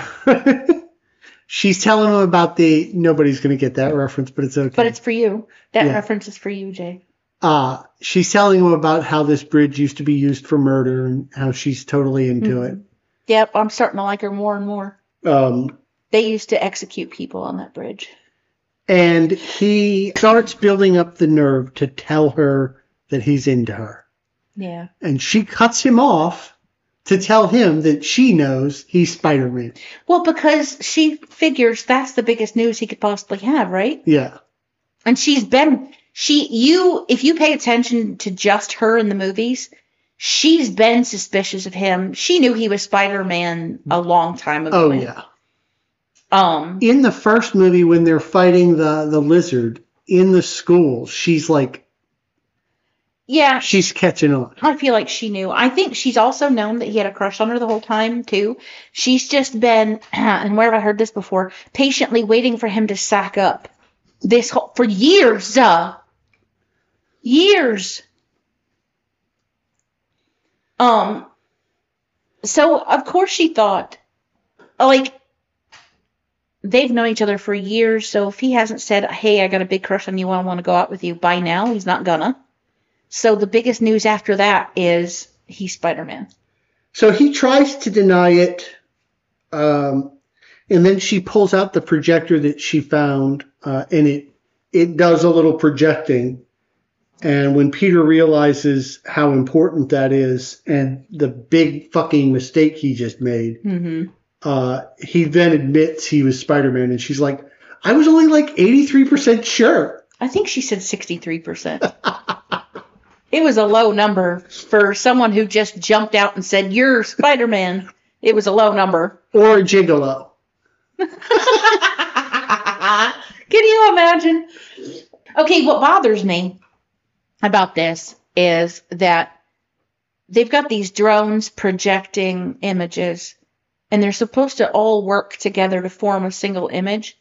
[SPEAKER 1] She's telling him about the nobody's going to get that reference, but it's okay.
[SPEAKER 2] But it's for you. That
[SPEAKER 1] Yeah.
[SPEAKER 2] reference is for you, Jay.
[SPEAKER 1] uh, she's telling him about how this bridge used to be used for murder and how she's totally into
[SPEAKER 2] Mm-hmm. Yep, I'm starting to like her more and more.
[SPEAKER 1] it. Um,
[SPEAKER 2] They used to execute people on that bridge.
[SPEAKER 1] and he starts building up the nerve to tell her that he's into her.
[SPEAKER 2] Yeah.
[SPEAKER 1] And she cuts him off to tell him that she knows he's Spider Man.
[SPEAKER 2] Well, because she figures that's the biggest news he could possibly have, right?
[SPEAKER 1] Yeah.
[SPEAKER 2] and she's been she you if you pay attention to just her in the movies she's been suspicious of him she knew he was spider-man a long time ago
[SPEAKER 1] Oh, yeah.
[SPEAKER 2] um
[SPEAKER 1] in the first movie when they're fighting the the lizard in the school she's like
[SPEAKER 2] yeah
[SPEAKER 1] she's catching on
[SPEAKER 2] i feel like she knew i think she's also known that he had a crush on her the whole time too she's just been and where have i heard this before patiently waiting for him to sack up this whole for years uh years Um, so of course she thought, like, they've known each other for years. So if he hasn't said, "Hey, I got a big crush on you, I want to go out with you," by now he's not gonna. So the biggest news after that is he's Spider-Man.
[SPEAKER 1] so he tries to deny it um and then she pulls out the projector that she found uh, and it it does a little projecting and when peter realizes how important that is and the big fucking mistake he just made
[SPEAKER 2] Mm-hmm.
[SPEAKER 1] uh he then admits he was spider-man and she's like i was only like 83% sure
[SPEAKER 2] I think she said 63%. it was a low number for someone who just jumped out and said, "You're Spider-Man." It was a low number.
[SPEAKER 1] or a gigolo
[SPEAKER 2] Can you imagine? Okay, what bothers me about this is that they've got these drones projecting images and they're supposed to all work together to form a single image,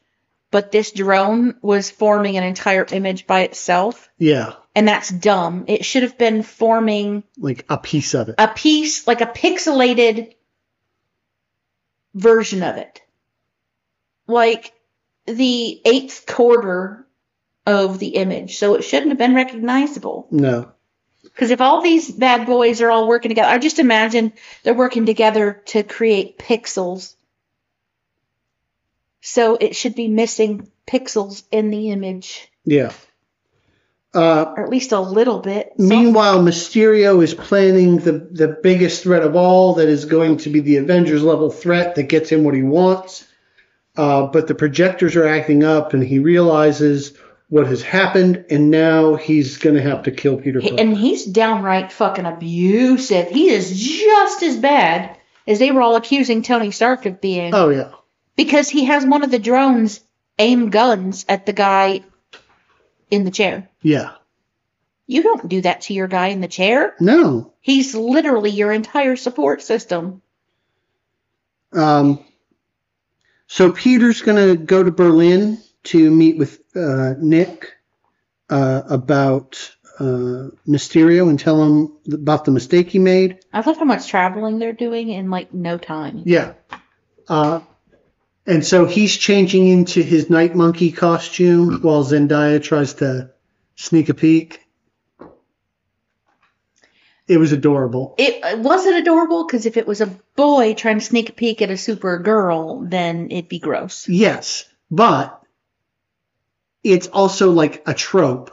[SPEAKER 2] but this drone was forming an entire image by itself,
[SPEAKER 1] Yeah,
[SPEAKER 2] and that's dumb. It should have been forming
[SPEAKER 1] like a piece of it.
[SPEAKER 2] a piece, like a pixelated version of it. Like the eighth quarter of the image. So it shouldn't have been recognizable.
[SPEAKER 1] No.
[SPEAKER 2] Because if all these bad boys are all working together, I just imagine they're working together to create pixels. So it should be missing pixels in the image,
[SPEAKER 1] Yeah. Uh,
[SPEAKER 2] or at least a little bit. So-
[SPEAKER 1] meanwhile, Mysterio is planning the, the biggest threat of all that is going to be the Avengers level threat that gets him what he wants. Uh, but the projectors are acting up, and he realizes what has happened, and now he's going to have to kill Peter
[SPEAKER 2] He-
[SPEAKER 1] Parker.
[SPEAKER 2] and he's downright fucking abusive. He is just as bad as they were all accusing Tony Stark of being
[SPEAKER 1] Oh, yeah.
[SPEAKER 2] because he has one of the drones aim guns at the guy in the chair.
[SPEAKER 1] Yeah.
[SPEAKER 2] You don't do that to your guy in the chair.
[SPEAKER 1] No.
[SPEAKER 2] He's literally your entire support system.
[SPEAKER 1] Um, so Peter's going to go to Berlin to meet with uh, Nick uh, about uh, Mysterio and tell him about the mistake he made.
[SPEAKER 2] I love how much traveling they're doing in like no time.
[SPEAKER 1] Yeah. Uh, and so he's changing into his night monkey costume while Zendaya tries to sneak a peek. It was adorable.
[SPEAKER 2] It was it adorable because if it was a boy trying to sneak a peek at a super girl, then it'd be gross.
[SPEAKER 1] Yes, but it's also like a trope.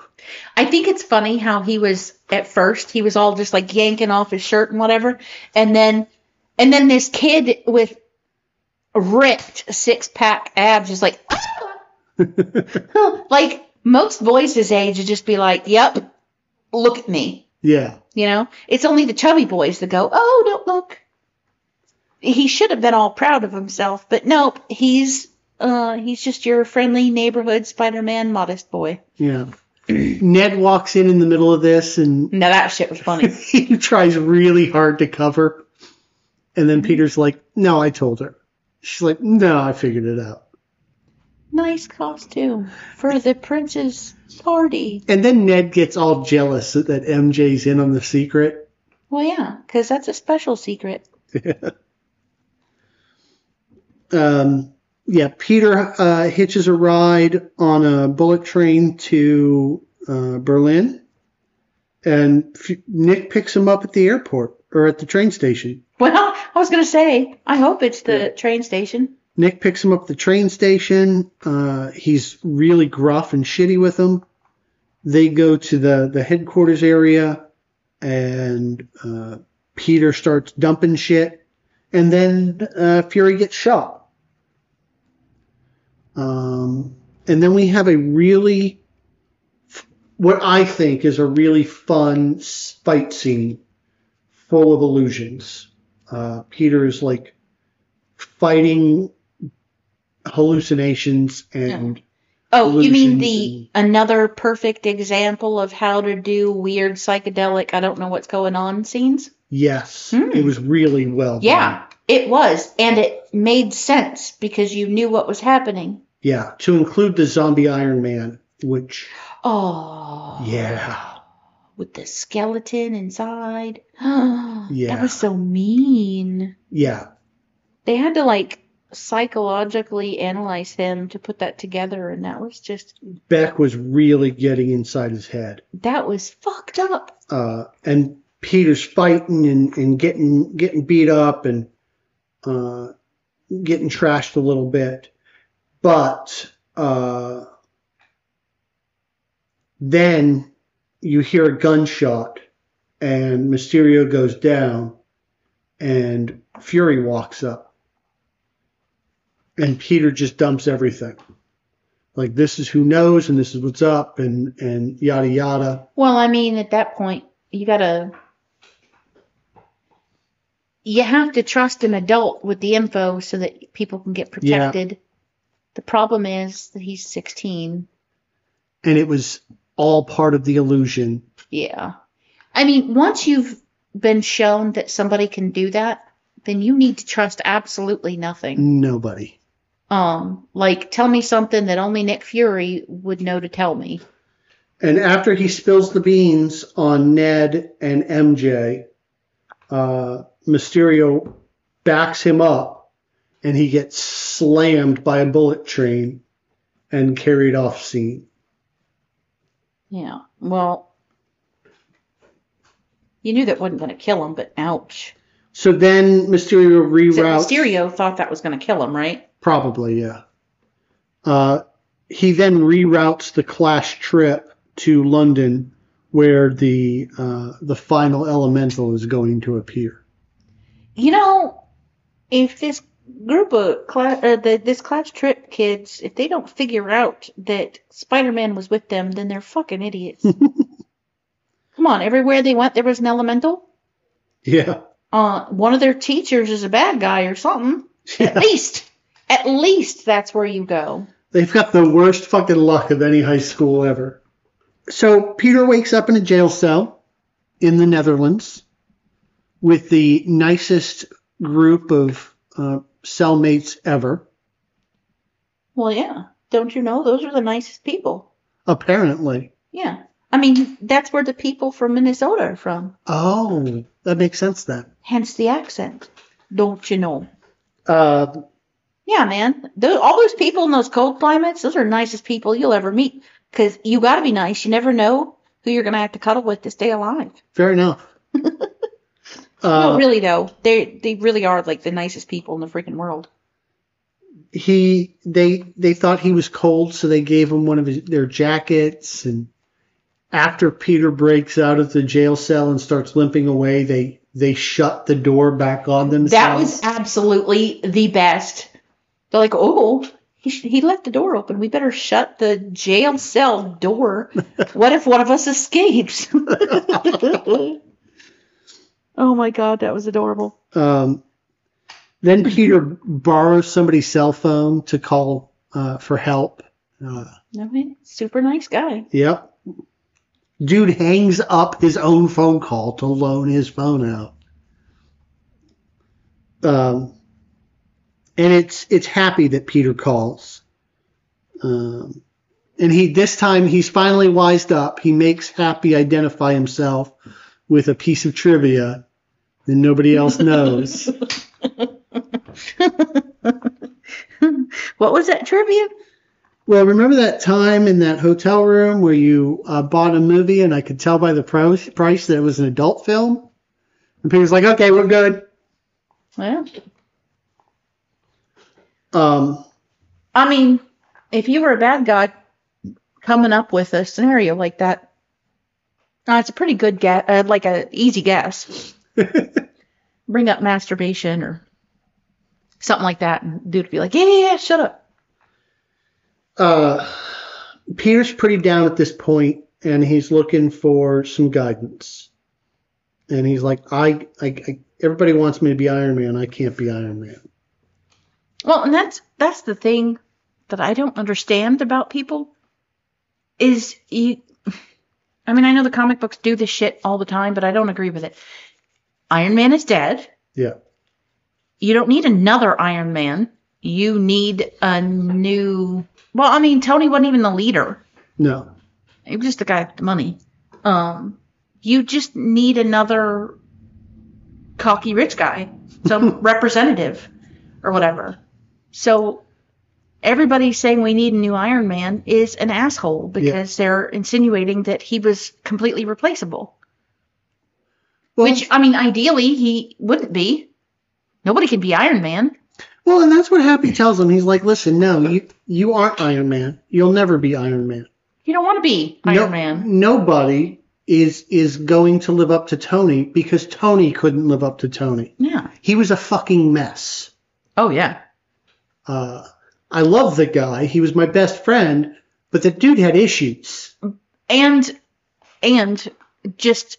[SPEAKER 2] I think it's funny how he was at first he was all just like yanking off his shirt and whatever, and then and then this kid with ripped six pack abs is like, "Ah!" like most boys his age would just be like, "Yep, look at me."
[SPEAKER 1] yeah.
[SPEAKER 2] You know, it's only the chubby boys that go, "Oh, don't look." He should have been all proud of himself, but nope, he's uh, he's just your friendly neighborhood Spider-Man modest boy.
[SPEAKER 1] Yeah. Ned walks in in the middle of this and
[SPEAKER 2] Now that shit was funny.
[SPEAKER 1] he tries really hard to cover. And then Peter's like, No, I told her. She's like, No, I figured it out.
[SPEAKER 2] nice costume for the prince's party.
[SPEAKER 1] And then Ned gets all jealous that that MJ's in on the secret.
[SPEAKER 2] Well, yeah, because that's a special secret.
[SPEAKER 1] Um, yeah, Peter uh, hitches a ride on a bullet train to uh, Berlin. And F- Nick picks him up at the airport or at the train station.
[SPEAKER 2] Well, I was gonna say, I hope it's the train station.
[SPEAKER 1] Nick picks him up at the train station. Uh, he's really gruff and shitty with him. They go to the, the headquarters area, and uh, Peter starts dumping shit. And then uh, Fury gets shot. Um, and then we have a really, what I think is a really fun s- fight scene full of illusions. Uh, Peter is like fighting hallucinations and
[SPEAKER 2] Oh, you mean
[SPEAKER 1] Illusions
[SPEAKER 2] the another perfect example of how to do weird psychedelic, I don't know what's going on scenes?
[SPEAKER 1] yes,
[SPEAKER 2] Hmm.
[SPEAKER 1] it was really well done.
[SPEAKER 2] Yeah, it was. And it made sense because you knew what was happening.
[SPEAKER 1] Yeah, to include the zombie Iron Man, which
[SPEAKER 2] Oh.
[SPEAKER 1] yeah,
[SPEAKER 2] With the skeleton inside. yeah. That
[SPEAKER 1] Yeah.
[SPEAKER 2] was so mean.
[SPEAKER 1] yeah,
[SPEAKER 2] They had to like psychologically analyze him to put that together and that was just
[SPEAKER 1] Beck was really getting inside his head.
[SPEAKER 2] that was fucked up.
[SPEAKER 1] Uh, and Peter's fighting and, and getting getting beat up and uh, getting trashed a little bit, but uh, then you hear a gunshot and Mysterio goes down and Fury walks up and Peter just dumps everything. Like this is who knows and this is what's up and and yada yada.
[SPEAKER 2] Well, I mean, at that point, you gotta. You have to trust an adult with the info so that people can get protected. The problem is that he's 16.
[SPEAKER 1] And it was all part of the illusion.
[SPEAKER 2] Yeah. I mean, once you've been shown that somebody can do that, then you need to trust absolutely nothing.
[SPEAKER 1] Nobody.
[SPEAKER 2] Um, like tell me something that only Nick Fury would know to tell me.
[SPEAKER 1] And after he spills the beans on Ned and MJ, uh, Mysterio backs him up and he gets slammed by a bullet train and carried off scene.
[SPEAKER 2] Yeah. Well, you knew that wasn't going to kill him, but ouch.
[SPEAKER 1] So then Mysterio
[SPEAKER 2] Except
[SPEAKER 1] reroutes.
[SPEAKER 2] Mysterio thought that was going to kill him, right?
[SPEAKER 1] Probably, yeah. Uh, he then reroutes the Clash trip to London where the, uh, the final elemental is going to appear.
[SPEAKER 2] You know, if this group of cla- uh, the, this class trip kids, if they don't figure out that Spider-Man was with them, then they're fucking idiots. Come on, everywhere they went, there was an elemental.
[SPEAKER 1] Yeah.
[SPEAKER 2] Uh, one of their teachers is a bad guy or something. At
[SPEAKER 1] yeah.
[SPEAKER 2] least, at least that's where you go.
[SPEAKER 1] They've got the worst fucking luck of any high school ever. So Peter wakes up in a jail cell in the Netherlands with the nicest group of uh, cellmates ever,
[SPEAKER 2] Well, yeah. Don't you know those are the nicest people?
[SPEAKER 1] apparently.
[SPEAKER 2] Yeah. I mean, that's where the people from Minnesota are from.
[SPEAKER 1] Oh, that makes sense then.
[SPEAKER 2] Hence the accent. Don't you know?
[SPEAKER 1] Uh,
[SPEAKER 2] Yeah, man. Tho- all those people in those cold climates, those are the nicest people you'll ever meet. Because you got to be nice. You never know who you're going to have to cuddle with to stay alive.
[SPEAKER 1] Fair enough.
[SPEAKER 2] no,
[SPEAKER 1] uh,
[SPEAKER 2] really though, they they really are like the nicest people in the freaking world.
[SPEAKER 1] He they they thought he was cold, so they gave him one of his, their jackets. And after Peter breaks out of the jail cell and starts limping away, they they shut the door back on themselves.
[SPEAKER 2] That was absolutely the best. They're like, oh, he sh- he left the door open. We better shut the jail cell door. what if one of us escapes? oh my god, that was adorable.
[SPEAKER 1] Um, then Peter borrows somebody's cell phone to call uh, for help. Uh,
[SPEAKER 2] I mean, super nice guy.
[SPEAKER 1] yep. Dude hangs up his own phone call to loan his phone out. Um, and it's it's happy that Peter calls. Um, and he this time he's finally wised up. He makes Happy identify himself with a piece of trivia that nobody else knows.
[SPEAKER 2] what was that trivia?
[SPEAKER 1] Well, remember that time in that hotel room where you uh, bought a movie and I could tell by the price, price that it was an adult film? And Peter's like, okay, we're good.
[SPEAKER 2] Well,
[SPEAKER 1] Um,
[SPEAKER 2] I mean, if you were a bad guy coming up with a scenario like that, uh, it's a pretty good guess, uh, like a easy guess. Bring up masturbation or something like that, and dude would be like, "Yeah, yeah, yeah, shut up."
[SPEAKER 1] uh, Peter's pretty down at this point and he's looking for some guidance. And he's like, I, I, I everybody wants me to be Iron Man. I can't be Iron Man.
[SPEAKER 2] Well, and that's that's the thing that I don't understand about people is you I mean, I know the comic books do this shit all the time, but I don't agree with it. Iron Man is dead.
[SPEAKER 1] Yeah.
[SPEAKER 2] You don't need another Iron Man. You need a new Well, I mean, Tony wasn't even the leader.
[SPEAKER 1] No.
[SPEAKER 2] He was just the guy with the money. Um you just need another cocky rich guy, some representative or whatever. So everybody saying we need a new Iron Man is an asshole because they're insinuating that he was completely replaceable.
[SPEAKER 1] Well,
[SPEAKER 2] Which I mean, ideally he wouldn't be. Nobody can be Iron Man.
[SPEAKER 1] well, and that's what Happy tells him. He's like, listen, no, you, you aren't Iron Man. You'll never be Iron Man.
[SPEAKER 2] You don't want to be Iron
[SPEAKER 1] No-
[SPEAKER 2] Man.
[SPEAKER 1] Nobody is is going to live up to Tony because Tony couldn't live up to Tony.
[SPEAKER 2] Yeah.
[SPEAKER 1] He was a fucking mess.
[SPEAKER 2] Oh yeah.
[SPEAKER 1] Uh, I love the guy. He was my best friend, but the dude had issues.
[SPEAKER 2] And and just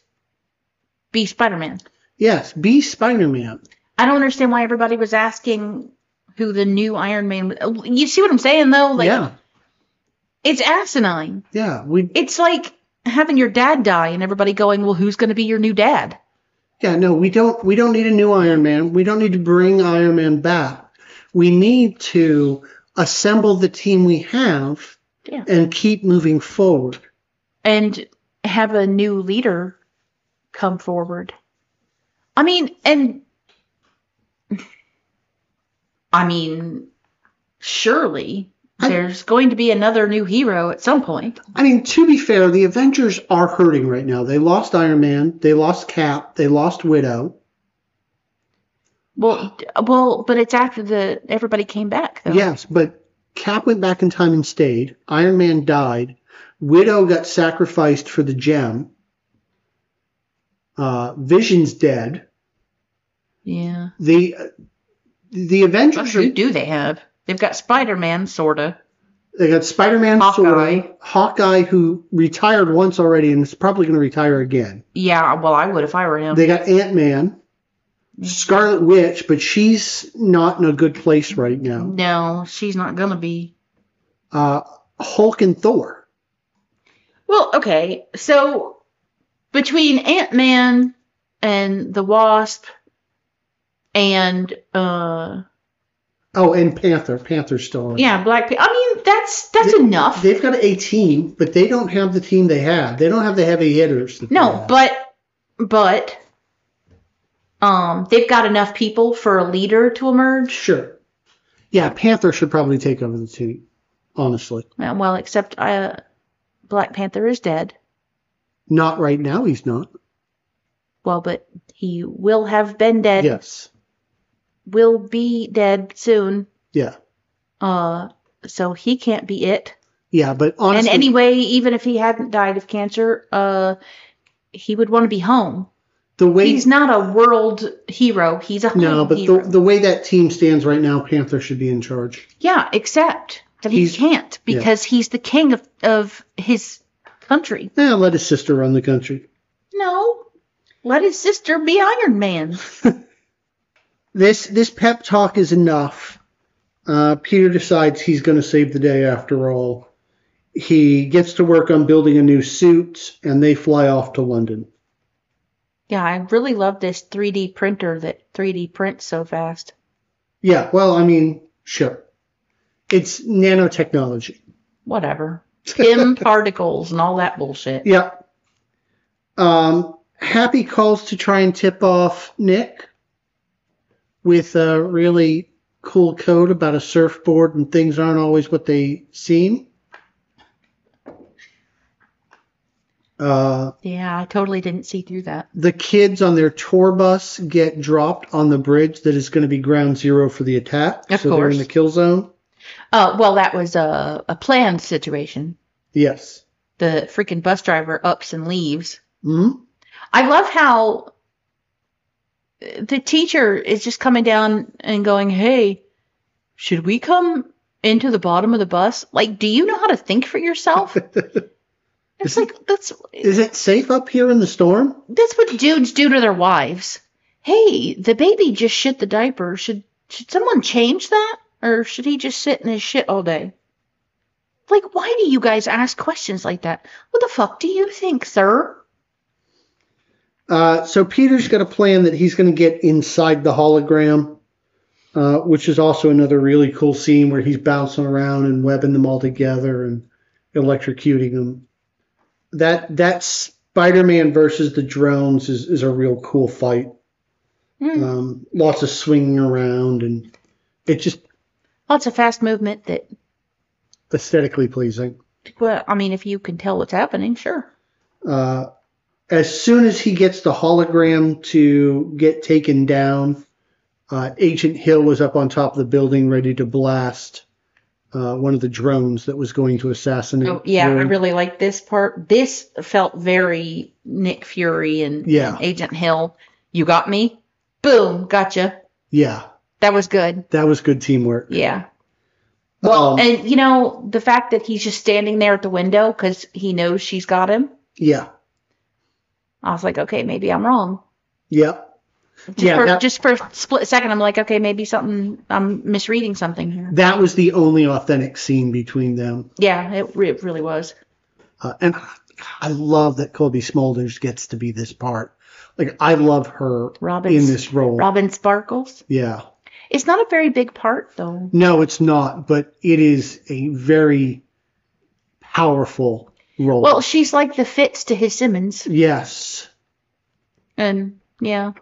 [SPEAKER 2] be Spider Man.
[SPEAKER 1] Yes, be Spider Man.
[SPEAKER 2] I don't understand why everybody was asking who the new Iron Man was. You see what I'm saying though? Like
[SPEAKER 1] yeah,
[SPEAKER 2] it's asinine.
[SPEAKER 1] yeah. We
[SPEAKER 2] it's like having your dad die and everybody going, well, who's going to be your new dad?
[SPEAKER 1] yeah no we don't we don't need a new Iron Man. We don't need to bring Iron Man back. We need to assemble the team we have
[SPEAKER 2] Yeah.
[SPEAKER 1] and keep moving forward.
[SPEAKER 2] And have a new leader come forward. I mean, and I mean, surely
[SPEAKER 1] I-
[SPEAKER 2] there's going to be another new hero at some point.
[SPEAKER 1] I mean, to be fair, the Avengers are hurting right now. They lost Iron Man, they lost Cap, they lost Widow.
[SPEAKER 2] Well, d- well, but it's after the everybody came back though.
[SPEAKER 1] Yes, but Cap went back in time and stayed. Iron Man died. Widow got sacrificed for the gem. Uh, Vision's dead.
[SPEAKER 2] Yeah.
[SPEAKER 1] The the
[SPEAKER 2] What
[SPEAKER 1] Avengers are,
[SPEAKER 2] who do they have? They've got Spider-Man, sorta.
[SPEAKER 1] they got Spider Man,
[SPEAKER 2] Hawkeye.
[SPEAKER 1] Hawkeye, who retired once already and is probably going to retire again.
[SPEAKER 2] Yeah. Well, I would if I were him.
[SPEAKER 1] They got Ant Man, Scarlet Witch, but she's not in a good place right now.
[SPEAKER 2] no, she's not gonna be.
[SPEAKER 1] uh, Hulk and Thor.
[SPEAKER 2] Well, okay. So between Ant Man and the Wasp and uh
[SPEAKER 1] Oh, and Panther. Panther's still on.
[SPEAKER 2] yeah, Black Panther. I mean, that's that's enough.
[SPEAKER 1] They've got a team, but they don't have the team they had. They don't have the heavy hitters. that they
[SPEAKER 2] no,
[SPEAKER 1] had.
[SPEAKER 2] but but um they've got enough people for a leader to emerge.
[SPEAKER 1] sure. Yeah, Panther should probably take over the team, honestly.
[SPEAKER 2] Well, except uh Black Panther is dead.
[SPEAKER 1] Not right now, he's not.
[SPEAKER 2] Well, but he will have been dead.
[SPEAKER 1] Yes.
[SPEAKER 2] Will be dead soon.
[SPEAKER 1] Yeah.
[SPEAKER 2] Uh, so he can't be it.
[SPEAKER 1] Yeah, but honestly,
[SPEAKER 2] and anyway, even if he hadn't died of cancer, uh, he would want to be home.
[SPEAKER 1] the way
[SPEAKER 2] He's not a world hero. He's a home
[SPEAKER 1] no, but the,
[SPEAKER 2] hero.
[SPEAKER 1] the way that team stands right now, Panther should be in charge.
[SPEAKER 2] yeah, except that he
[SPEAKER 1] He's-
[SPEAKER 2] can't because he's the king of of his country.
[SPEAKER 1] Yeah, Eh, let his sister run the country.
[SPEAKER 2] No, let his sister be Iron Man.
[SPEAKER 1] This this pep talk is enough. Uh, Peter decides he's going to save the day after all. He gets to work on building a new suit, and they fly off to London.
[SPEAKER 2] Yeah, I really love this 3D printer that 3D prints so fast.
[SPEAKER 1] Yeah, well, I mean, sure, it's nanotechnology.
[SPEAKER 2] Whatever. Tim particles and all that bullshit.
[SPEAKER 1] Yeah. Um, Happy calls to try and tip off Nick with a really cool code about a surfboard and things aren't always what they seem. Uh,
[SPEAKER 2] Yeah, I totally didn't see through that.
[SPEAKER 1] the kids on their tour bus get dropped on the bridge that is going to be ground zero for the attack.
[SPEAKER 2] Of
[SPEAKER 1] so they're in
[SPEAKER 2] course.
[SPEAKER 1] the kill zone.
[SPEAKER 2] Uh, well, that was a, a planned situation.
[SPEAKER 1] Yes.
[SPEAKER 2] The freaking bus driver ups and leaves.
[SPEAKER 1] hmm
[SPEAKER 2] I love how the teacher is just coming down and going, Hey, should we come into the bottom of the bus? Like, do you know how to think for yourself? it's like, that's
[SPEAKER 1] Is it safe up here in the storm?
[SPEAKER 2] that's what dudes do to their wives. Hey, the baby just shit the diaper. Should should someone change that, or should he just sit in his shit all day? Like, why do you guys ask questions like that? What the fuck do you think, sir?
[SPEAKER 1] Uh, so Peter's got a plan that he's going to get inside the hologram, uh, which is also another really cool scene where he's bouncing around and webbing them all together and electrocuting them. That that Spider-Man versus the drones is, is a real cool fight.
[SPEAKER 2] Hmm.
[SPEAKER 1] Um, lots of swinging around and it just
[SPEAKER 2] Lots of fast movement that,
[SPEAKER 1] aesthetically pleasing.
[SPEAKER 2] well, I mean, if you can tell what's happening, sure.
[SPEAKER 1] uh, as soon as he gets the hologram to get taken down, uh, Agent Hill was up on top of the building ready to blast uh, one of the drones that was going to assassinate.
[SPEAKER 2] Oh, yeah, I
[SPEAKER 1] Fury.
[SPEAKER 2] really like this part. This felt very Nick Fury and,
[SPEAKER 1] Yeah.
[SPEAKER 2] and Agent Hill. You got me? Boom, gotcha.
[SPEAKER 1] yeah,
[SPEAKER 2] That was good.
[SPEAKER 1] that was good teamwork.
[SPEAKER 2] Yeah. Well,
[SPEAKER 1] Um,
[SPEAKER 2] and you know the fact that he's just standing there at the window because he knows she's got him.
[SPEAKER 1] yeah,
[SPEAKER 2] I was like, okay, maybe I'm wrong.
[SPEAKER 1] yeah.
[SPEAKER 2] Just,
[SPEAKER 1] Yeah,
[SPEAKER 2] for,
[SPEAKER 1] that-
[SPEAKER 2] just for a split second, I'm like, okay, maybe something. I'm misreading something here.
[SPEAKER 1] That was the only authentic scene between them,
[SPEAKER 2] Yeah, it, re- it really was.
[SPEAKER 1] uh, and I love that Colby Smulders gets to be this part. Like I love her
[SPEAKER 2] Robin.
[SPEAKER 1] in this role.
[SPEAKER 2] Robin Sparkles.
[SPEAKER 1] Yeah.
[SPEAKER 2] It's not a very big part though.
[SPEAKER 1] No, it's not, but it is a very powerful role.
[SPEAKER 2] Well, she's like the Fitz to his Simmons,
[SPEAKER 1] yes.
[SPEAKER 2] and yeah,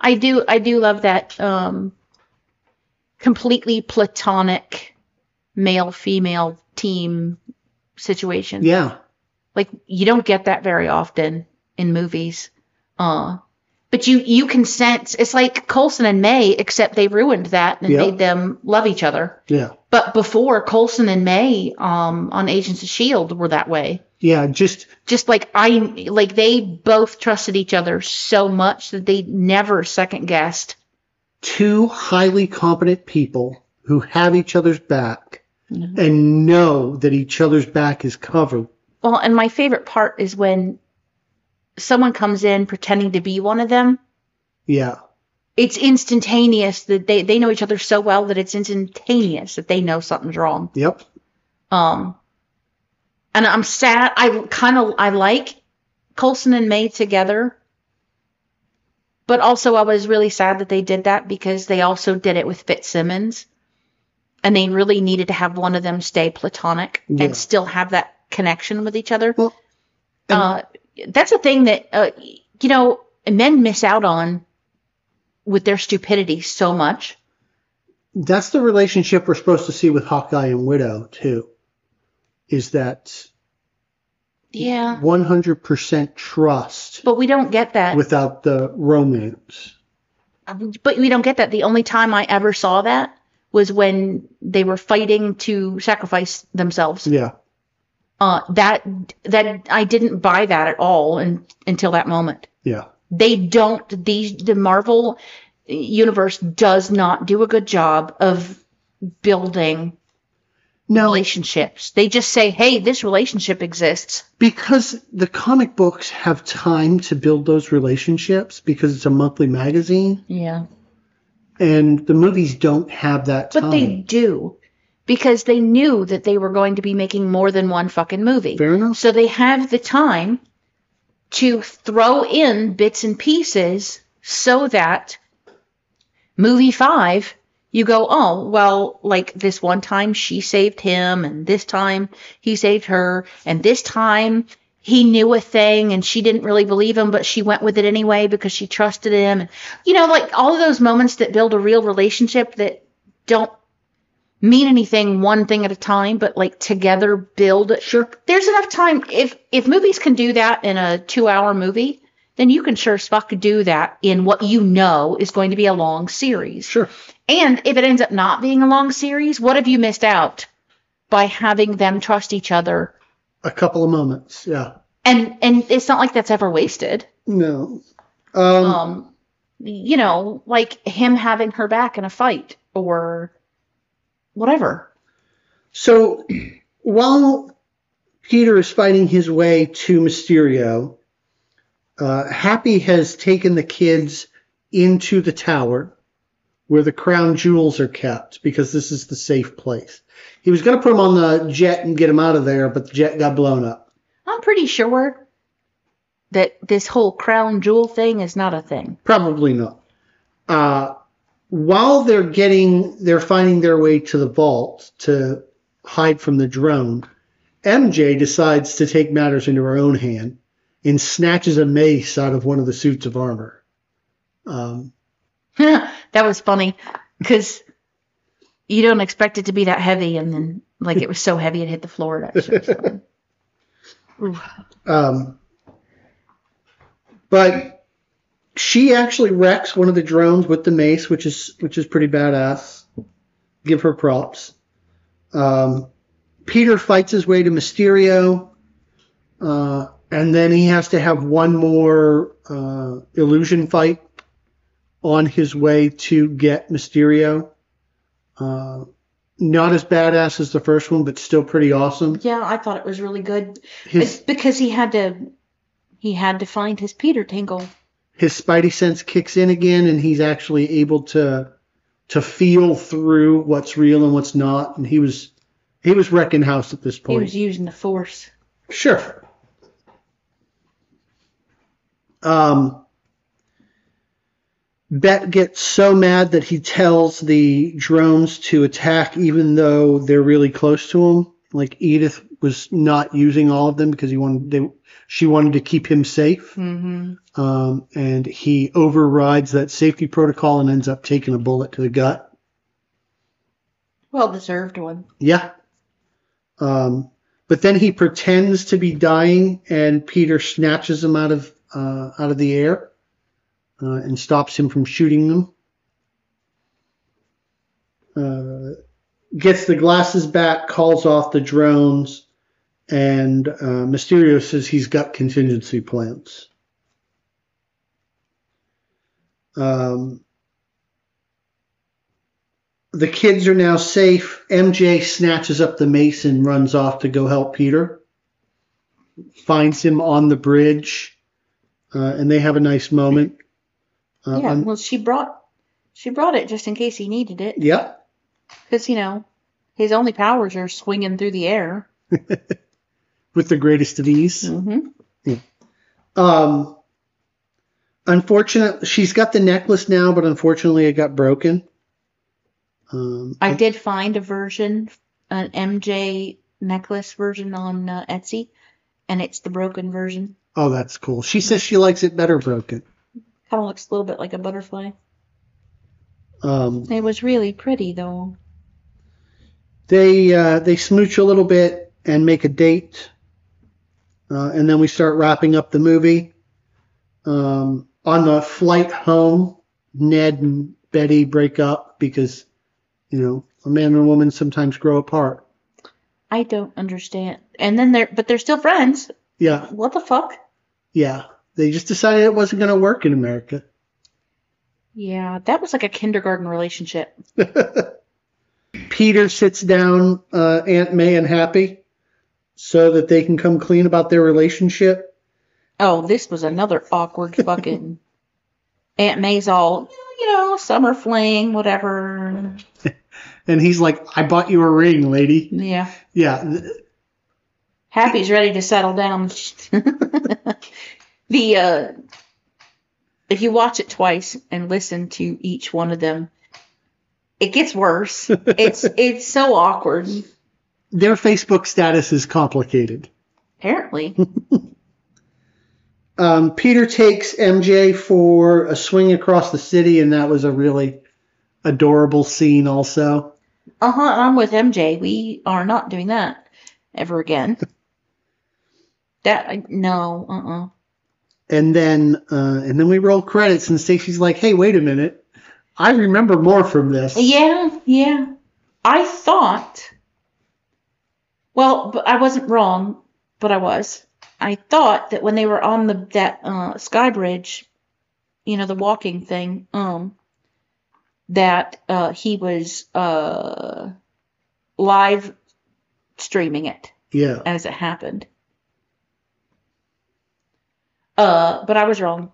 [SPEAKER 2] I do. I do love that um, completely platonic male-female team situation.
[SPEAKER 1] Yeah.
[SPEAKER 2] like you don't get that very often in movies uh but you you can sense it's like colson and may except they ruined that and
[SPEAKER 1] Yeah.
[SPEAKER 2] made them love each other
[SPEAKER 1] Yeah.
[SPEAKER 2] but before colson and may um on agents of shield were that way
[SPEAKER 1] Yeah, just
[SPEAKER 2] just like i like they both trusted each other so much that they never second guessed
[SPEAKER 1] two highly competent people who have each other's back
[SPEAKER 2] Mhm.
[SPEAKER 1] and know that each other's back is covered.
[SPEAKER 2] well and my favorite part is when someone comes in pretending to be one of them
[SPEAKER 1] Yeah.
[SPEAKER 2] it's instantaneous that they, they know each other so well that it's instantaneous that they know something's wrong.
[SPEAKER 1] Yep.
[SPEAKER 2] Um, and I'm sad. I kind of I like Colson and May together, but also I was really sad that they did that because they also did it with Fitzsimmons, and they really needed to have one of them stay platonic
[SPEAKER 1] Yeah.
[SPEAKER 2] and still have that connection with each other.
[SPEAKER 1] Well, and-
[SPEAKER 2] uh, that's a thing that uh, you know men miss out on with their stupidity so much.
[SPEAKER 1] That's the relationship we're supposed to see with Hawkeye and Widow too. Is that
[SPEAKER 2] Yeah.
[SPEAKER 1] 100% trust
[SPEAKER 2] But we don't get that.
[SPEAKER 1] without the romance.
[SPEAKER 2] Um, but we don't get that. The only time I ever saw that was when they were fighting to sacrifice themselves.
[SPEAKER 1] Yeah.
[SPEAKER 2] Uh, that that I didn't buy that at all un until that moment.
[SPEAKER 1] Yeah.
[SPEAKER 2] They don't. These the Marvel universe does not do a good job of building
[SPEAKER 1] Now,
[SPEAKER 2] relationships. They just say, "Hey, this relationship exists."
[SPEAKER 1] because the comic books have time to build those relationships because it's a monthly magazine
[SPEAKER 2] Yeah.
[SPEAKER 1] and the movies don't have that
[SPEAKER 2] But
[SPEAKER 1] time.
[SPEAKER 2] they do because they knew that they were going to be making more than one fucking movie.
[SPEAKER 1] Fair enough.
[SPEAKER 2] So they have the time to throw in bits and pieces so that movie five, you go, oh, well, like this one time she saved him, and this time he saved her, and this time he knew a thing and she didn't really believe him, but she went with it anyway because she trusted him. You know, like all of those moments that build a real relationship that don't mean anything one thing at a time, but like together build
[SPEAKER 1] Sure.
[SPEAKER 2] there's enough time if if movies can do that in a two hour movie then you can sure as fuck do that in what you know is going to be a long series
[SPEAKER 1] Sure.
[SPEAKER 2] and if it ends up not being a long series what have you missed out by having them trust each other
[SPEAKER 1] A couple of moments. Yeah.
[SPEAKER 2] and and it's not like that's ever wasted
[SPEAKER 1] No. Um,
[SPEAKER 2] um you know like him having her back in a fight or whatever
[SPEAKER 1] So while Peter is fighting his way to Mysterio, uh, Happy has taken the kids into the tower where the crown jewels are kept because this is the safe place. He was going to put them on the jet and get them out of there, but the jet got blown up.
[SPEAKER 2] i'm pretty sure that this whole crown jewel thing is not a thing
[SPEAKER 1] Probably not. Uh, while they're getting, they're finding their way to the vault to hide from the drone. MJ decides to take matters into her own hand and snatches a mace out of one of the suits of armor. Um,
[SPEAKER 2] that was funny because you don't expect it to be that heavy, and then like it was so heavy it hit the floor. That shit was funny.
[SPEAKER 1] um, but she actually wrecks one of the drones with the mace, which is which is pretty badass. Give her props. Um, Peter fights his way to Mysterio, uh, and then he has to have one more uh, illusion fight on his way to get Mysterio. Uh, not as badass as the first one, but still pretty awesome.
[SPEAKER 2] yeah, I thought it was really good
[SPEAKER 1] His
[SPEAKER 2] It's because he had to he had to find his Peter Tingle.
[SPEAKER 1] his spidey sense kicks in again and he's actually able to to feel through what's real and what's not and he was he was wrecking house at this
[SPEAKER 2] He
[SPEAKER 1] point
[SPEAKER 2] was using the Force.
[SPEAKER 1] sure um bet gets so mad that he tells the drones to attack even though they're really close to him like edith was not using all of them because he wanted they she wanted to keep him safe
[SPEAKER 2] Mm-hmm.
[SPEAKER 1] um, and he overrides that safety protocol and ends up taking a bullet to the gut.
[SPEAKER 2] Well deserved one.
[SPEAKER 1] Yeah. Um, but then he pretends to be dying, and Peter snatches him out of uh, out of the air uh, and stops him from shooting them. Uh, gets the glasses back, calls off the drones, and uh, Mysterio says he's got contingency plans. Um, the kids are now safe. MJ snatches up the mace and runs off to go help Peter. Finds him on the bridge, uh, and they have a nice moment. Uh,
[SPEAKER 2] yeah.
[SPEAKER 1] on-
[SPEAKER 2] well, she brought she brought it just in case he needed it
[SPEAKER 1] yeah.
[SPEAKER 2] because you know his only powers are swinging through the air.
[SPEAKER 1] With the greatest of ease.
[SPEAKER 2] Mm-hmm.
[SPEAKER 1] Um, unfortunate, she's got the necklace now, but unfortunately, it got broken. Um,
[SPEAKER 2] I did find a version, an MJ necklace version on uh, Etsy, and it's the broken version.
[SPEAKER 1] oh, that's cool. She says she likes it better broken.
[SPEAKER 2] Kind of looks a little bit like a butterfly.
[SPEAKER 1] Um,
[SPEAKER 2] It was really pretty though.
[SPEAKER 1] they uh, they smooch a little bit and make a date. Uh, and then we start wrapping up the movie. Um, on the flight home, Ned and Betty break up because, you know, a man and a woman sometimes grow apart.
[SPEAKER 2] I don't understand. And then they're, but they're still friends.
[SPEAKER 1] Yeah,
[SPEAKER 2] What the fuck?
[SPEAKER 1] yeah. They just decided it wasn't going to work in America.
[SPEAKER 2] Yeah, that was like a kindergarten relationship.
[SPEAKER 1] Peter sits down uh, Aunt May and Happy so that they can come clean about their relationship.
[SPEAKER 2] Oh, this was another awkward fucking. Aunt May's all, you know, summer fling, whatever.
[SPEAKER 1] And he's like, I bought you a ring, lady.
[SPEAKER 2] Yeah.
[SPEAKER 1] Yeah. th-
[SPEAKER 2] Happy's ready to settle down. the uh, if you watch it twice and listen to each one of them, it gets worse. it's it's so awkward.
[SPEAKER 1] Their Facebook status is complicated.
[SPEAKER 2] Apparently,
[SPEAKER 1] Um, Peter takes MJ for a swing across the city, and that was a really adorable scene, also.
[SPEAKER 2] uh huh. I'm with MJ. We are not doing that ever again. That no, uh uh
[SPEAKER 1] And then, uh, and then we roll credits, and Stacy's like, "Hey, wait a minute, I remember more from this."
[SPEAKER 2] Yeah, yeah. I thought, well, but I wasn't wrong, but I was. I thought that when they were on the that uh, sky bridge, you know, the walking thing, um, that uh, he was uh, live streaming it
[SPEAKER 1] Yeah.
[SPEAKER 2] as it happened. Uh, but I was wrong.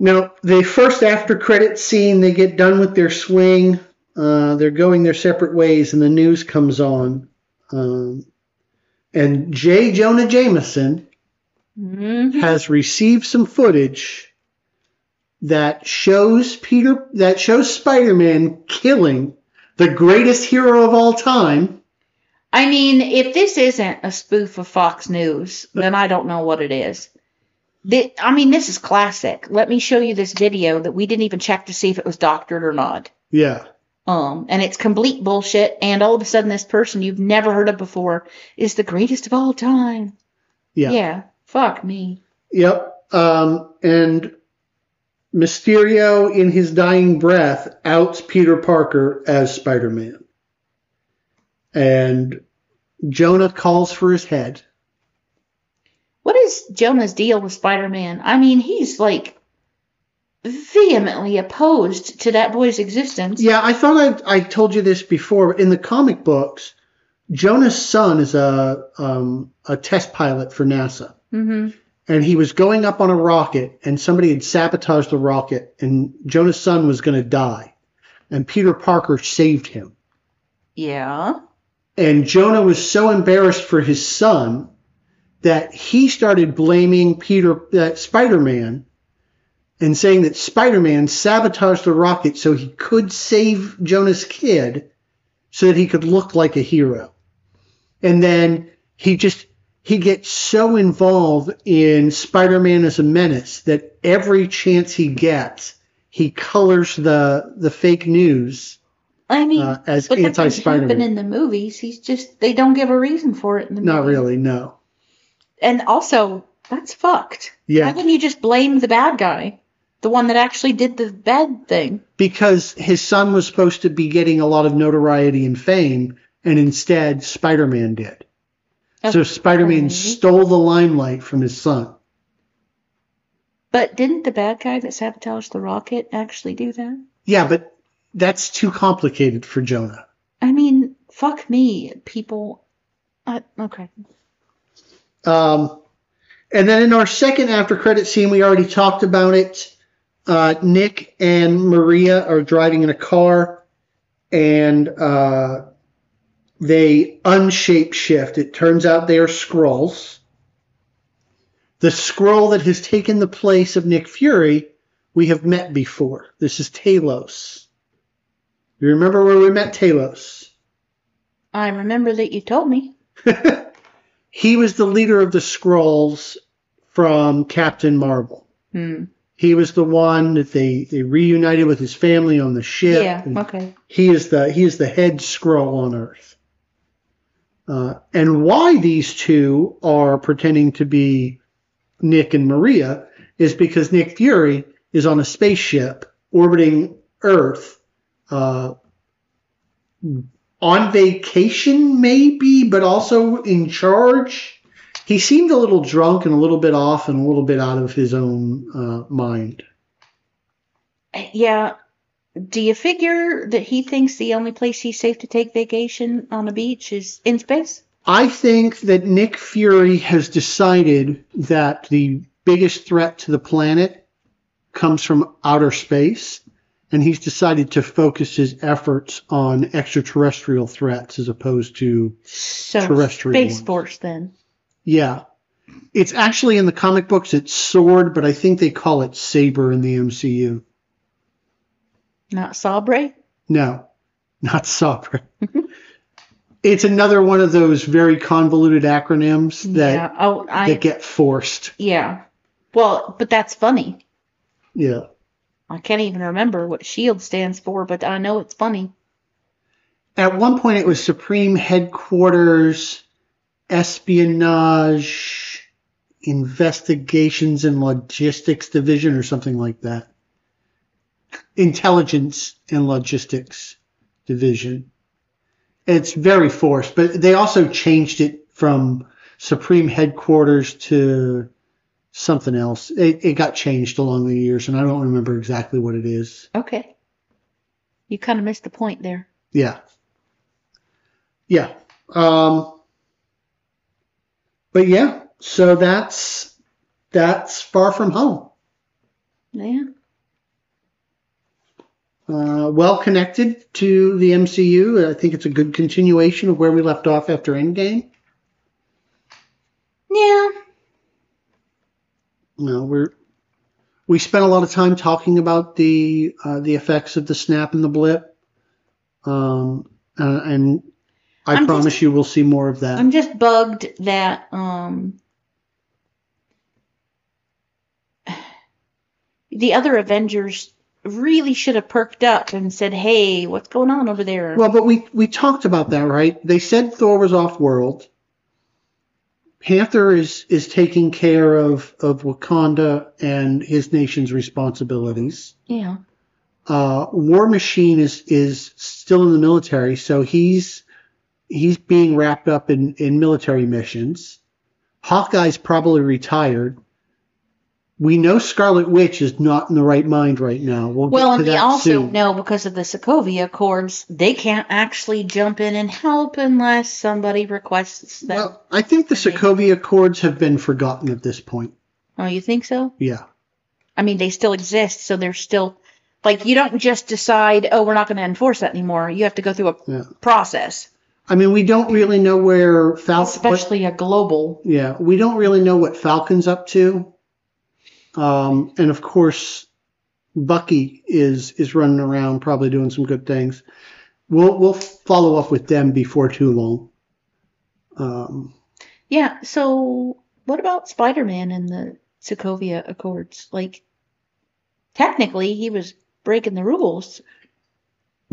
[SPEAKER 1] Now, the first after credit scene, they get done with their swing. Uh, they're going their separate ways, and the news comes on. Um, and J. Jonah Jameson
[SPEAKER 2] Mhm.
[SPEAKER 1] has received some footage that shows Peter that shows Spider-Man killing the greatest hero of all time.
[SPEAKER 2] I mean, if this isn't a spoof of Fox News, then I don't know what it is. Thi- I mean, this is classic. Let me show you this video that we didn't even check to see if it was doctored or not.
[SPEAKER 1] Yeah.
[SPEAKER 2] Um, and it's complete bullshit. And all of a sudden, this person you've never heard of before is the greatest of all time.
[SPEAKER 1] Yeah.
[SPEAKER 2] fuck me.
[SPEAKER 1] Yep. Um, and Mysterio, in his dying breath, outs Peter Parker as Spider Man. And Jonah calls for his head.
[SPEAKER 2] What is Jonah's deal with Spider Man? I mean, he's like vehemently opposed to that boy's existence.
[SPEAKER 1] Yeah, I thought I, I told you this before. In the comic books, Jonah's son is a, um, a test pilot for NASA.
[SPEAKER 2] Mm-hmm.
[SPEAKER 1] And he was going up on a rocket, and somebody had sabotaged the rocket, and Jonah's son was going to die. And Peter Parker saved him.
[SPEAKER 2] Yeah.
[SPEAKER 1] And Jonah was so embarrassed for his son that he started blaming Peter that Spider-Man and saying that Spider-Man sabotaged the rocket so he could save Jonah's kid so that he could look like a hero. And then he just he gets so involved in Spider-Man as a menace that every chance he gets, he colors the the fake news
[SPEAKER 2] I mean,
[SPEAKER 1] uh, as
[SPEAKER 2] But that doesn't happen
[SPEAKER 1] anti-Spider-Man.
[SPEAKER 2] in the movies. He's just they don't give a reason for it in the
[SPEAKER 1] Not
[SPEAKER 2] movie.
[SPEAKER 1] really, no.
[SPEAKER 2] And also, that's fucked. Why
[SPEAKER 1] Yeah,
[SPEAKER 2] wouldn't you just blame the bad guy? The one that actually did the bad thing.
[SPEAKER 1] because his son was supposed to be getting a lot of notoriety and fame, and instead Spider Man did. So Spider Man
[SPEAKER 2] Okay.
[SPEAKER 1] stole the limelight from his son.
[SPEAKER 2] But didn't the bad guy that sabotaged the rocket actually do that?
[SPEAKER 1] Yeah, but that's too complicated for Jonah.
[SPEAKER 2] I mean, fuck me, people. I, okay.
[SPEAKER 1] Um, and then in our second after credit scene, we already talked about it. Uh, Nick and Maria are driving in a car, and uh, they unshape shift. It turns out they are scrolls. The scroll that has taken the place of Nick Fury, we have met before. This is Talos. You remember where we met Talos?
[SPEAKER 2] I remember that you told me.
[SPEAKER 1] he was the leader of the scrolls from Captain Marvel.
[SPEAKER 2] Hmm.
[SPEAKER 1] He was the one that they, they reunited with his family on the ship.
[SPEAKER 2] Yeah.
[SPEAKER 1] and
[SPEAKER 2] Okay.
[SPEAKER 1] He is the he is the head scroll on Earth. uh, and why these two are pretending to be Nick and Maria is because Nick Fury is on a spaceship orbiting Earth uh, on vacation, maybe, but also in charge. He seemed a little drunk and a little bit off and a little bit out of his own uh, mind.
[SPEAKER 2] Yeah. Do you figure that he thinks the only place he's safe to take vacation on a beach is in space?
[SPEAKER 1] I think that Nick Fury has decided that the biggest threat to the planet comes from outer space, and he's decided to focus his efforts on extraterrestrial threats as opposed to
[SPEAKER 2] So
[SPEAKER 1] Terrestrial
[SPEAKER 2] space
[SPEAKER 1] ones.
[SPEAKER 2] force then.
[SPEAKER 1] yeah. It's actually in the comic books it's sword, but I think they call it saber in the MCU.
[SPEAKER 2] Not Sabre?
[SPEAKER 1] No, not Sabre. it's another one of those very convoluted acronyms that
[SPEAKER 2] yeah. Oh, I.
[SPEAKER 1] that get forced.
[SPEAKER 2] yeah. Well, but that's funny.
[SPEAKER 1] Yeah.
[SPEAKER 2] I can't even remember what SHIELD E stands for, but I know it's funny.
[SPEAKER 1] At one point, it was Supreme Headquarters Espionage Investigations and Logistics Division, or something like that. Intelligence and Logistics Division. It's very forced, but they also changed it from Supreme Headquarters to something else. It, it got changed along the years, and I don't remember exactly what it is.
[SPEAKER 2] Okay. You kind of missed the point there.
[SPEAKER 1] Yeah. Yeah. Um, but yeah, so that's that's far from home.
[SPEAKER 2] Yeah.
[SPEAKER 1] Uh, well connected to the MCU. I think it's a good continuation of where we left off after Endgame.
[SPEAKER 2] Yeah.
[SPEAKER 1] You know, Uh, we're we spent a lot of time talking about the uh, the effects of the snap and the blip, um, uh, and I
[SPEAKER 2] I'm just-
[SPEAKER 1] promise you we'll see more of that.
[SPEAKER 2] I'm just bugged that um the other Avengers really should have perked up and said, "Hey, what's going on over there?"
[SPEAKER 1] Well, but we we talked about that, right? They said Thor was off world. Panther is is taking care of of Wakanda and his nation's responsibilities.
[SPEAKER 2] yeah.
[SPEAKER 1] Uh, War Machine is is still in the military, so he's he's being wrapped up in in military missions. Hawkeye's probably retired. We know Scarlet Witch is not in the right mind right now. We'll,
[SPEAKER 2] Well,
[SPEAKER 1] get to
[SPEAKER 2] and they
[SPEAKER 1] that
[SPEAKER 2] also
[SPEAKER 1] soon.
[SPEAKER 2] know because of the Sokovia Accords, they can't actually jump in and help unless somebody requests that.
[SPEAKER 1] Well, I think the
[SPEAKER 2] Okay.
[SPEAKER 1] Sokovia Accords have been forgotten at this point.
[SPEAKER 2] oh, you think so?
[SPEAKER 1] Yeah.
[SPEAKER 2] I mean, they still exist, so they're still like you don't just decide, "Oh, we're not going to enforce that anymore." You have to go through a
[SPEAKER 1] Yeah.
[SPEAKER 2] process,
[SPEAKER 1] I mean, we don't really know where Falcon.
[SPEAKER 2] especially a global
[SPEAKER 1] yeah, we don't really know what Falcon's up to. Um, and of course, Bucky is is running around, probably doing some good things. We'll we'll follow up with them before too long. Um,
[SPEAKER 2] Yeah, so what about Spider Man and the Sokovia Accords? Like, technically, he was breaking the rules.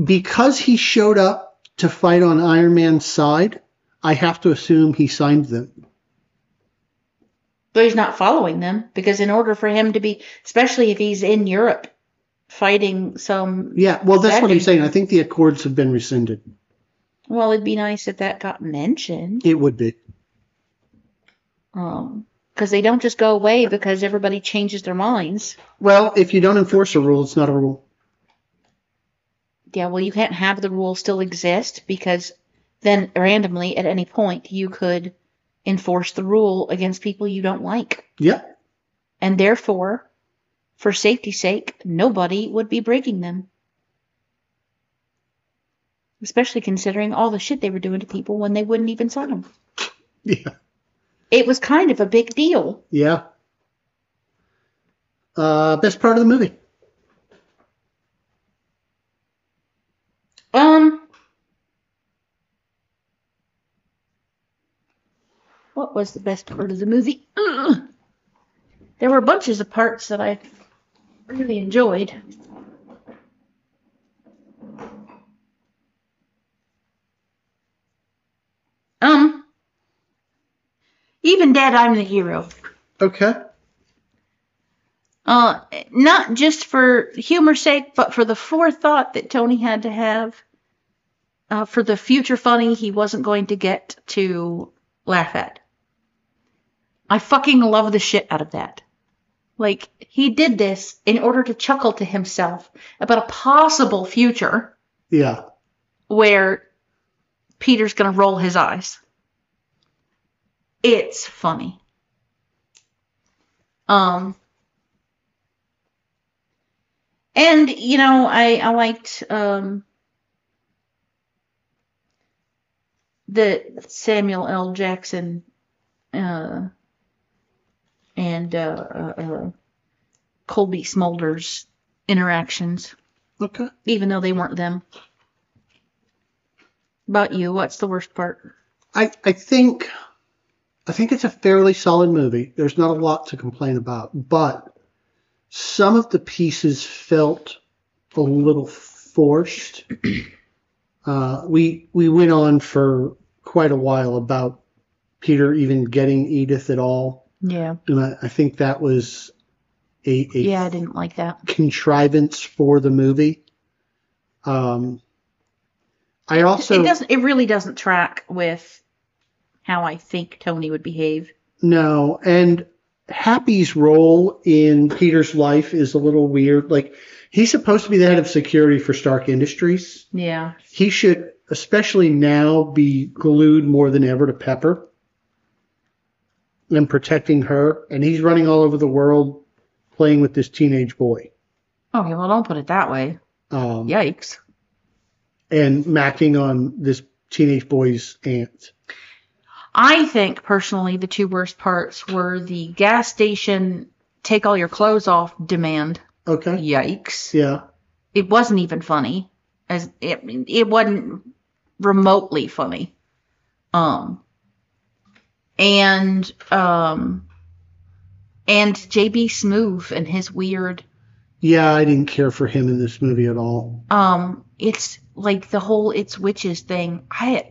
[SPEAKER 1] because he showed up to fight on Iron Man's side, I have to assume he signed them.
[SPEAKER 2] But he's not following them because, in order for him to be, especially if he's in Europe fighting some,
[SPEAKER 1] Yeah, well, that's what I'm
[SPEAKER 2] That'd be-
[SPEAKER 1] saying. I think the accords have been rescinded.
[SPEAKER 2] well, it'd be nice if that got mentioned.
[SPEAKER 1] It would be.
[SPEAKER 2] Um, because they don't just go away because everybody changes their minds.
[SPEAKER 1] Well, if you don't enforce a rule, it's not a rule.
[SPEAKER 2] Yeah, well, you can't have the rule still exist because then randomly at any point you could enforce the rule against people you don't like.
[SPEAKER 1] Yep.
[SPEAKER 2] and therefore, for safety's sake, nobody would be breaking them. Especially considering all the shit they were doing to people when they wouldn't even sign them.
[SPEAKER 1] Yeah.
[SPEAKER 2] It was kind of a big deal.
[SPEAKER 1] Yeah. Uh, best part of the movie.
[SPEAKER 2] Um, what was the best part of the movie? Ugh. There were bunches of parts that I really enjoyed. Um, even dead, I'm the hero.
[SPEAKER 1] Okay.
[SPEAKER 2] Uh, not just for humor's sake, but for the forethought that Tony had to have uh, for the future funny he wasn't going to get to laugh at. I fucking love the shit out of that. Like, he did this in order to chuckle to himself about a possible future
[SPEAKER 1] Yeah.
[SPEAKER 2] where Peter's going to roll his eyes. It's funny. Um and you know, I I liked um the Samuel L. Jackson uh and uh, uh, uh Colby Smulders interactions
[SPEAKER 1] Okay.
[SPEAKER 2] even though they weren't them. About you, what's the worst part?
[SPEAKER 1] I, I think I think it's a fairly solid movie. There's not a lot to complain about, but some of the pieces felt a little forced. Uh, we we went on for quite a while about Peter even getting Edith at all,
[SPEAKER 2] Yeah.
[SPEAKER 1] and I, I think that was a, a
[SPEAKER 2] Yeah, I didn't like that.
[SPEAKER 1] contrivance for the movie. Um, I also
[SPEAKER 2] it doesn't it really doesn't track with how I think Tony would behave.
[SPEAKER 1] No, and Happy's role in Peter's life is a little weird. Like he's supposed to be the head of security for Stark Industries.
[SPEAKER 2] Yeah.
[SPEAKER 1] He should, especially now, be glued more than ever to Pepper and protecting her. And he's running all over the world playing with this teenage boy.
[SPEAKER 2] Okay, well don't put it that way.
[SPEAKER 1] Um,
[SPEAKER 2] Yikes.
[SPEAKER 1] And macking on this teenage boy's aunt.
[SPEAKER 2] I think personally the two worst parts were the gas station take all your clothes off demand.
[SPEAKER 1] Okay.
[SPEAKER 2] Yikes.
[SPEAKER 1] Yeah.
[SPEAKER 2] It wasn't even funny. As it it wasn't remotely funny. Um and um and JB Smoove and his weird
[SPEAKER 1] Yeah, I didn't care for him in this movie at all.
[SPEAKER 2] um it's like the whole it's witches thing i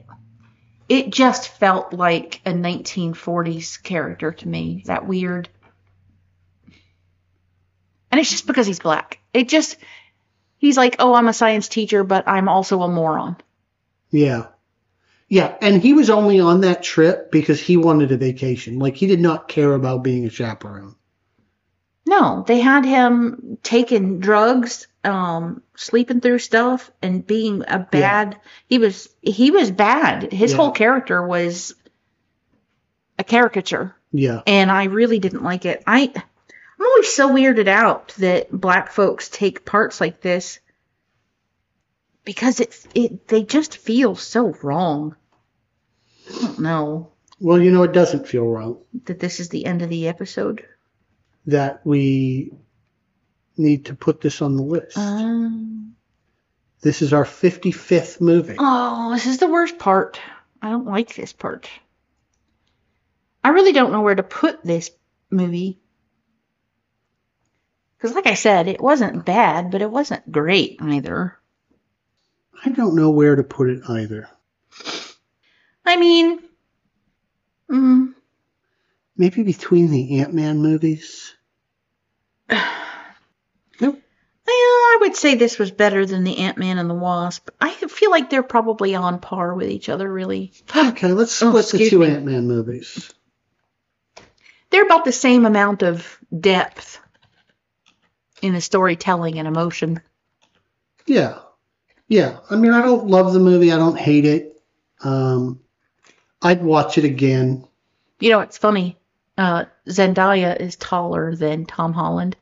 [SPEAKER 2] it just felt like a 1940s character to me that weird and it's just because he's black it just he's like oh i'm a science teacher but i'm also a moron
[SPEAKER 1] Yeah. Yeah, and he was only on that trip because he wanted a vacation. Like he did not care about being a chaperone.
[SPEAKER 2] no they had him taking drugs um sleeping through stuff and being a bad he was he was bad his
[SPEAKER 1] Yeah.
[SPEAKER 2] whole character was a caricature
[SPEAKER 1] Yeah.
[SPEAKER 2] and I really didn't like it. I I'm always so weirded out that black folks take parts like this because it it they just feel so wrong. I don't know
[SPEAKER 1] Well, you know, it doesn't feel wrong
[SPEAKER 2] that this is the end of the episode.
[SPEAKER 1] that we need to put this on the list.
[SPEAKER 2] Um,
[SPEAKER 1] this is our 55th movie.
[SPEAKER 2] oh, this is the worst part. I don't like this part. I really don't know where to put this movie. Because, like I said, it wasn't bad, but it wasn't great either.
[SPEAKER 1] I don't know where to put it either.
[SPEAKER 2] I mean, mm,
[SPEAKER 1] Maybe between the Ant-Man movies.
[SPEAKER 2] well, I would say this was better than the Ant Man and the Wasp. I feel like they're probably on par with each other, really.
[SPEAKER 1] Okay, let's
[SPEAKER 2] Oh,
[SPEAKER 1] split the
[SPEAKER 2] excuse
[SPEAKER 1] two
[SPEAKER 2] me.
[SPEAKER 1] Ant-Man movies.
[SPEAKER 2] They're about the same amount of depth in the storytelling and emotion.
[SPEAKER 1] Yeah. Yeah. I mean, I don't love the movie. I don't hate it. Um, I'd watch it again.
[SPEAKER 2] You know, it's funny. Uh, Zendaya is taller than Tom Holland.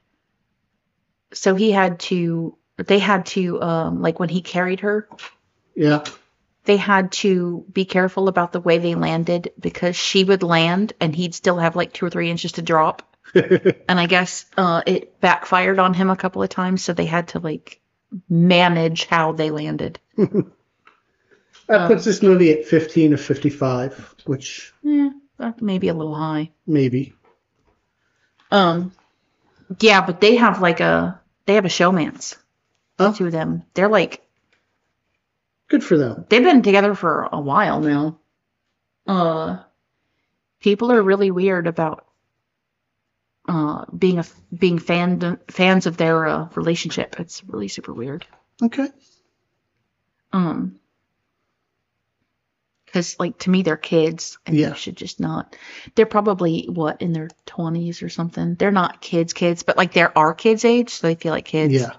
[SPEAKER 2] So he had to, they had to, um, like when he carried her,
[SPEAKER 1] Yeah.
[SPEAKER 2] they had to be careful about the way they landed because she would land and he'd still have like two or three inches to drop. and I guess uh, it backfired on him a couple of times, so they had to like manage how they landed.
[SPEAKER 1] That
[SPEAKER 2] Um,
[SPEAKER 1] puts this movie at 15 of 55, which
[SPEAKER 2] Yeah, Uh, maybe a little high.
[SPEAKER 1] maybe.
[SPEAKER 2] Um, yeah, but they have like a they have a showman's
[SPEAKER 1] Oh.
[SPEAKER 2] to them. They're like
[SPEAKER 1] Good for them.
[SPEAKER 2] they've been together for a while now. Uh, people are really weird about uh, being a being fan fans of their uh, relationship. It's really super weird.
[SPEAKER 1] Okay.
[SPEAKER 2] Um, because like to me they're kids and
[SPEAKER 1] Yeah.
[SPEAKER 2] you should just not. They're probably what in their twenties or something. They're not kids, kids, but like they're our kids' age, so they feel like kids.
[SPEAKER 1] Yeah.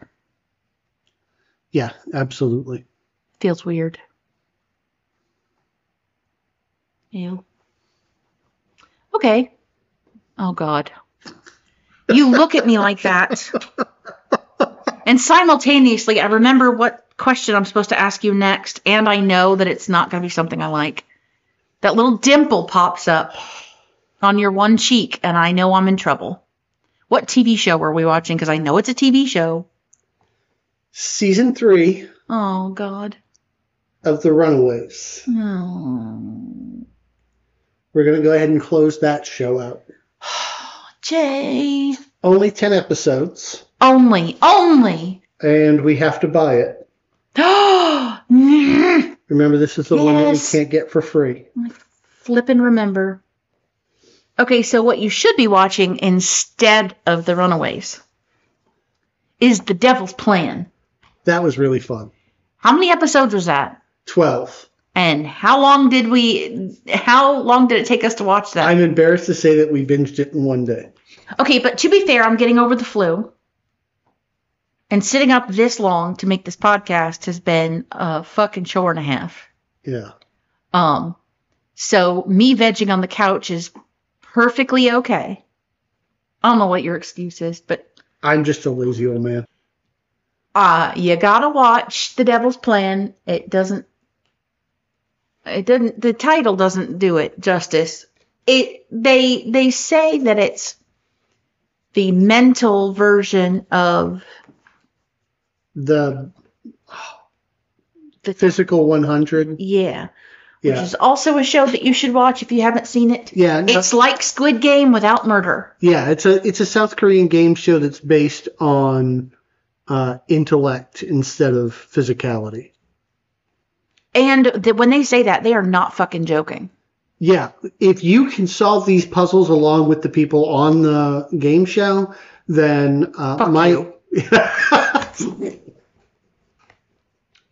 [SPEAKER 1] Yeah, absolutely.
[SPEAKER 2] feels weird. Ew. Okay. Oh God. You look at me like that. And simultaneously, I remember what question I'm supposed to ask you next, and I know that it's not going to be something I like. That little dimple pops up on your one cheek, and I know I'm in trouble. What TV show were we watching? Because I know it's a TV show.
[SPEAKER 1] Season three
[SPEAKER 2] Oh, God.
[SPEAKER 1] of The Runaways.
[SPEAKER 2] Oh.
[SPEAKER 1] We're going to go ahead and close that show out.
[SPEAKER 2] Jay.
[SPEAKER 1] Only 10 episodes,
[SPEAKER 2] Only, only.
[SPEAKER 1] and we have to buy it.
[SPEAKER 2] Flip
[SPEAKER 1] Remember, this is the one that we
[SPEAKER 2] Yes.
[SPEAKER 1] can't get for free.
[SPEAKER 2] and remember. Okay, so what you should be watching instead of The Runaways is The Devil's Plan.
[SPEAKER 1] That was really fun.
[SPEAKER 2] How many episodes was that?
[SPEAKER 1] 12.
[SPEAKER 2] And how long did we how long did it take us to watch that?
[SPEAKER 1] I'm embarrassed to say that we binged it in one day.
[SPEAKER 2] Okay, but to be fair, I'm getting over the flu. And sitting up this long to make this podcast has been a fucking chore and a half.
[SPEAKER 1] Yeah.
[SPEAKER 2] Um, so me vegging on the couch is perfectly okay. I don't know what your excuse is, but
[SPEAKER 1] I'm just a lazy old man.
[SPEAKER 2] uh you gotta watch The Devil's Plan. It doesn't it doesn't the title doesn't do it justice. It they they say that it's the mental version of
[SPEAKER 1] The
[SPEAKER 2] the
[SPEAKER 1] physical 100.
[SPEAKER 2] yeah, which
[SPEAKER 1] Yeah.
[SPEAKER 2] is also a show that you should watch if you haven't seen it.
[SPEAKER 1] Yeah. no-
[SPEAKER 2] It's like Squid Game without murder.
[SPEAKER 1] Yeah, it's a it's a South Korean game show that's based on uh, intellect instead of physicality.
[SPEAKER 2] And th- when they say that, they are not fucking joking.
[SPEAKER 1] Yeah, if you can solve these puzzles along with the people on the game show, then uh,
[SPEAKER 2] Fuck
[SPEAKER 1] my
[SPEAKER 2] you.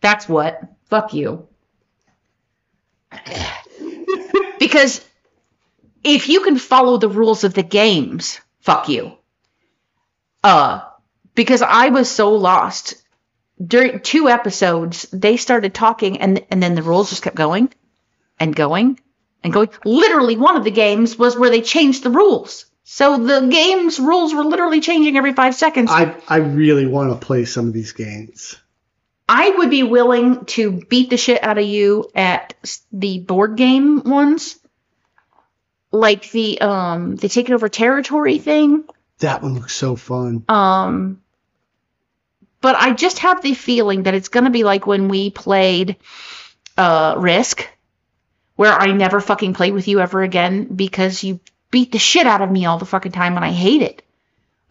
[SPEAKER 2] That's what. Fuck you. because if you can follow the rules of the games, fuck you. Uh, because I was so lost during two episodes. They started talking, and and then the rules just kept going, and going, and going. Literally, one of the games was where they changed the rules. So the game's rules were literally changing every five seconds.
[SPEAKER 1] I I really want to play some of these games.
[SPEAKER 2] I would be willing to beat the shit out of you at s- the board game ones, like the um the taking over territory thing.
[SPEAKER 1] That one looks so fun.
[SPEAKER 2] Um, but I just have the feeling that it's gonna be like when we played uh Risk, where I never fucking play with you ever again because you beat the shit out of me all the fucking time and I hate it.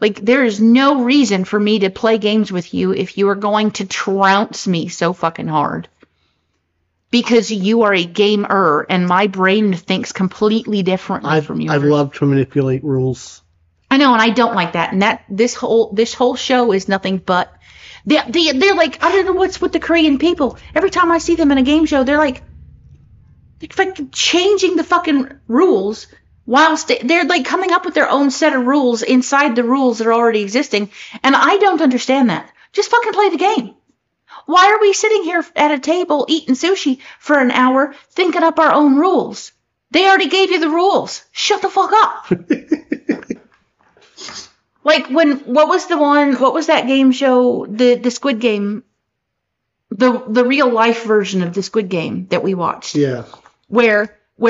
[SPEAKER 2] Like there is no reason for me to play games with you if you are going to trounce me so fucking hard. Because you are a gamer and my brain thinks completely differently
[SPEAKER 1] I
[SPEAKER 2] from yours.
[SPEAKER 1] I love to manipulate rules.
[SPEAKER 2] I know, and I don't like that. And that this whole this whole show is nothing but they they they're like I don't know what's with the Korean people. Every time I see them in a game show, they're like they're fucking changing the fucking rules whilst they- they're like coming up with their own set of rules inside the rules that are already existing. And I don't understand that. Just fucking play the game. Why are we sitting here at a table eating sushi for an hour thinking up our own rules? They already gave you the rules. Shut the fuck up. Like when what was the one what was that game show the the Squid Game the the real life version of the Squid Game that we watched
[SPEAKER 1] Yeah,
[SPEAKER 2] where